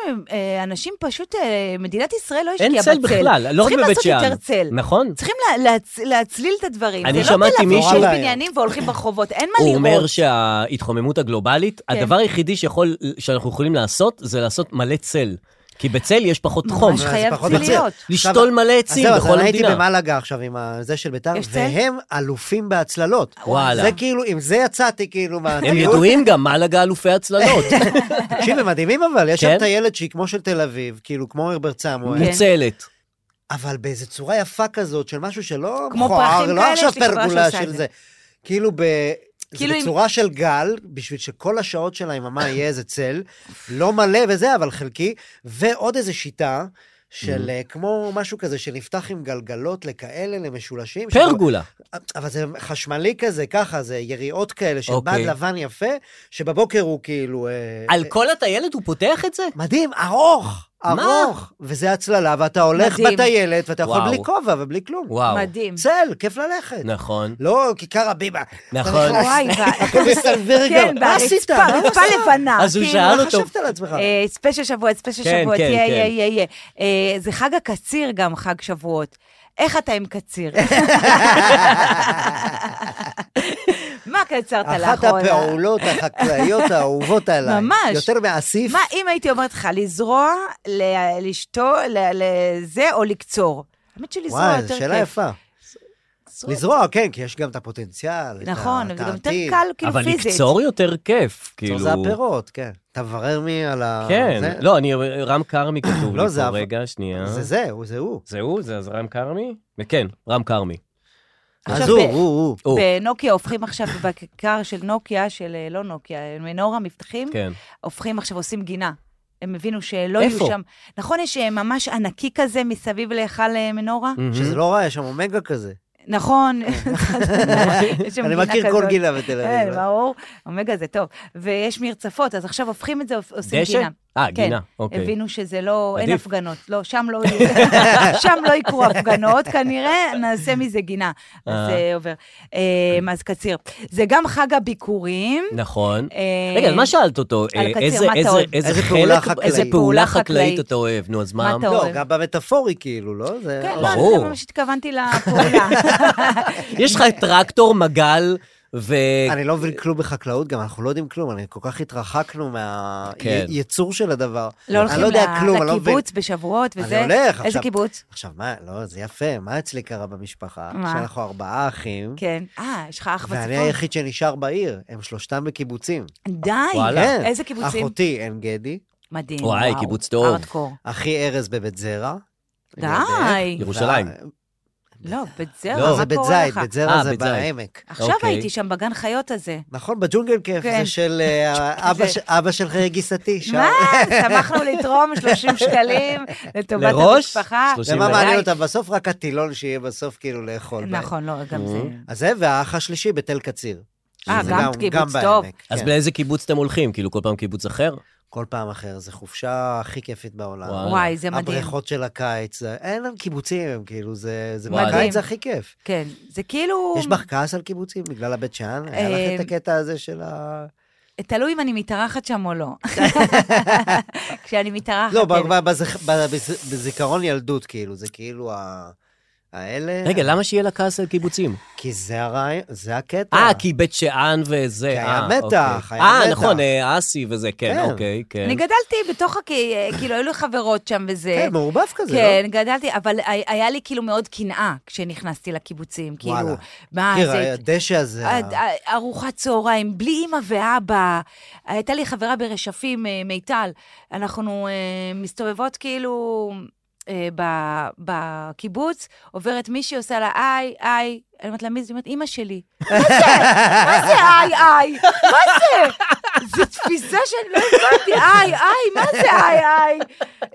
Speaker 5: שאנשים פשוט, אה, מדינת ישראל לא
Speaker 6: אין
Speaker 5: השקיעה בצל.
Speaker 6: צל בכלל, לא רק בבית
Speaker 5: צריכים
Speaker 6: שאן.
Speaker 5: לעשות יותר צל.
Speaker 6: נכון.
Speaker 5: צריכים לה- להצ- להצליל את הדברים.
Speaker 6: אני
Speaker 5: זה לא
Speaker 6: שמעתי
Speaker 5: תל אביב,
Speaker 6: מישהו-
Speaker 5: יש בניינים והולכים ברחובות, אין מה
Speaker 6: הוא
Speaker 5: לראות.
Speaker 6: אומר שההתחוממות הגלובלית,
Speaker 5: כן.
Speaker 6: הדבר היחידי שיכול- שאנחנו יכולים לעשות, זה לעשות מלא צל. כי בצל יש פחות חום.
Speaker 5: ממש
Speaker 4: זה
Speaker 5: חייב
Speaker 4: פחות
Speaker 5: צל
Speaker 4: בצל.
Speaker 5: להיות.
Speaker 6: לשתול מלא
Speaker 4: אז
Speaker 6: עצים
Speaker 4: זהו, אז
Speaker 6: בכל
Speaker 4: אני הייתי
Speaker 6: המדינה.
Speaker 4: במלאגה עכשיו עם ה- זה של ביתר,
Speaker 5: יש צל?
Speaker 4: והם אלופים בהצללות.
Speaker 6: וואלה.
Speaker 4: זה כאילו, עם זה יצאתי כאילו
Speaker 6: הם
Speaker 4: מהטיול.
Speaker 6: ידועים גם, מלאגה אלופי הצללות.
Speaker 5: כן.
Speaker 4: תקשיב, הם מדהימים אבל, יש
Speaker 6: כן?
Speaker 4: שם טיילת שהיא כמו של תל אביב, כאילו כמו הרברט סמואל,
Speaker 5: כן.
Speaker 6: מוצלת.
Speaker 4: אבל באיזו צורה יפה כזאת של משהו שלא
Speaker 5: כמו פרחים
Speaker 4: מכוער, לא
Speaker 5: כאלה,
Speaker 4: עכשיו
Speaker 5: יש לי חברה
Speaker 4: פרגולה
Speaker 5: שעושה את
Speaker 4: של
Speaker 5: זה.
Speaker 4: זה. כאילו ב... זה
Speaker 5: כאילו אם-
Speaker 4: בצורה של גל, בשביל שכל השעות שלה עם המים יהיה איזה צל, לא מלא וזה, אבל חלקי, ועוד איזה שיטה. של אה, כמו משהו כזה שנפתח עם גלגלות לכאלה, למשולשים. שבו- אה,
Speaker 6: פרגולה.
Speaker 4: אבל זה חשמלי כזה, ככה, זה יריעות כאלה של בד
Speaker 6: אוקיי.
Speaker 4: לבן יפה, שבבוקר הוא כאילו... אה,
Speaker 6: על כל הטיילת הוא פותח את זה?
Speaker 4: מדהים, ארוך, ארוך. וזה הצללה, ואתה הולך
Speaker 5: מדהים.
Speaker 4: בטיילת, ואתה יכול
Speaker 6: וואו.
Speaker 4: בלי כובע ובלי כלום.
Speaker 6: וואו.
Speaker 5: מדהים.
Speaker 4: צל, כיף ללכת.
Speaker 6: נכון.
Speaker 4: לא, כיכר הביבה.
Speaker 6: נכון.
Speaker 4: אתה נכנס,
Speaker 5: וואי, ו-
Speaker 4: הכל מסתלבר גם.
Speaker 5: כן,
Speaker 4: מה עשית?
Speaker 5: והרצפה,
Speaker 4: מה
Speaker 5: רצפה
Speaker 4: עשית?
Speaker 5: לבנה.
Speaker 6: אז הוא
Speaker 5: כאילו,
Speaker 6: שאל
Speaker 4: מה
Speaker 6: אותו.
Speaker 4: חשבת על עצמך?
Speaker 5: אה, ספיישל שבועות, ספיישל
Speaker 6: כן,
Speaker 5: שבועות,
Speaker 6: כן,
Speaker 5: יהיה,
Speaker 6: כן.
Speaker 5: יהיה, יהיה, יהיה. אה, זה חג הקציר גם, חג שבועות. איך אתה עם קציר? מה קצרת
Speaker 4: אחת
Speaker 5: לאחרונה?
Speaker 4: הפעולות החקלאיות האהובות עליי.
Speaker 5: ממש.
Speaker 4: יותר מעסיף.
Speaker 5: מה אם הייתי אומרת לך, לזרוע, ל- לשתו, ל- לזה, או לקצור? האמת שלזרוע
Speaker 4: וואי,
Speaker 5: יותר
Speaker 4: זו
Speaker 5: כיף.
Speaker 4: שאלה יפה.
Speaker 5: לזרוע-
Speaker 4: לזרוע, כן, כי יש גם את הפוטנציאל, את
Speaker 5: נכון, וזה גם יותר
Speaker 4: העתיד.
Speaker 5: קל, כאילו
Speaker 6: אבל
Speaker 5: פיזית.
Speaker 6: לקצור יותר כיף, כאילו...
Speaker 4: כאילו... זה הפירות, כן. אתה מברר מי על ה...
Speaker 6: כן.
Speaker 4: זה...
Speaker 6: לא, אני... רם כרמי כתוב
Speaker 4: לא,
Speaker 6: לי
Speaker 4: זה
Speaker 6: פה,
Speaker 4: אבל-
Speaker 6: רגע, שנייה.
Speaker 4: זה זה, הוא זה הוא.
Speaker 6: זה הוא? זה אז רם כרמי? כן, רם כרמי.
Speaker 5: עכשיו,
Speaker 4: אז הוא,
Speaker 5: ב-
Speaker 4: הוא, הוא.
Speaker 6: או.
Speaker 5: בנוקיה הופכים עכשיו, בכיכר של נוקיה, של אה, לא נוקיה, מנורה מבטחים,
Speaker 6: כן.
Speaker 5: הופכים עכשיו, עושים גינה. הם הבינו שלא יהיו
Speaker 6: איפה?
Speaker 5: שם... נכון, יש אה, ממש ענקי כזה מסביב להיכל אה, מנורה?
Speaker 4: שזה לא רע, יש שם אומגה כזה.
Speaker 5: נכון. יש שם
Speaker 4: כן. אני
Speaker 5: גינה
Speaker 4: מכיר כל
Speaker 5: כזאת.
Speaker 4: גילה בתל
Speaker 5: כן,
Speaker 4: אביב. אה.
Speaker 5: ברור, אומגה זה טוב. ויש מרצפות, אז עכשיו הופכים את זה, עושים
Speaker 6: דשא?
Speaker 5: גינה.
Speaker 6: אה,
Speaker 5: כן,
Speaker 6: גינה, אוקיי.
Speaker 5: הבינו שזה לא, אין
Speaker 6: עדיף.
Speaker 5: הפגנות. לא, שם לא, יהיו- שם לא יקרו הפגנות, כנראה נעשה מזה גינה. אז
Speaker 6: אה.
Speaker 5: זה עובר. אמ, אז קציר. זה גם חג הביקורים.
Speaker 4: לא-
Speaker 6: נכון.
Speaker 5: אה,
Speaker 6: רגע, אז מה שאלת אותו?
Speaker 5: על
Speaker 6: אה,
Speaker 5: הקציר,
Speaker 6: איזה-
Speaker 5: מה אתה
Speaker 6: איזה-
Speaker 5: אוהב?
Speaker 6: איזה
Speaker 4: איזה פעולה
Speaker 6: חלק-
Speaker 4: חקלאית.
Speaker 6: איזה
Speaker 5: פעולה
Speaker 6: פעולה חקלאית
Speaker 5: חקלאית.
Speaker 6: אתה אוהב? נו, אז מה?
Speaker 5: מה אתה
Speaker 4: לא,
Speaker 5: אוהב.
Speaker 4: גם במטאפורי כאילו, לא? זה...
Speaker 5: כן,
Speaker 4: אבל-
Speaker 5: לא,
Speaker 6: ברור.
Speaker 5: זה ממש התכוונתי לפעולה.
Speaker 6: יש לך טרקטור, מגל, ו...
Speaker 4: אני לא מבין כלום בחקלאות, גם אנחנו לא יודעים כלום, אני כל כך התרחקנו
Speaker 6: כן.
Speaker 4: מהייצור של הדבר.
Speaker 5: לא
Speaker 4: אני
Speaker 5: הולכים
Speaker 4: לא יודע
Speaker 5: ל-
Speaker 4: כלום, אני לא מבין.
Speaker 5: לקיבוץ בשבועות
Speaker 4: אני
Speaker 5: וזה.
Speaker 4: הולך
Speaker 5: איזה
Speaker 4: עכשיו.
Speaker 5: קיבוץ?
Speaker 4: עכשיו, מה, לא, זה יפה, מה אצלי קרה במשפחה?
Speaker 5: מה?
Speaker 4: שאנחנו ארבעה אחים,
Speaker 5: כן. אה, יש לך אח
Speaker 4: ואני
Speaker 5: בצפון?
Speaker 4: היחיד שנשאר בעיר, הם שלושתם בקיבוצים.
Speaker 5: די.
Speaker 6: וואלה.
Speaker 4: כן.
Speaker 5: איזה קיבוצים?
Speaker 4: אחותי עין גדי,
Speaker 5: מדהים.
Speaker 6: וואי,
Speaker 5: וואו.
Speaker 6: קיבוץ טוב.
Speaker 5: ארדקור.
Speaker 4: אחי ארז בבית זרע.
Speaker 5: די.
Speaker 6: ירושלים.
Speaker 5: לא, בית זרע,
Speaker 6: לא,
Speaker 4: לא,
Speaker 5: מה
Speaker 4: זה בית
Speaker 5: קורה
Speaker 4: זית,
Speaker 5: לך?
Speaker 4: בית
Speaker 6: אה,
Speaker 4: זרע זה
Speaker 6: בית זית.
Speaker 4: בעמק.
Speaker 5: עכשיו
Speaker 6: אוקיי.
Speaker 5: הייתי שם בגן חיות הזה.
Speaker 4: נכון, בג'ונגל כיף,
Speaker 5: כן.
Speaker 4: זה של אה, אבא
Speaker 5: זה-
Speaker 4: של- אבא של גיסתי. שם.
Speaker 5: מה? שמחנו לתרום 30 שקלים לטובת
Speaker 6: לראש?
Speaker 5: המשפחה.
Speaker 6: 30
Speaker 4: ומה
Speaker 6: ודאי.
Speaker 4: מעניין אותם בסוף? רק הטילון שיהיה בסוף כאילו לאכול. בהם.
Speaker 5: נכון, לא, גם זה.
Speaker 4: אז זה, והאח השלישי בתל קציר.
Speaker 5: אה,
Speaker 4: אוקיי. שזה
Speaker 5: גם קיבוץ טוב.
Speaker 4: בעמק,
Speaker 6: אז
Speaker 4: כן. אה.
Speaker 6: באיזה קיבוץ אתם הולכים? כאילו, כל פעם קיבוץ אחר?
Speaker 4: כל פעם אחר, זו חופשה הכי כיפית בעולם.
Speaker 6: וואו.
Speaker 5: וואי, זה מדהים.
Speaker 4: הבריכות של הקיץ, זה- אין להם קיבוצים, הם כאילו, זה... זה
Speaker 6: וואי.
Speaker 4: בקיץ זה הכי כיף.
Speaker 5: כן, זה כאילו...
Speaker 4: יש בך כעס על קיבוצים בגלל הבית שאן? היה לך
Speaker 5: אה,
Speaker 4: את הקטע הזה של ה...
Speaker 5: תלוי אם אני מתארחת שם או לא. כשאני מתארחת... כן.
Speaker 4: לא,
Speaker 5: אין-
Speaker 4: ב- ב- בזכ- ב- בז- בזיכרון ילדות, כאילו, זה כאילו ה... האלה...
Speaker 6: רגע, למה שיהיה לה כעס על קיבוצים?
Speaker 4: כי זה הרעי... זה הקטע.
Speaker 6: אה, כי בית שאן וזה.
Speaker 4: כי היה
Speaker 6: אה,
Speaker 4: מתח,
Speaker 6: אוקיי.
Speaker 4: היה
Speaker 6: אה,
Speaker 4: מתח.
Speaker 6: נכון, אה, אסי וזה, כן,
Speaker 4: כן.
Speaker 6: אוקיי, כן.
Speaker 5: אני גדלתי בתוך, הכ- כאילו, היו לי חברות שם וזה.
Speaker 4: כן, מעורבב כזה,
Speaker 5: כן, גדלתי, אבל היה- היה לי כאילו מאוד קנאה כשנכנסתי לקיבוצים, כאילו,
Speaker 4: וואלה.
Speaker 5: מה
Speaker 4: לא? כן,
Speaker 5: זה... אה,
Speaker 4: הדשא הזה. ה-
Speaker 5: עד- ע- ארוחת צהריים, בלי אימא ואבא. הייתה לי חברה ברשפים, אה, מיטל. אנחנו אה, מסתובבות כאילו אה, ב- בקיבוץ, עוברת מישהי, עושה לה איי, איי. אני אומרת לה, מי זה? היא אומרת, אימא שלי. מה זה? מה זה איי, איי? מה זה? זו תפיסה שאני לא הבנתי, איי, איי, מה זה איי, איי?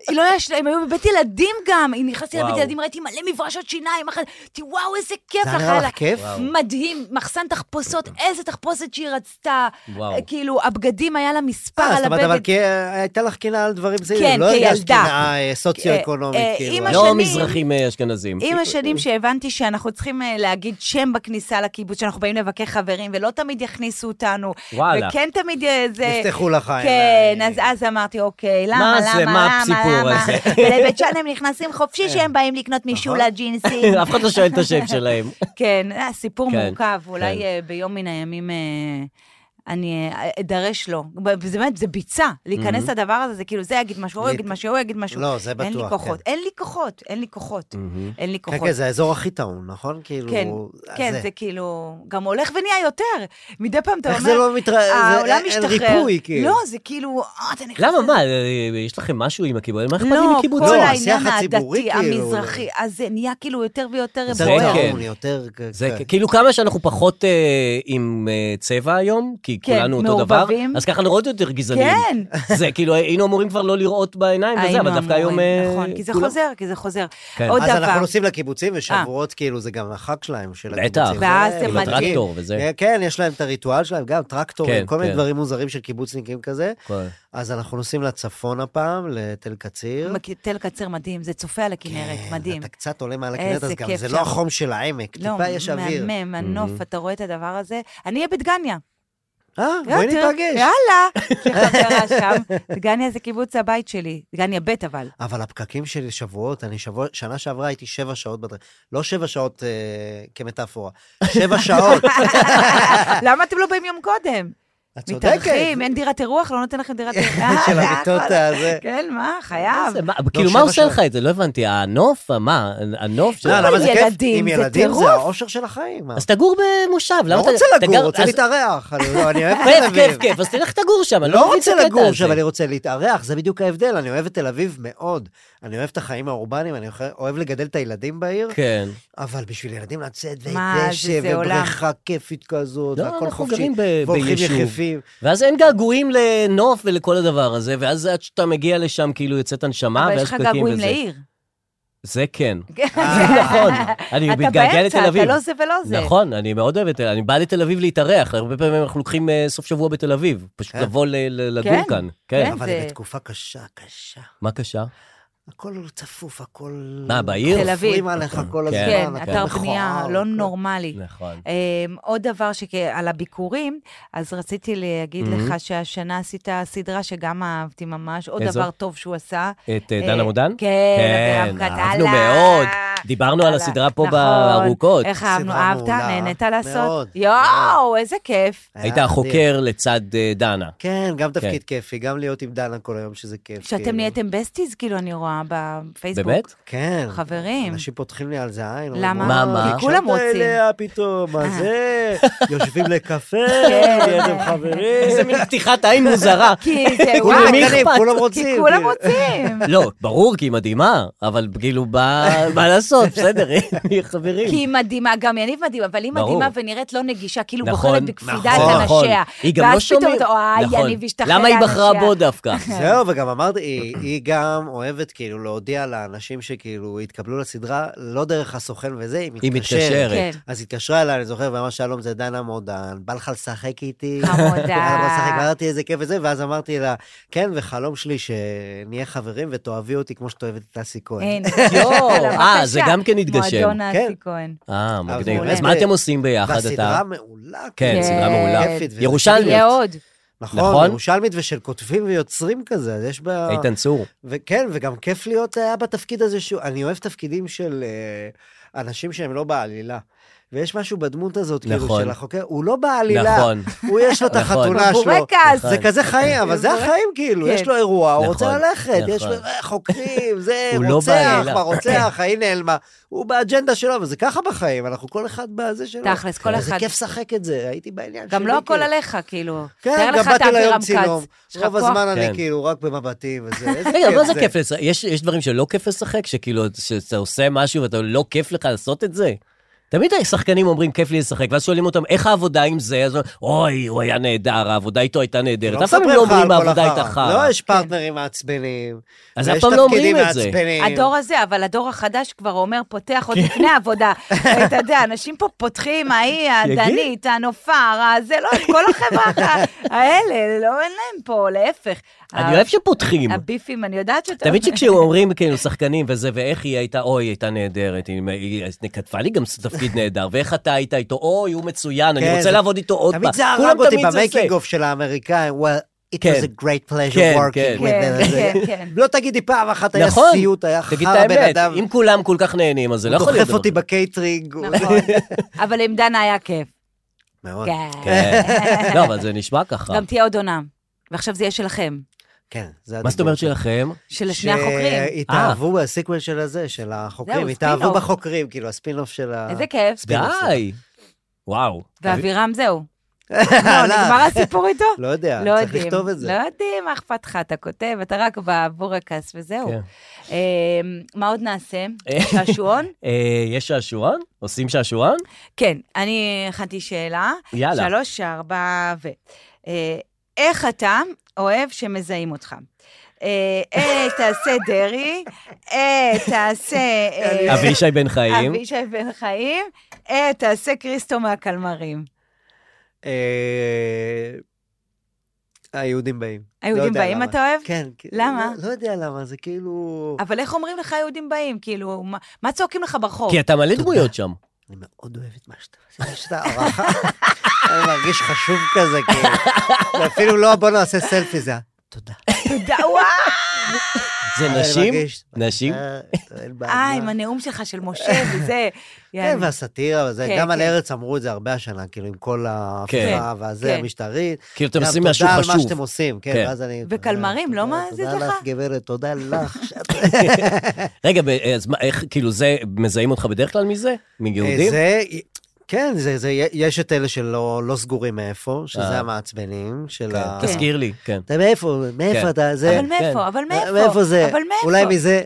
Speaker 5: היא לא ישנה, הם היו בבית ילדים גם. היא נכנסתי לבית
Speaker 6: וואו.
Speaker 5: ילדים, ראיתי מלא מברשות שיניים, אחת, אמרתי, וואו, איזה כיף
Speaker 4: זה
Speaker 5: לך.
Speaker 4: היה נראה
Speaker 5: היה לה-
Speaker 4: לך כיף?
Speaker 5: מדהים, מחסן תחפושות, איזה תחפושת שהיא רצתה.
Speaker 6: וואו.
Speaker 5: כאילו, הבגדים היה לה מספר
Speaker 4: אה,
Speaker 5: על
Speaker 4: זאת אומרת, אבל
Speaker 6: כן,
Speaker 5: הבגד.
Speaker 4: כי אה, הייתה לך קנאה על דברים זהירים.
Speaker 5: כן,
Speaker 4: לא הרגשת
Speaker 5: כילדה.
Speaker 4: קנאה אה, סוציו-אקונומית,
Speaker 5: אה, אה,
Speaker 4: כאילו.
Speaker 5: אימא
Speaker 4: אה,
Speaker 5: שלי-
Speaker 6: לא
Speaker 5: השנים-
Speaker 6: מזרחים אה, אשכנזים.
Speaker 5: עם השנים שהבנתי שאנחנו צריכים אה, להגיד שם בכניסה לקיבוץ, שאנחנו באים לבקר חברים, ולא תמיד יכניסו אותנו.
Speaker 6: וואלה.
Speaker 5: וכן תמיד אה, זה...
Speaker 4: נפתחו לך
Speaker 5: כן,
Speaker 4: העיניים.
Speaker 5: אז אז אמרתי, אוקיי, למה, למה,
Speaker 6: מה
Speaker 5: למה,
Speaker 6: זה?
Speaker 5: למה?
Speaker 6: מה הסיפור הזה?
Speaker 5: ולבית שאן הם נכנסים חופשי שהם באים לקנות משולה ג'ינסים.
Speaker 6: אף אחד לא שואל את השם שלהם.
Speaker 5: כן, אה, סיפור
Speaker 6: כן,
Speaker 5: מורכב,
Speaker 6: כן.
Speaker 5: אולי אה, ביום מן הימים אה, אני אה, אדרש לו. ב- זה באמת, זה ביצה, להיכנס לדבר הזה, זה כאילו, זה יגיד משהו, הוא
Speaker 4: לת-
Speaker 5: יגיד משהו, הוא יגיד משהו.
Speaker 4: Mm-hmm. לא, זה
Speaker 5: אין לי
Speaker 4: בטוח,
Speaker 5: כוחות,
Speaker 4: כן.
Speaker 5: אין לי כוחות, אין לי כוחות, אין לי
Speaker 4: כן,
Speaker 5: כוחות.
Speaker 4: כן, זה האזור הכי טעון, נכון? כאילו...
Speaker 5: כן,
Speaker 4: אז
Speaker 5: כן, זה כאילו, גם הולך ונהיה יותר. מדי פעם אתה אומר,
Speaker 4: איך זה לא מתר- זה-
Speaker 5: העולם
Speaker 4: אין- אין
Speaker 5: משתחרר.
Speaker 4: ריפוי, כאילו.
Speaker 5: לא, זה כאילו, אה, אתה נכנס
Speaker 6: למה,
Speaker 5: לזה.
Speaker 6: מה, אה, יש לכם משהו עם הקיבוץ? מה אכפת לי
Speaker 5: לא,
Speaker 6: מקיבוץ?
Speaker 5: כל
Speaker 4: לא,
Speaker 5: העניין
Speaker 4: השיח הציבורי,
Speaker 5: הדתי,
Speaker 4: כאילו.
Speaker 5: המזרחי, אז זה נהיה כאילו יותר ויותר
Speaker 4: זה
Speaker 5: בוער.
Speaker 4: יותר
Speaker 6: כן.
Speaker 4: טעון, יותר...
Speaker 6: זה
Speaker 4: כן.
Speaker 6: כ- כאילו כמה שאנחנו פחות אה, עם אה, צבע היום, כי
Speaker 5: כן,
Speaker 6: כולנו אותו דבר,
Speaker 5: מעורבבים.
Speaker 6: אז ככה אנחנו עוד יותר גזענים.
Speaker 5: כן.
Speaker 6: זה כאילו היינו אמורים כבר לא לראות בעיניים וזה,
Speaker 5: היינו
Speaker 6: אבל דווקא היום...
Speaker 5: אמורים,
Speaker 6: אה,
Speaker 5: נכון, כי זה
Speaker 6: כולם-
Speaker 5: חוזר, כי זה חוזר.
Speaker 6: כן.
Speaker 5: עוד
Speaker 4: אז אנחנו
Speaker 5: דבר, אה.
Speaker 4: נוסעים לקיבוצים, ושבועות, כאילו, זה גם החג שלהם, של
Speaker 6: בטח.
Speaker 4: הקיבוצים.
Speaker 5: ואז
Speaker 4: זה
Speaker 5: זה
Speaker 6: עם
Speaker 5: מדהים.
Speaker 6: כאילו, הטרקטור וזה.
Speaker 4: אה, כן, יש להם את הריטואל שלהם, גם
Speaker 6: כן,
Speaker 4: טרקטורים, כל מיני
Speaker 6: כן.
Speaker 4: דברים מוזרים של קיבוצניקים כזה.
Speaker 6: כל-
Speaker 4: אז אנחנו נוסעים לצפון הפעם, לתל קציר.
Speaker 5: מק- תל קצר מדהים, זה צופה על הכנרת, מדהים.
Speaker 4: כן, אתה קצת עולה מעל הכנרת,
Speaker 5: איזה
Speaker 4: אז גם
Speaker 5: כיף
Speaker 4: זה
Speaker 5: שם.
Speaker 4: לא החום של העמק,
Speaker 5: לא,
Speaker 4: טיפה יש אוויר.
Speaker 5: מהמם, הנוף, אתה רואה את הדבר הזה? אני אהיה בדגניה.
Speaker 4: אה, בואי
Speaker 5: יאללה,
Speaker 4: ניפגש.
Speaker 5: יאללה, כחברה שם. דגניה זה קיבוץ הבית שלי, דגניה ב' אבל.
Speaker 4: אבל הפקקים של שבועות, אני שבוע, שנה שעברה הייתי שבע שעות בדרך, לא שבע שעות אה, כמטאפורה, שבע שעות.
Speaker 5: למה אתם לא באים יום קודם?
Speaker 4: את צודקת.
Speaker 5: מתארחים, אין דירת אירוח, לא נותן לכם דירת אירוח.
Speaker 4: של
Speaker 5: אה,
Speaker 4: המיטות
Speaker 5: הכל.
Speaker 4: הזה.
Speaker 5: כן, מה, חייב.
Speaker 6: זה, מה- כאילו, מה
Speaker 4: אה, שבע
Speaker 6: עושה
Speaker 4: שעות.
Speaker 6: לך את זה? לא הבנתי, הנוף? מה? הנוף? של-
Speaker 4: לא, למה זה כיף?
Speaker 5: ילדים,
Speaker 4: עם
Speaker 5: זה
Speaker 4: ילדים
Speaker 5: טירוף.
Speaker 4: זה האושר של החיים.
Speaker 6: אז תגור במושב,
Speaker 4: לא
Speaker 6: למה אתה...
Speaker 4: רוצה
Speaker 6: אתה
Speaker 4: לגור,
Speaker 6: גר-
Speaker 4: רוצה
Speaker 6: אז-
Speaker 4: להתארח. אני לא- אני אוהב את
Speaker 6: כיף,
Speaker 4: תל
Speaker 6: כיף,
Speaker 4: אביב.
Speaker 6: כיף, אז תלך תגור שם, אני
Speaker 4: לא
Speaker 6: מבין את
Speaker 4: רוצה
Speaker 6: הקטע
Speaker 4: לגור
Speaker 6: הזה.
Speaker 4: שם, אני רוצה להתארח, זה בדיוק ההבדל. אני אוהב את תל אביב מאוד. אני אוהב את החיים האורבניים, אני אוהב- אוהב לגדל את הילדים בעיר,
Speaker 6: כן.
Speaker 4: אבל בשביל ילדים לצאת
Speaker 5: מה, זה-
Speaker 4: ודשא
Speaker 5: זה עולם.
Speaker 4: ובריכה כיפית כזאת,
Speaker 6: לא,
Speaker 4: והכל
Speaker 6: אנחנו
Speaker 4: חופשי,
Speaker 6: גרים ב-
Speaker 4: והולכים
Speaker 6: ביישוב.
Speaker 4: יחפים.
Speaker 6: ואז אין געגועים לנוף ולכל הדבר הזה, ואז עד שאתה מגיע לשם, כאילו יוצאת הנשמה,
Speaker 5: אבל יש
Speaker 6: ואז
Speaker 5: לך
Speaker 6: פקקים
Speaker 5: געגועים
Speaker 6: וזה.
Speaker 5: לעיר.
Speaker 6: זה כן. זה נכון. אני מתגעגע לתל
Speaker 5: אתה באמצע,
Speaker 6: אביב.
Speaker 5: אתה לא זה ולא זה.
Speaker 6: נכון, אני מאוד אוהב את תל אביב. אני בא לתל אביב להתארח, הרבה פעמים אנחנו לוקחים אה, סוף שבוע בתל אביב. פשוט
Speaker 4: כן?
Speaker 6: לבוא ל- ל- לגור
Speaker 5: כן,
Speaker 6: כאן. כן.
Speaker 5: כן.
Speaker 4: אבל
Speaker 5: זה-
Speaker 4: היא בתקופה קשה, קשה.
Speaker 6: מה קשה?
Speaker 4: הכל צפוף, הכל...
Speaker 6: מה, בעיר?
Speaker 5: תל אביב.
Speaker 4: חופרים עליך כל הזמן.
Speaker 5: כן,
Speaker 4: הכל
Speaker 5: אתר
Speaker 4: מכוער,
Speaker 5: בנייה לא
Speaker 6: אוקיי.
Speaker 4: הכל-
Speaker 5: נורמלי.
Speaker 6: נכון.
Speaker 5: אמ, עוד דבר שכ- על הביקורים, אז רציתי להגיד
Speaker 6: Mhm.
Speaker 5: לך שהשנה עשית סדרה שגם אהבתי ממש, עוד
Speaker 6: איזו?
Speaker 5: דבר טוב שהוא עשה.
Speaker 6: את אה,
Speaker 5: אה,
Speaker 6: דן עמודן?
Speaker 5: כן, אברהם קטלה.
Speaker 6: אהבנו מאוד. דיברנו על
Speaker 5: קטלה.
Speaker 6: הסדרה פה
Speaker 5: נכון.
Speaker 6: בארוכות.
Speaker 5: איך אהבנו,
Speaker 4: סדרה
Speaker 5: אהבת?
Speaker 4: מעולה.
Speaker 5: נהנית לעשות?
Speaker 4: מאוד,
Speaker 5: יואו,
Speaker 4: מאוד.
Speaker 5: איזה כיף.
Speaker 4: היה
Speaker 6: היית
Speaker 4: מדהים.
Speaker 6: החוקר לצד אה, דנה.
Speaker 4: כן, גם תפקיד
Speaker 6: כן.
Speaker 4: כיפי, גם להיות עם דנה כל היום, שזה כיף.
Speaker 5: שאתם
Speaker 4: כאילו.
Speaker 5: נהייתם בסטיז, כאילו, אני רואה בפייסבוק.
Speaker 6: באמת?
Speaker 4: כן.
Speaker 5: חברים.
Speaker 4: אנשים פותחים לי על זה עין.
Speaker 5: למה?
Speaker 4: אומרים,
Speaker 6: מה,
Speaker 4: "וואו,
Speaker 6: מה?
Speaker 4: נקשרת
Speaker 5: כולם רוצים.
Speaker 4: אליה פתאום, מה זה? יושבים לקפה,
Speaker 5: כן.
Speaker 4: נהייתם חברים.
Speaker 6: איזה מין פתיחת עין מוזרה.
Speaker 5: כי זה
Speaker 4: כולם
Speaker 5: וואו,
Speaker 6: כאילו, מי
Speaker 4: מתקנים,
Speaker 6: אכפת?
Speaker 4: כולם
Speaker 5: כי
Speaker 4: רוצים.
Speaker 5: כולם
Speaker 4: כאילו.
Speaker 5: רוצים.
Speaker 6: לא, ברור, כי היא מדהימה, אבל כאילו, מה- מה לעשות, בסדר, נהיה חברים.
Speaker 5: כי היא מדהימה, גם יניב מדהים, אבל היא
Speaker 6: ברור.
Speaker 5: מדהימה ונראית לא נגישה, כאילו
Speaker 6: נכון,
Speaker 5: בוחרת בקפידה
Speaker 6: נכון.
Speaker 5: את
Speaker 6: נכון.
Speaker 5: אנשיה.
Speaker 6: היא גם לא שומעת.
Speaker 5: ואז פתאום, אתה, אוי, יניב השתחרר
Speaker 6: למה היא בחרה
Speaker 5: לאנשיה."
Speaker 6: בו דווקא?
Speaker 5: כן.
Speaker 4: זהו, וגם אמרתי, היא- היא גם אוהבת כאילו להודיע לאנשים שכאילו התקבלו לסדרה, לא דרך הסוכן וזה, היא מתקשרת.
Speaker 6: היא מתקשרת.
Speaker 5: כן.
Speaker 4: אז התקשרה אליי, אני זוכר, ואמרה, שלום, זה דנה מודן, בא לך לשחק איתי?
Speaker 5: חמודה.
Speaker 4: בא לך לשחק, אמרתי, איזה כיף וזה, ואז אמרתי לה, כן, וחלום שלי שנהיה חברים ותאהבי אותי כמו שאת אוהבת את אסי כהן.
Speaker 5: אין.
Speaker 6: יואו,
Speaker 5: יאללה,
Speaker 6: אה,
Speaker 5: בבקשה.
Speaker 6: זה גם כן התגשם.
Speaker 5: מועדון אסי
Speaker 4: כן.
Speaker 5: כהן.
Speaker 6: אה, מגניב.
Speaker 5: מעולה.
Speaker 6: אז מה אתם עושים ביחד, אתה?
Speaker 4: והסדרה מעולה.
Speaker 6: כן,
Speaker 4: כאילו,
Speaker 6: סדרה מעולה.
Speaker 4: כיפית וזה.
Speaker 6: ירושלמית.
Speaker 5: יהיה עוד.
Speaker 6: נכון?
Speaker 4: נכון, ירושלמית ושל כותבים ויוצרים כזה, אז יש בה...
Speaker 6: איתן צור.
Speaker 4: וכן, וגם כיף להיות היה בתפקיד הזה, שהוא, אני אוהב תפקידים של אה, אנשים שהם לא בעלילה. ויש משהו בדמות הזאת, כאילו,
Speaker 6: נכון.
Speaker 4: של החוקר, הוא לא בעלילה.
Speaker 6: נכון.
Speaker 4: הוא יש לו את
Speaker 6: נכון.
Speaker 4: החתונה שלו.
Speaker 5: בורקס.
Speaker 4: זה כזה חיים, אבל זה החיים, כאילו,
Speaker 5: כן.
Speaker 4: יש לו אירוע, הוא
Speaker 6: נכון,
Speaker 4: רוצה ללכת, יש לו
Speaker 6: נכון.
Speaker 4: אה, חוקרים, זה
Speaker 6: הוא לא
Speaker 4: רוצח,
Speaker 6: בעלילה.
Speaker 4: מה רוצח, ההיא נעלמה. הוא באג'נדה שלו, וזה ככה בחיים, אנחנו כל אחד בזה שלו.
Speaker 5: תכלס, כל
Speaker 4: איזה
Speaker 5: אחד.
Speaker 4: כיף לשחק את זה, הייתי בעניין שלי.
Speaker 5: גם לא הכל
Speaker 4: כאילו.
Speaker 5: עליך, כאילו. תאר
Speaker 4: כן,
Speaker 5: לך
Speaker 4: גם
Speaker 5: את
Speaker 4: באתי
Speaker 5: אבירם
Speaker 4: ליום
Speaker 5: כץ.
Speaker 4: צילום.
Speaker 5: יש לך
Speaker 4: רוב
Speaker 5: כוח?
Speaker 4: הזמן אני
Speaker 6: כן.
Speaker 4: כאילו רק במבטים וזה, איזה
Speaker 6: רגע, מה זה
Speaker 4: כיף
Speaker 6: כיף? לש- יש יש דברים שלא כיף לשחק? שכאילו, שאתה עושה משהו ואתה לא כיף לך לעשות את זה? תמיד השחקנים אומרים, כיף לי לשחק, ואז שואלים אותם, איך העבודה עם זה? אז אומרים, אוי, הוא היה נהדר, העבודה איתו הייתה נהדרת. אף פעם
Speaker 4: מספרים
Speaker 6: לא
Speaker 4: לך על
Speaker 6: אומרים,
Speaker 4: כל
Speaker 6: העבודה
Speaker 4: החרא.
Speaker 6: הייתה חרא.
Speaker 4: לא,
Speaker 5: כן.
Speaker 4: יש פרטנרים מעצבנים.
Speaker 6: אז אף
Speaker 4: ויש
Speaker 6: פעם לא אומרים
Speaker 4: תפקידים
Speaker 6: את זה.
Speaker 4: מעצבנים.
Speaker 5: הדור הזה, אבל הדור החדש כבר אומר, פותח
Speaker 6: כן.
Speaker 5: עוד לפני העבודה. אתה יודע, אנשים פה פותחים, ההיא,
Speaker 6: יגיד.
Speaker 5: הדנית, הנופר, הזה, לא, את כל החברה ה- האלה, לא, אין להם פה, להפך.
Speaker 6: אני אוהב שפותחים.
Speaker 5: הביפים, אני יודעת שאתה...
Speaker 6: תמיד שכשאומרים, כאילו, שחקנים וזה, ואיך היא הייתה, אוי, היא הייתה נהדרת, היא- היא היא כתבה לי גם תפקיד נהדר, ואיך אתה היית איתו, אוי, הוא מצוין, אני
Speaker 4: כן,
Speaker 6: רוצה
Speaker 4: זה-
Speaker 6: לעבוד איתו עוד פעם.
Speaker 4: תמיד זה
Speaker 6: כולם
Speaker 4: הרג אותי
Speaker 6: תמיד זה זה.
Speaker 4: במייקינג אוף של האמריקאים. Well, it
Speaker 6: כן.
Speaker 4: was a great
Speaker 6: כן,
Speaker 4: pleasure
Speaker 6: כן.
Speaker 4: working
Speaker 5: כן,
Speaker 4: with them.
Speaker 5: כן, כן.
Speaker 4: לא תגידי פעם אחת, היה
Speaker 6: נכון,
Speaker 4: סיוט, היה
Speaker 6: תגיד
Speaker 4: חרא
Speaker 6: את
Speaker 4: בן
Speaker 6: האמת,
Speaker 4: אדם.
Speaker 6: אם כולם כל כך נהנים, אז זה לא
Speaker 4: הוא
Speaker 6: יכול להיות
Speaker 4: דוחף
Speaker 6: דבר
Speaker 4: אותי
Speaker 6: כזה.
Speaker 4: בקייטרינג. הוא-
Speaker 5: נכון. אבל עם דנה היה כיף.
Speaker 4: מאוד.
Speaker 5: כן.
Speaker 6: כן. לא, אבל זה נשמע ככה.
Speaker 5: גם תהיה עוד עונה. ועכשיו זה יהיה שלכם,
Speaker 4: כן, זה
Speaker 6: מה
Speaker 4: הדיבור
Speaker 6: זאת אומרת
Speaker 4: שלי.
Speaker 6: שלכם? אה.
Speaker 5: של שני החוקרים.
Speaker 4: שהתאהבו בסיקוול של הזה, של החוקרים,
Speaker 5: זהו,
Speaker 4: התאהבו
Speaker 5: ספין-אוף.
Speaker 4: בחוקרים, כאילו הספינוף של ה...
Speaker 5: איזה כיף.
Speaker 6: די. וואו.
Speaker 5: ואבירם זהו. לא,
Speaker 4: הלך.
Speaker 5: נגמר הסיפור איתו?
Speaker 4: לא יודע,
Speaker 5: לא
Speaker 4: צריך
Speaker 5: יודעים,
Speaker 4: לכתוב את זה.
Speaker 5: לא יודעים מה אכפת לך, אתה כותב, אתה רק בבורקס וזהו.
Speaker 6: כן.
Speaker 5: אה, מה עוד נעשה? שעשועון?
Speaker 6: אה, יש שעשועון? עושים שעשועון?
Speaker 5: כן, אני הכנתי שאלה.
Speaker 6: יאללה.
Speaker 5: שלוש, ארבע ו... אה, איך אתה אוהב שמזהים אותך? אה, אה, תעשה דרעי, אה, תעשה... אה,
Speaker 6: אבישי בן חיים?
Speaker 5: אבישי בן חיים, אה, תעשה קריסטו מהקלמרים.
Speaker 4: אה, היהודים באים.
Speaker 5: היהודים
Speaker 4: לא יודע
Speaker 5: באים
Speaker 4: למה.
Speaker 5: אתה אוהב?
Speaker 4: כן. כי-
Speaker 5: למה?
Speaker 4: לא- לא יודע למה, זה כאילו...
Speaker 5: אבל איך אומרים לך יהודים באים? כאילו, מה- מה צועקים לך ברחוב?
Speaker 6: כי אתה מלא דמויות שם.
Speaker 4: אני מאוד אוהב את מה שאתה עושה, יש את הערכה. אני מרגיש חשוב כזה, כאילו. זה אפילו לא בוא נעשה סלפי, זה ה- תודה.
Speaker 5: תודה, וואו!
Speaker 6: זה
Speaker 4: אני
Speaker 6: נשים?
Speaker 4: אה, מרגיש-
Speaker 6: נשים?
Speaker 4: אה, אין בעיה.
Speaker 5: אה, עם הנאום שלך של משה וזה.
Speaker 4: כן,
Speaker 5: יעני.
Speaker 4: והסאטירה, וזה,
Speaker 5: כן,
Speaker 4: גם על
Speaker 5: כן.
Speaker 4: ארץ אמרו את זה הרבה השנה, כאילו, עם כל ההפיכה והזה,
Speaker 5: כן.
Speaker 4: המשטרית.
Speaker 6: כן. כאילו, אתם
Speaker 4: גם
Speaker 6: עושים משהו
Speaker 4: תודה על מה
Speaker 6: חשוב.
Speaker 4: שאתם עושים, כן,
Speaker 6: כן.
Speaker 4: ואז אני...
Speaker 5: וקלמרים, לא
Speaker 4: תודה,
Speaker 5: מאזין
Speaker 4: תודה
Speaker 5: לך?
Speaker 4: לך, גברת, תודה לך. שאת-
Speaker 6: רגע, ב- אז מה, איך, כאילו, זה, מזהים אותך בדרך כלל
Speaker 4: אה,
Speaker 6: מזה? מיהודים?
Speaker 4: זה, כן, זה, זה, יש את אלה שלא לא סגורים מאיפה,
Speaker 6: אה.
Speaker 4: שזה המעצבנים של
Speaker 6: כן,
Speaker 4: ה...
Speaker 6: תזכיר לי, כן.
Speaker 4: אתה מאיפה, מאיפה
Speaker 6: כן.
Speaker 4: אתה, זה... אה,
Speaker 5: אבל מאיפה? אבל מאיפה?
Speaker 4: מאיפה זה?
Speaker 5: אבל מאיפה?
Speaker 4: אולי מזה,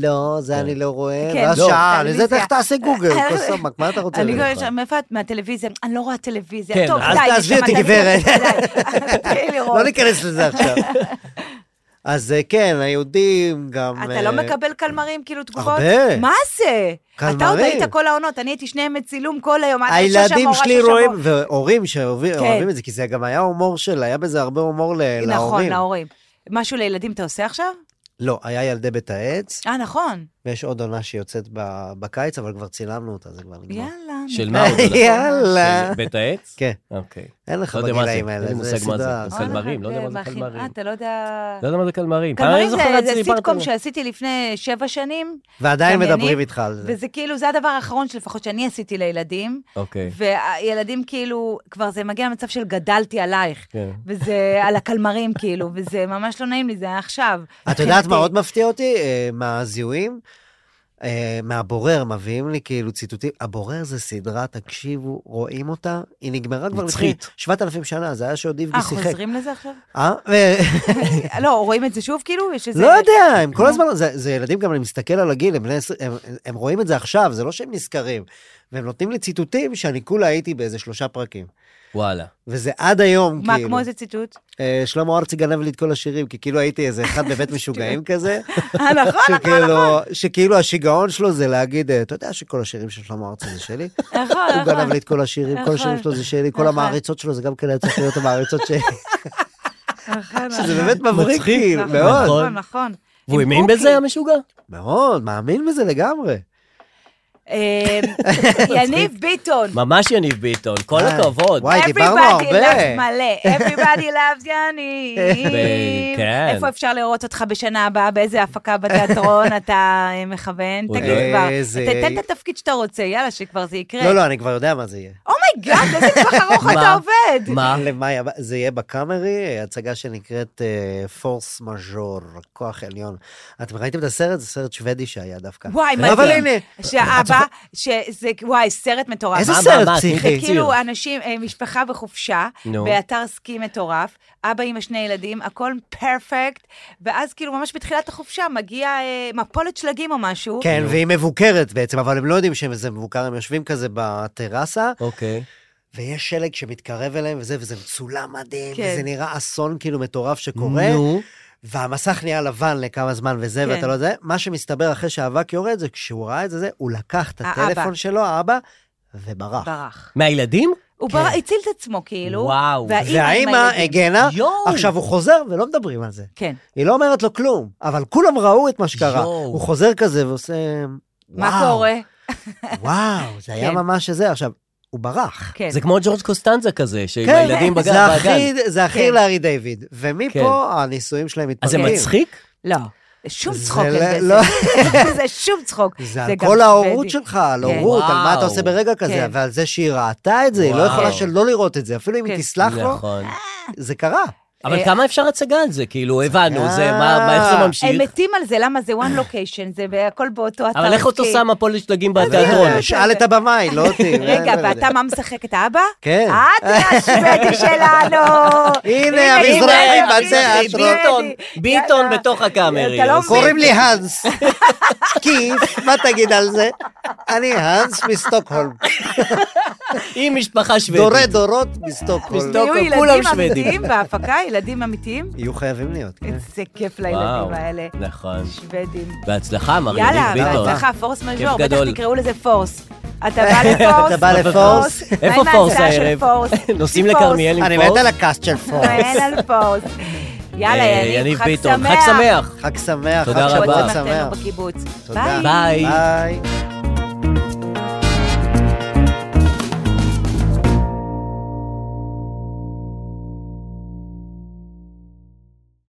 Speaker 4: לא, זה אני לא רואה,
Speaker 5: כן,
Speaker 4: ואז
Speaker 5: לא.
Speaker 4: שעה,
Speaker 5: טלוויזיה.
Speaker 4: לזה תלך תעשה גוגל,
Speaker 5: אה,
Speaker 4: קוסמק, מה אתה רוצה?
Speaker 5: אני
Speaker 4: ממני?
Speaker 5: גם שם, מאיפה את? מהטלוויזיה? אני לא רואה טלוויזיה.
Speaker 6: כן,
Speaker 5: טוב,
Speaker 6: אז
Speaker 5: די,
Speaker 4: תעזבי
Speaker 5: נשמה,
Speaker 4: אותי,
Speaker 5: די,
Speaker 4: גברת.
Speaker 5: די, די. תתחיל לראות.
Speaker 4: לא ניכנס לזה עכשיו. אז אה, כן, היהודים גם...
Speaker 5: אתה
Speaker 4: אה,
Speaker 5: לא מקבל קלמרים, כאילו, תגובות?
Speaker 4: הרבה.
Speaker 5: מה זה? אתה עוד
Speaker 4: קלמרים.
Speaker 5: היית כל העונות, אני הייתי שניהם בצילום כל היום. עד השש
Speaker 4: הילדים
Speaker 5: המורה
Speaker 4: שלי
Speaker 5: של שבוע.
Speaker 4: רואים, והורים שאוהבים
Speaker 5: כן.
Speaker 4: אוהבים את זה, כי זה גם היה הומור של, היה בזה הרבה הומור ל- להורים.
Speaker 5: נכון, להורים. משהו לילדים אתה עושה עכשיו?
Speaker 4: לא, היה ילדי בית העץ,
Speaker 5: אה, נכון.
Speaker 4: ויש עוד עונה שיוצאת ב- בקיץ, אבל כבר צילמנו אותה, זה כבר נגמר.
Speaker 5: יאללה. נכון.
Speaker 6: של
Speaker 5: נו.
Speaker 6: מה עוד?
Speaker 4: לא.
Speaker 6: נכון? אה,
Speaker 4: יאללה.
Speaker 6: של בית העץ?
Speaker 4: כן,
Speaker 6: אוקיי.
Speaker 4: אין לך
Speaker 6: לא יודע מה זה,
Speaker 4: בגילאים
Speaker 6: אין לי
Speaker 4: האלה, זה
Speaker 6: מושג מה זה.
Speaker 4: סדרה.
Speaker 6: זה קלמרים, לא יודע מה זה
Speaker 5: אה, באחים.
Speaker 6: קלמרים.
Speaker 5: אה, אתה לא יודע...
Speaker 6: לא יודע מה זה קלמרים.
Speaker 5: קלמרים
Speaker 6: אני זוכר
Speaker 5: זה- זה
Speaker 6: לעצמי, פעם
Speaker 5: סיטקום
Speaker 6: כזאת.
Speaker 5: שעשיתי לפני שבע שנים,
Speaker 4: ועדיין
Speaker 5: דמיינים,
Speaker 4: מדברים איתך על זה.
Speaker 5: וזה כאילו, זה הדבר האחרון שלפחות שאני עשיתי לילדים,
Speaker 6: אוקיי.
Speaker 5: והילדים כאילו, כבר זה מגיע למצב של גדלתי עלייך,
Speaker 6: כן.
Speaker 5: וזה על הקלמרים כאילו, וזה ממש לא נעים לי, זה היה עכשיו. כן,
Speaker 4: את יודעת מה
Speaker 5: מבחינתי.
Speaker 4: עוד מפתיע אותי? אה, מהזיהויים? אה, מהבורר מביאים לי כאילו ציטוטים. הבורר זה סדרה, תקשיבו, רואים אותה, היא נגמרה כבר לפני
Speaker 6: נצחית.
Speaker 4: 7,000 שנה, זה היה שעוד איבגי
Speaker 5: אה,
Speaker 4: שיחק.
Speaker 5: חוזרים לזה עכשיו?
Speaker 4: אה? ו-
Speaker 5: לא, רואים את זה שוב כאילו? יש איזה...
Speaker 4: לא יודע, הם כל הזמן, זה זה ילדים גם, אני מסתכל על הגיל, הם בני עשר- הם- הם רואים את זה עכשיו, זה לא שהם נזכרים. והם נותנים לי ציטוטים שאני כולה הייתי באיזה שלושה פרקים.
Speaker 6: וואלה.
Speaker 4: וזה עד היום,
Speaker 5: מה,
Speaker 4: כאילו.
Speaker 5: כמו איזה ציטוט?
Speaker 4: אה, שלמה ארצי גנב לי את כל השירים, כי כאילו הייתי איזה אחד בבית משוגעים כזה.
Speaker 5: אה, נכון, נכון, נכון.
Speaker 4: שכאילו, שכאילו השיגעון שלו זה להגיד, אה, אתה יודע שכל השירים של שלמה ארצי זה שלי?
Speaker 5: נכון,
Speaker 4: הוא גנב
Speaker 5: נכון.
Speaker 4: לי את כל השירים, כל השירים שלו זה שלי, כל
Speaker 5: נכון.
Speaker 4: המעריצות שלו זה גם כן היה צריך להיות המעריצות שלי.
Speaker 5: נכון,
Speaker 4: שזה
Speaker 5: נכון.
Speaker 4: באמת מבריק,
Speaker 6: מצחיק,
Speaker 4: כאילו,
Speaker 5: נכון,
Speaker 4: מאוד.
Speaker 5: נכון, נכון.
Speaker 6: והוא
Speaker 5: עם
Speaker 6: האמין
Speaker 5: קוקי.
Speaker 6: בזה, המשוגע?
Speaker 4: מאוד, מאמין בזה לגמרי.
Speaker 5: אה, יניב ביטון.
Speaker 6: ממש יניב ביטון, כל
Speaker 4: וואי,
Speaker 6: הכבוד.
Speaker 4: אה, וואי, דיברנו
Speaker 5: Everybody
Speaker 4: הרבה.
Speaker 5: loves מלא, everybody loves יניב.
Speaker 6: ב- כן.
Speaker 5: איפה אפשר לראות אותך בשנה הבאה, באיזה הפקה בתיאטרון אתה אה, מכוון?
Speaker 6: אוי,
Speaker 5: תגיד כבר,
Speaker 4: איזה-
Speaker 5: תתן את התפקיד שאתה רוצה, יאללה, שכבר זה יקרה.
Speaker 4: לא, לא, אני כבר יודע מה זה יהיה.
Speaker 5: אומייגאד, איזה טווח ארוך
Speaker 6: מה?
Speaker 5: אתה עובד.
Speaker 6: מה?
Speaker 4: למאי הבא- זה יהיה בקאמרי, הצגה שנקראת אה, פורס מז'ור, כוח עליון. אתם ראיתם את הסרט? זה סרט שוודי שהיה דווקא.
Speaker 5: וואי,
Speaker 4: לא, אבל
Speaker 5: מדהים.
Speaker 4: הנה,
Speaker 5: שהאבא, שזה, וואי, סרט מטורף.
Speaker 4: איזה
Speaker 6: מה, מה,
Speaker 4: סרט
Speaker 6: מה,
Speaker 5: זה
Speaker 4: פסיכי.
Speaker 6: תקציר.
Speaker 5: כאילו אנשים, אה, משפחה בחופשה,
Speaker 6: נו.
Speaker 5: באתר סקי מטורף, אבא עם השני ילדים, הכל פרפקט, ואז כאילו ממש בתחילת החופשה מגיע אה, מפולת שלגים או משהו.
Speaker 4: כן, והיא מבוקרת בעצם, אבל הם לא יודעים שזה מבוקר, הם יושבים כזה בטרסה,
Speaker 6: אוקיי.
Speaker 4: ויש שלג שמתקרב אליהם וזה, וזה מצולם מדהים,
Speaker 5: כן.
Speaker 4: וזה נראה אסון כאילו מטורף שקורה,
Speaker 6: נו.
Speaker 4: והמסך נהיה לבן לכמה זמן וזה,
Speaker 5: כן.
Speaker 4: ואתה לא יודע, מה שמסתבר אחרי שהאבק יורד, זה כשהוא ראה את זה, זה, הוא לקח את
Speaker 5: האבא.
Speaker 4: הטלפון שלו, האבא, וברח.
Speaker 5: ברח.
Speaker 6: מהילדים?
Speaker 5: הוא
Speaker 4: כן.
Speaker 5: בר... הציל את עצמו, כאילו.
Speaker 6: וואו.
Speaker 5: עם
Speaker 4: והאימא
Speaker 5: הילדים.
Speaker 4: הגנה,
Speaker 6: יואו.
Speaker 4: עכשיו הוא חוזר ולא מדברים על זה.
Speaker 5: כן.
Speaker 4: היא לא אומרת לו כלום, אבל כולם ראו את מה שקרה.
Speaker 6: יואו.
Speaker 4: הוא חוזר כזה ועושה...
Speaker 5: מה
Speaker 4: "וואו,
Speaker 5: קורה?
Speaker 4: וואו, זה היה
Speaker 5: כן.
Speaker 4: ממש זה. עכשיו, הוא ברח.
Speaker 5: כן.
Speaker 6: זה כמו ג'ורג' קוסטנזה כזה, שעם
Speaker 4: כן,
Speaker 6: הילדים בגן.
Speaker 4: זה
Speaker 6: בגן.
Speaker 4: הכי, זה הכי
Speaker 5: כן.
Speaker 4: לארי דיוויד. ומפה הניסויים שלהם
Speaker 6: אז זה
Speaker 4: מתפרקים.
Speaker 6: מצחיק?
Speaker 5: לא. שום
Speaker 4: זה
Speaker 5: צחוק.
Speaker 4: לא-
Speaker 5: אין
Speaker 4: לא.
Speaker 5: בזה. זה שום צחוק.
Speaker 4: זה על
Speaker 5: גם
Speaker 4: כל ההורות
Speaker 5: שוודי.
Speaker 4: שלך, על הורות, על מה אתה
Speaker 6: וואו.
Speaker 4: עושה ברגע כזה,
Speaker 5: כן.
Speaker 4: ועל זה שהיא ראתה את זה, היא לא
Speaker 6: וואו.
Speaker 4: יכולה שלא לראות את זה. אפילו אם היא
Speaker 5: כן.
Speaker 4: תסלח לו,
Speaker 6: נכון.
Speaker 4: זה קרה.
Speaker 6: אבל
Speaker 5: אה,
Speaker 6: כמה אפשר הצגה על זה? כאילו, הבנו,
Speaker 4: אה.
Speaker 6: זה, מה, מה- איך זה
Speaker 5: הם
Speaker 6: ממשיך?
Speaker 5: מתים על זה, למה זה one location, זה הכל באותו אתר.
Speaker 6: אבל איך אותו
Speaker 5: סקי.
Speaker 6: שם הפועל לשלגים
Speaker 4: אה,
Speaker 6: בתיאטרון?
Speaker 5: זה-
Speaker 4: שאל את הבמאי, לא אותי.
Speaker 5: כן. רגע,
Speaker 4: לא יודע.
Speaker 5: ואתה מה משחק את האבא?
Speaker 4: כן.
Speaker 5: את השוודי שלנו!
Speaker 4: הנה, המזרחי
Speaker 5: הנה,
Speaker 4: בזה,
Speaker 5: הנה,
Speaker 4: אשרות.
Speaker 6: ביטון,
Speaker 5: הנה,
Speaker 6: ביטון
Speaker 5: יאללה.
Speaker 6: בתוך הקאמרי.
Speaker 5: אתה לא
Speaker 6: עושה-
Speaker 4: קוראים לי האנס. כיף, מה תגיד על זה? אני האנס מסטוקהולם.
Speaker 6: עם משפחה שוודית.
Speaker 4: דורי דורות מסטוקהולם.
Speaker 6: מסטוק-
Speaker 5: יהיו
Speaker 6: כולם
Speaker 5: ילדים
Speaker 6: שוודים.
Speaker 5: אמיתיים בהפקה, ילדים אמיתיים?
Speaker 4: יהיו חייבים להיות, כן.
Speaker 5: איזה כיף
Speaker 6: וואו,
Speaker 5: לילדים האלה.
Speaker 6: נכון.
Speaker 5: שוודים.
Speaker 6: בהצלחה, מר
Speaker 5: יאללה,
Speaker 6: יניב ביטון.
Speaker 5: בהצלחה, פורס מז'ור, בטח
Speaker 6: גדול.
Speaker 5: תקראו לזה פורס. אתה בא לפורס?
Speaker 4: אתה בא לפורס?
Speaker 5: מה עם
Speaker 6: איפה פורס
Speaker 5: ההצעה של
Speaker 6: הערב?
Speaker 5: פורס?
Speaker 6: נוסעים
Speaker 5: פורס.
Speaker 6: לכרמיאל עם
Speaker 4: אני
Speaker 6: פורס?
Speaker 4: מת על הקאסט של פורס.
Speaker 5: אין על פורס. יאללה,
Speaker 6: אה,
Speaker 5: יניב, חג שמח.
Speaker 6: ביטון, חג שמח.
Speaker 4: חג שמח,
Speaker 6: תודה
Speaker 4: חג
Speaker 5: שבוע
Speaker 6: רבה.
Speaker 4: שבת
Speaker 5: שמח תהנו
Speaker 4: שמח.
Speaker 5: בקיבוץ.
Speaker 4: תודה.
Speaker 5: ביי.
Speaker 6: ביי.
Speaker 4: ביי.